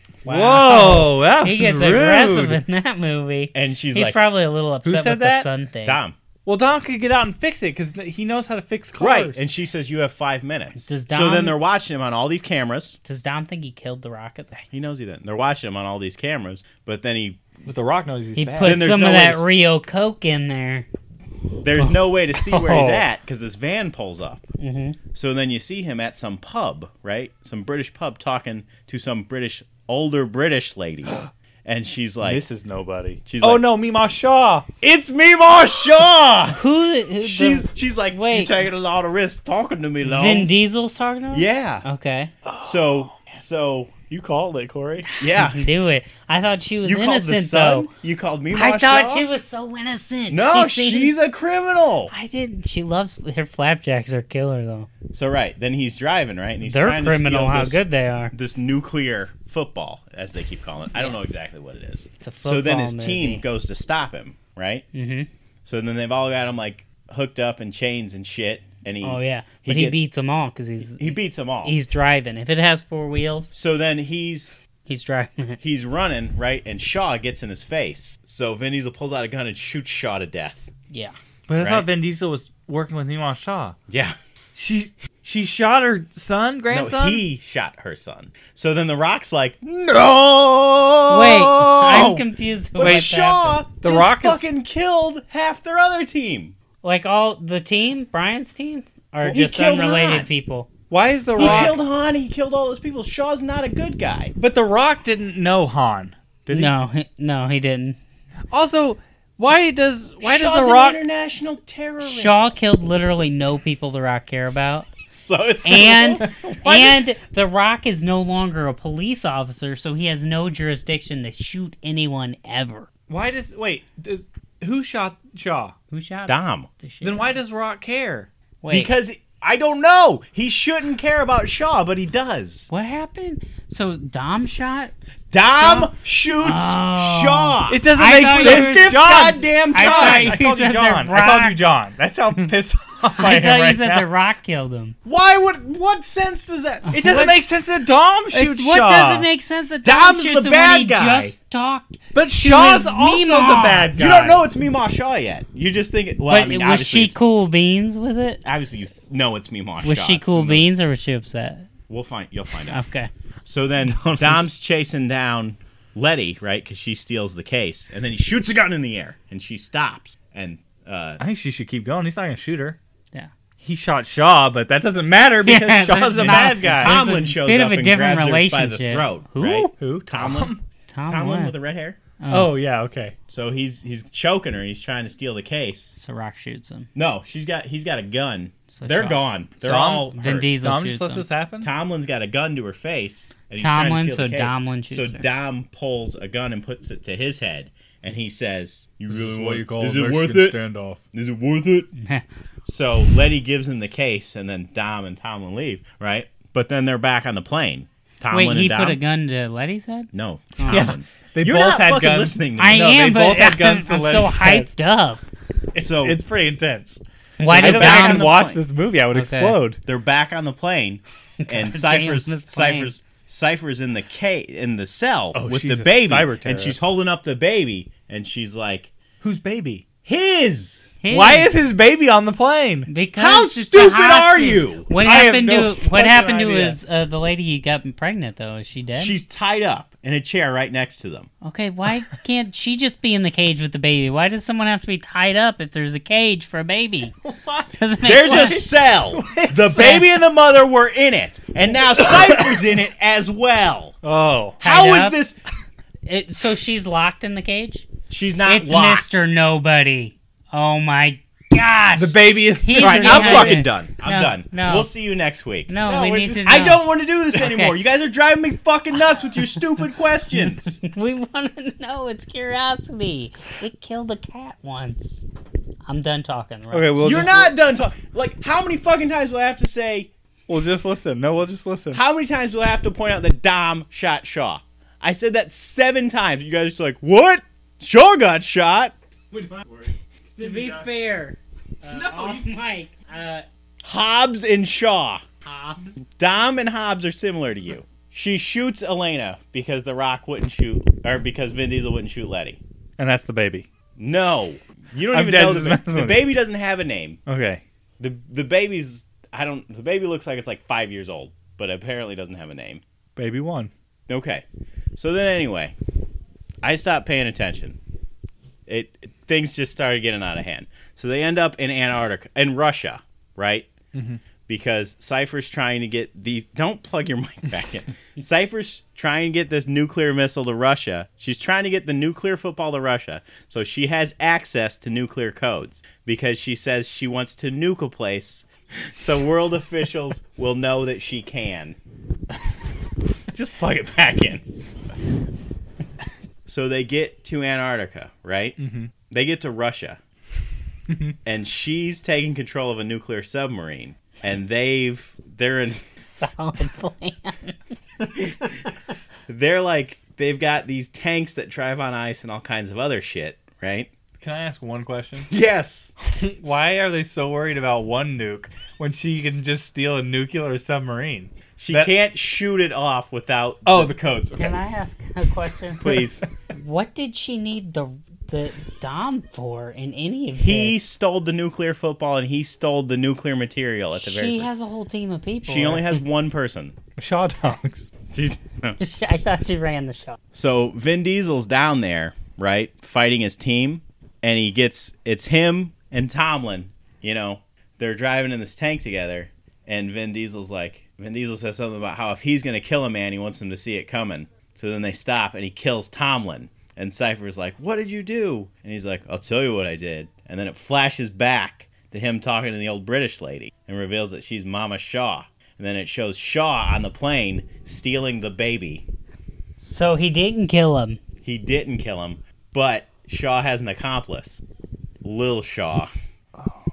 Speaker 9: Whoa, that
Speaker 3: He gets
Speaker 9: rude.
Speaker 3: aggressive in that movie.
Speaker 4: and she's
Speaker 3: He's
Speaker 4: like,
Speaker 3: probably a little upset
Speaker 9: said
Speaker 3: with the
Speaker 9: that?
Speaker 3: sun thing.
Speaker 4: Dom,
Speaker 9: Well, Don could get out and fix it because he knows how to fix cars.
Speaker 4: right? And she says, you have five minutes.
Speaker 3: Does
Speaker 4: so
Speaker 3: Dom-
Speaker 4: then they're watching him on all these cameras.
Speaker 3: Does Dom think he killed the rocket?
Speaker 4: He knows he didn't. They're watching him on all these cameras, but then he
Speaker 9: but The Rock knows he's
Speaker 3: He
Speaker 9: bad.
Speaker 3: put
Speaker 4: Then there's
Speaker 3: some
Speaker 4: no
Speaker 3: of
Speaker 4: way
Speaker 3: that
Speaker 4: to s-
Speaker 3: Rio Coke in there.
Speaker 4: there's no way to see where he's
Speaker 9: Oh.
Speaker 4: at because this van pulls up.
Speaker 3: Mhm.
Speaker 4: So then you see him at some pub, right? Some British pub talking to some British older British lady, and she's like,
Speaker 9: is nobody.
Speaker 4: she's
Speaker 9: oh
Speaker 4: like,
Speaker 9: no, Mima Shaw.
Speaker 4: it's Mima Shaw."
Speaker 3: Who? who
Speaker 4: she's
Speaker 3: the,
Speaker 4: she's like,
Speaker 3: Wait.
Speaker 4: you taking a lot of risks talking to me, long."
Speaker 3: Vin Oh. Diesel's talking to him.
Speaker 4: yeah.
Speaker 3: Okay.
Speaker 4: So so
Speaker 9: You called it, Corey.
Speaker 4: yeah.
Speaker 3: Do it. I thought she was
Speaker 4: You called the
Speaker 3: innocent
Speaker 4: son.
Speaker 3: though.
Speaker 4: You called Mima
Speaker 3: I thought
Speaker 4: Shaw?
Speaker 3: she was so innocent.
Speaker 4: No,
Speaker 3: She seemed-
Speaker 4: she's a criminal.
Speaker 3: I didn't. She loves her flapjacks are killer though.
Speaker 4: So right, then he's driving right, and he's
Speaker 3: They're
Speaker 4: trying to
Speaker 3: criminal.
Speaker 4: steal
Speaker 3: How
Speaker 4: this,
Speaker 3: good they are.
Speaker 4: this nuclear football, as they keep calling it. I don't know exactly what it is.
Speaker 3: It's a football
Speaker 4: So then his
Speaker 3: movie.
Speaker 4: team goes to stop him, right?
Speaker 3: Mhm.
Speaker 4: So then they've all got him like hooked up in chains and shit, and he
Speaker 3: Oh yeah,
Speaker 4: he
Speaker 3: but he
Speaker 4: gets-
Speaker 3: beats them all because he's
Speaker 4: he beats them all.
Speaker 3: he's driving. If it has four wheels,
Speaker 4: so then he's
Speaker 3: he's driving. it.
Speaker 4: he's running right, and Shaw gets in his face. So Vin Diesel pulls out a gun and shoots Shaw to death.
Speaker 3: yeah.
Speaker 9: But I
Speaker 4: thought
Speaker 9: thought Vin Diesel was working with Mima Shaw.
Speaker 4: Yeah,
Speaker 9: She she shot her son, grandson.
Speaker 4: no, he shot her son. So then the Rock's like, no,
Speaker 3: Wait, I'm confused.
Speaker 4: Oh! But
Speaker 3: Wait,
Speaker 4: Shaw
Speaker 9: The
Speaker 4: just
Speaker 9: Rock is-
Speaker 4: fucking killed half their other team.
Speaker 3: like all the team, Brian's team, are
Speaker 4: Well, he
Speaker 3: just
Speaker 4: killed
Speaker 3: unrelated
Speaker 4: Han.
Speaker 3: people.
Speaker 9: Why is The
Speaker 4: He
Speaker 9: Rock?
Speaker 4: killed Han. He killed all those people. Shaw's not a good guy.
Speaker 9: but The Rock didn't know Han. Did he?
Speaker 3: No, he, no, he didn't.
Speaker 9: Also, why does why
Speaker 4: Shaw's
Speaker 9: does The
Speaker 4: an
Speaker 9: Rock?
Speaker 4: international terrorist?
Speaker 3: Shaw killed literally no people the Rock care about,
Speaker 4: So it's
Speaker 3: and and the Rock is no longer a police officer, so he has no jurisdiction to shoot anyone ever.
Speaker 9: Why does wait does Who shot Shaw?
Speaker 3: Who shot
Speaker 4: Dom.
Speaker 3: the shit?
Speaker 9: Then why does Rock care?
Speaker 3: Wait,
Speaker 4: Because I don't know. He shouldn't care about Shaw, but he does.
Speaker 3: what happened? So Dom shot.
Speaker 4: Dom shoots
Speaker 3: Oh.
Speaker 4: Shaw.
Speaker 9: It doesn't
Speaker 3: I
Speaker 9: make
Speaker 3: thought you
Speaker 9: sense.
Speaker 3: were-
Speaker 9: It's John.
Speaker 4: goddamn
Speaker 9: I,
Speaker 4: time.
Speaker 9: I,
Speaker 3: you
Speaker 9: called you
Speaker 3: said
Speaker 9: John.
Speaker 3: the
Speaker 9: I called you
Speaker 3: Rock.
Speaker 9: John. That's how pissed off I,
Speaker 3: I,
Speaker 9: am
Speaker 3: thought you
Speaker 9: right
Speaker 3: said
Speaker 9: now.
Speaker 3: The Rock killed him.
Speaker 4: Why would what sense does that?
Speaker 9: It doesn't make sense that Dom shoots
Speaker 3: what
Speaker 9: Shaw.
Speaker 3: doesn't make sense? That Dom
Speaker 9: Dom's
Speaker 3: shoots
Speaker 9: the
Speaker 3: him
Speaker 9: bad
Speaker 3: when he
Speaker 9: guy.
Speaker 3: Just talked.
Speaker 9: But
Speaker 3: is
Speaker 9: Shaw's also
Speaker 3: Mima.
Speaker 9: the bad guy.
Speaker 4: You don't know it's Mima Shaw yet. You just think. Well,
Speaker 3: But
Speaker 4: I mean,
Speaker 3: was
Speaker 4: obviously,
Speaker 3: she
Speaker 4: it's-
Speaker 3: cool beans with it?
Speaker 4: obviously you know it's Mima Shaw.
Speaker 3: Was she
Speaker 4: It's
Speaker 3: cool
Speaker 4: in the-
Speaker 3: beans or was she upset?
Speaker 4: We'll find. You'll find out.
Speaker 3: Okay.
Speaker 4: So then Dom's chasing down Letty, right? Because she steals the case, and then he shoots a gun in the air, and she stops. And uh,
Speaker 9: I think she should keep going. He's not gonna shoot her.
Speaker 3: Yeah.
Speaker 9: He shot Shaw, but that doesn't matter because
Speaker 3: Yeah,
Speaker 9: Shaw's
Speaker 3: there's
Speaker 9: a
Speaker 3: not-
Speaker 9: bad guy.
Speaker 3: there's
Speaker 4: Tomlin
Speaker 3: a
Speaker 4: shows
Speaker 3: bit
Speaker 4: up
Speaker 3: of a
Speaker 4: and
Speaker 3: different
Speaker 4: grabs her by the
Speaker 3: relationship.
Speaker 4: throat.
Speaker 3: Who?
Speaker 4: Right?
Speaker 9: Who?
Speaker 4: Tomlin.
Speaker 3: Tom
Speaker 4: Tomlin
Speaker 3: what?
Speaker 4: with the red hair.
Speaker 9: Oh yeah, okay.
Speaker 4: So he's he's choking her. He's trying to steal the case.
Speaker 3: So Rock shoots him.
Speaker 4: No, she's got he's got a gun.
Speaker 3: So
Speaker 4: They're
Speaker 3: shot.
Speaker 4: gone. They're
Speaker 9: Dom-
Speaker 4: all
Speaker 3: Vin
Speaker 4: hurt.
Speaker 3: Diesel
Speaker 9: Dom
Speaker 3: shoots
Speaker 9: just let
Speaker 3: him.
Speaker 9: this happen.
Speaker 4: Tomlin's got a gun to her face, and he's trying
Speaker 3: Tomlin,
Speaker 4: to steal
Speaker 3: so
Speaker 4: the case.
Speaker 3: Domlin shoots
Speaker 4: so
Speaker 3: her.
Speaker 4: Dom pulls a gun and puts it to his head, and he says, "You really want? is
Speaker 5: a
Speaker 4: it worth it?
Speaker 5: standoff.
Speaker 4: Is it worth it?" So Letty gives him the case, and then Dom and Tomlin leave. Right, but then they're back on the plane. Tomlin
Speaker 3: Wait,
Speaker 4: and
Speaker 3: he
Speaker 4: Dom.
Speaker 3: put a gun to Letty's head?
Speaker 4: No,
Speaker 3: Yeah.
Speaker 4: Tomlin's.
Speaker 9: They
Speaker 4: You're
Speaker 9: both
Speaker 4: not
Speaker 9: had
Speaker 4: fucking
Speaker 9: guns.
Speaker 4: listening to
Speaker 3: I
Speaker 4: me.
Speaker 9: No, they
Speaker 3: am, but
Speaker 9: both had
Speaker 3: I'm-
Speaker 9: guns to
Speaker 3: I'm, so
Speaker 9: Letty's head.
Speaker 3: hyped up.
Speaker 9: It's,
Speaker 4: So-
Speaker 9: it's pretty intense.
Speaker 3: Why
Speaker 9: I
Speaker 3: did
Speaker 9: don't think I
Speaker 3: Dom
Speaker 4: on
Speaker 9: can
Speaker 4: the
Speaker 9: watch
Speaker 4: plane.
Speaker 9: this movie. I would
Speaker 3: Okay.
Speaker 9: explode.
Speaker 4: They're back on the plane, and Cypher's
Speaker 3: this plane.
Speaker 4: Cypher's Cypher's in the ca- in the cell
Speaker 9: Oh,
Speaker 4: with
Speaker 9: she's
Speaker 4: the
Speaker 9: a
Speaker 4: baby,
Speaker 9: cyber
Speaker 4: and she's
Speaker 9: terrorist.
Speaker 4: holding up the baby, and she's like,
Speaker 9: Whose baby?
Speaker 4: "His."
Speaker 3: His-
Speaker 9: Why is his baby on the plane?
Speaker 3: because
Speaker 4: How
Speaker 3: it's a
Speaker 4: stupid are
Speaker 3: hostage.
Speaker 4: you?
Speaker 3: What
Speaker 9: I have
Speaker 3: happened
Speaker 9: no
Speaker 3: to what
Speaker 9: fucking
Speaker 3: happened to
Speaker 9: idea.
Speaker 3: his uh, the lady he got pregnant though? Is she dead?
Speaker 4: She's tied up in a chair right next to them.
Speaker 3: okay, why can't she just be in the cage with the baby? Why does someone have to be tied up if there's a cage for a baby? Doesn't make
Speaker 4: There's a
Speaker 3: sense.
Speaker 4: cell. The baby and the mother were in it, and now Cypher's in it as well.
Speaker 9: Oh,
Speaker 4: How
Speaker 3: Tied
Speaker 4: is
Speaker 3: up?
Speaker 4: this?
Speaker 3: It- so she's locked in the cage.
Speaker 4: She's not
Speaker 3: it's
Speaker 4: locked.
Speaker 3: Mr. Nobody. Oh my gosh.
Speaker 9: the baby is.
Speaker 3: He's
Speaker 4: All right,
Speaker 3: in
Speaker 4: I'm
Speaker 3: the
Speaker 4: fucking
Speaker 3: cage.
Speaker 4: done. I'm
Speaker 3: No,
Speaker 4: done.
Speaker 3: no.
Speaker 4: We'll see you next week.
Speaker 3: No, we
Speaker 9: we're
Speaker 3: need
Speaker 9: just-
Speaker 3: to. Know.
Speaker 4: I don't want to do this anymore. You guys are driving me fucking nuts with your stupid questions.
Speaker 3: We want to know. It's curiosity. It killed a cat once. I'm done talking. Right?
Speaker 9: Okay, we'll
Speaker 4: You're
Speaker 9: just,
Speaker 4: not done talking. Like, how many fucking times will I have to say?
Speaker 9: We'll just listen. No, we'll just listen.
Speaker 4: How many times will I have to point out that Dom shot Shaw? I said that seven times. You guys are just like, what? Shaw got shot.
Speaker 3: to be fair, uh, no, Mike, uh,
Speaker 4: Hobbs and Shaw.
Speaker 3: Hobbs.
Speaker 4: Dom and Hobbs are similar to you. She shoots Elena because The Rock wouldn't shoot, or because Vin Diesel wouldn't shoot Letty.
Speaker 9: And that's the baby.
Speaker 4: No, you don't
Speaker 9: I'm
Speaker 4: even
Speaker 9: dead
Speaker 4: know
Speaker 9: just
Speaker 4: the,
Speaker 9: messing
Speaker 4: the
Speaker 9: with
Speaker 4: baby doesn't have a name.
Speaker 9: Okay.
Speaker 4: the The baby's I don't. The baby looks like it's like five years old, but apparently doesn't have a name.
Speaker 9: Baby one.
Speaker 4: Okay. So then anyway, I stopped paying attention. It, it- things just started getting out of hand. So they end up in Antarctica in Russia, right? Because Cypher's trying to get the don't plug your mic back in. Cypher's trying to get this nuclear missile to Russia. She's trying to get the nuclear football to Russia. So she has access to nuclear codes because she says she wants to nuke a place so world officials will know that she can. Just plug it back in. So they get to Antarctica, right? Mm-hmm. They get to Russia. and she's taking control of a nuclear submarine. And they've they're in
Speaker 3: Solid plan.
Speaker 4: they're like they've got these tanks that drive on ice and all kinds of other shit, right?
Speaker 9: Can I ask one question?
Speaker 4: Yes.
Speaker 9: Why are they so worried about one nuke when she can just steal a nuclear submarine?
Speaker 4: She
Speaker 9: That-
Speaker 4: can't shoot it off without
Speaker 9: Oh, the codes.
Speaker 3: Can I ask a question?
Speaker 4: please.
Speaker 3: What did she need the the Dom for in any of
Speaker 4: he
Speaker 3: this?
Speaker 4: stole the nuclear football and he stole the nuclear material at the very
Speaker 3: She has a whole team of people.
Speaker 4: She only has one person.
Speaker 9: Shaw dogs.
Speaker 4: She's no.
Speaker 3: I thought she ran the show.
Speaker 4: So Vin Diesel's down there, right, fighting his team, and he gets it's him and Tomlin. You know, they're driving in this tank together, and Vin Diesel's like, Vin Diesel says something about how if he's gonna kill a man, he wants him to see it coming. So then they stop, and he kills Tomlin. And Cypher's like, "What did you do?" And he's like, "I'll tell you what I did." And then it flashes back to him talking to the old British lady, and reveals that she's Mama Shaw. And then it shows Shaw on the plane stealing the baby.
Speaker 3: So he didn't kill him.
Speaker 4: He didn't kill him, but Shaw has an accomplice, Lil Shaw.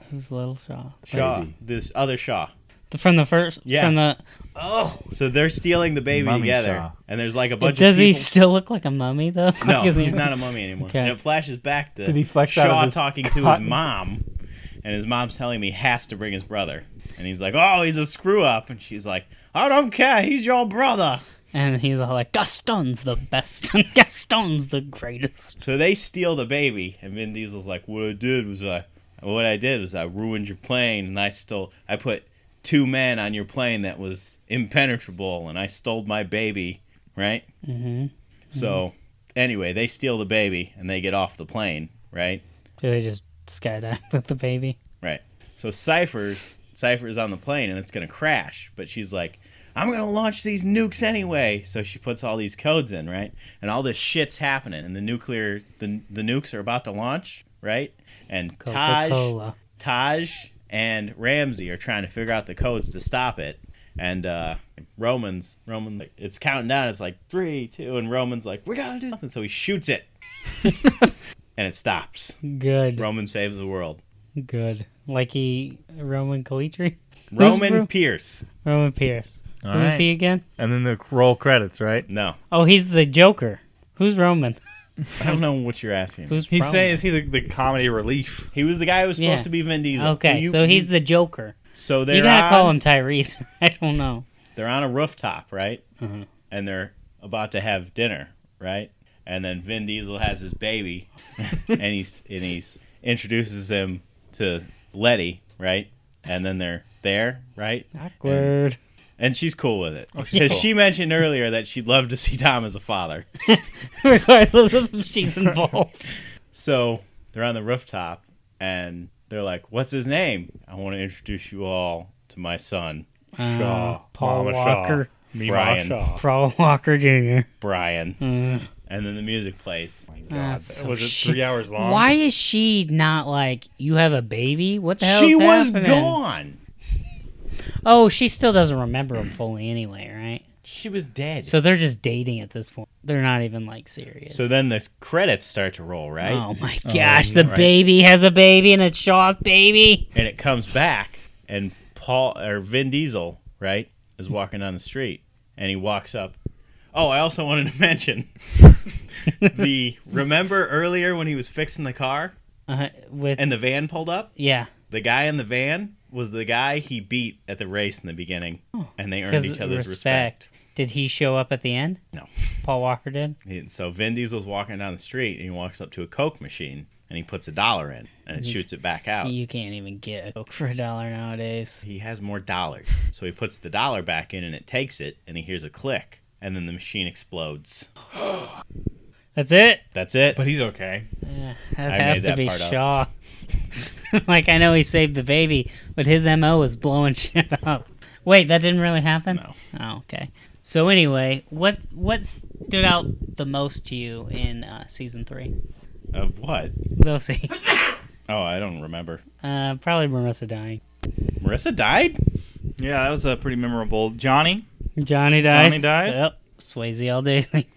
Speaker 3: Who's Little Shaw?
Speaker 4: Shaw,
Speaker 10: Baby.
Speaker 4: this other Shaw.
Speaker 3: The- From the first,
Speaker 4: Yeah.
Speaker 3: from the. Oh,
Speaker 4: So they're stealing the baby
Speaker 9: Mummy
Speaker 4: together,
Speaker 9: Shaw.
Speaker 4: and there's like a bunch
Speaker 3: does
Speaker 4: of
Speaker 3: he
Speaker 4: people.
Speaker 3: still look like a mummy though?
Speaker 4: no,
Speaker 3: Like, is he-
Speaker 4: he's not a mummy anymore.
Speaker 3: Okay.
Speaker 4: And it flashes back to
Speaker 9: Did he flex
Speaker 4: Shaw
Speaker 9: out of his
Speaker 4: talking to his
Speaker 9: cotton?
Speaker 4: mom, and his mom's telling me he has to bring his brother, and he's like, "Oh, he's a screw up," and she's like, "I don't care, he's your brother."
Speaker 3: And he's all like, Gaston's the best, and Gaston's the greatest.
Speaker 4: So they steal the baby, and Vin Diesel's like, "What I did was I, what I did was I ruined your plane, and I stole, I put two men on your plane that was impenetrable, and I stole my baby, right?" Mm-hmm. So anyway, they steal the baby, and they get off the plane, right?
Speaker 3: Do they just skydive with the baby?
Speaker 4: Right. So Cypher's Cypher's on the plane and it's gonna crash, but she's like, I'm gonna launch these nukes anyway. So she puts all these codes in, right? And all this shit's happening and the nuclear the the nukes are about to launch, right? And Taj
Speaker 3: Coca-Cola.
Speaker 4: Taj and Ramsey are trying to figure out the codes to stop it. And uh, Roman's Roman like, it's counting down, it's like three, two, and Roman's like, We gotta do something. So he shoots it. and it stops.
Speaker 3: Good,
Speaker 4: Roman saves the world.
Speaker 3: good. Like he Roman Calitri, Who's Ro-
Speaker 4: Roman Pierce.
Speaker 3: Roman Pierce.
Speaker 9: All
Speaker 3: Who's
Speaker 9: right.
Speaker 3: he again?
Speaker 9: And then the roll credits, right?
Speaker 4: No.
Speaker 3: Oh, he's the Joker. Who's Roman?
Speaker 4: I don't know what you're asking.
Speaker 3: Who's
Speaker 9: He's
Speaker 3: Roman?
Speaker 9: saying, is he the, the comedy relief?
Speaker 4: He was the guy who was supposed
Speaker 3: Yeah.
Speaker 4: to be Vin Diesel.
Speaker 3: Okay,
Speaker 4: You-
Speaker 3: so he's
Speaker 4: you-
Speaker 3: the Joker.
Speaker 4: so they're
Speaker 3: You gotta
Speaker 4: on,
Speaker 3: call him Tyrese. I don't know.
Speaker 4: They're on a rooftop, right? And they're about to have dinner, right? And then Vin Diesel has his baby, and he's and he's introduces him to Letty, right? And then they're there, right?
Speaker 3: Awkward.
Speaker 4: And Oh, she's cool with it because she mentioned earlier that she'd love to see Tom as a father.
Speaker 3: Regardless of if she's involved.
Speaker 4: So they're on the rooftop and they're like, What's his name? I want to introduce you all to my son,
Speaker 3: Shaw. Uh, Paul
Speaker 1: Mama Shaw.
Speaker 3: Walker.
Speaker 1: Me,
Speaker 4: Brian.
Speaker 1: Shaw.
Speaker 3: Paul Walker Jr.
Speaker 4: Brian. And then the music plays.
Speaker 3: That's so
Speaker 1: Was it
Speaker 3: shit.
Speaker 1: three hours long?
Speaker 3: Why is she not like you have a baby? What the hell?
Speaker 4: She
Speaker 3: is
Speaker 4: was
Speaker 3: happening?
Speaker 4: gone.
Speaker 3: Oh, she still doesn't remember him fully anyway, right?
Speaker 4: She was dead. So,
Speaker 3: So they're just dating at this point. They're not even like serious.
Speaker 4: then the credits start to roll, right?
Speaker 3: oh my gosh, the baby has a baby and it's Shaw's baby.
Speaker 4: And it comes back and Paul or Vin Diesel, right, is walking down the street and he walks up. Oh, I also wanted to mention the remember earlier when he was fixing the car
Speaker 3: Uh, with
Speaker 4: and the van pulled up?
Speaker 3: yeah,
Speaker 4: The guy in the van was the guy he beat at the race in the beginning, and they earned
Speaker 3: because
Speaker 4: each
Speaker 3: respect.
Speaker 4: other's respect.
Speaker 3: Did he show up at the end?
Speaker 4: No.
Speaker 3: Paul Walker did.
Speaker 4: And so Vin Diesel's walking down the street, and he walks up to a Coke machine, and he puts a dollar in, and it shoots it back out.
Speaker 3: You can't even get a Coke for a dollar nowadays.
Speaker 4: He has more dollars, so he puts the dollar back in, and it takes it, and he hears a click, and then the machine explodes.
Speaker 3: That's it.
Speaker 4: That's it.
Speaker 9: But he's okay.
Speaker 3: That
Speaker 4: I
Speaker 3: has
Speaker 4: made
Speaker 3: to
Speaker 4: that
Speaker 3: be
Speaker 4: part up.
Speaker 3: Shaw. like I know he saved the baby, but his MO was blowing shit up. Wait, that didn't really happen?
Speaker 4: No.
Speaker 3: Oh, okay. So anyway, what what stood out the most to you in uh, season three?
Speaker 4: Of what?
Speaker 3: We'll see.
Speaker 4: Oh, I don't remember.
Speaker 3: Uh, probably Marissa dying.
Speaker 4: Marissa died.
Speaker 1: Yeah, that was uh, pretty memorable. Johnny,
Speaker 3: Johnny died.
Speaker 1: Johnny dies?
Speaker 3: Yep. Swayze all day.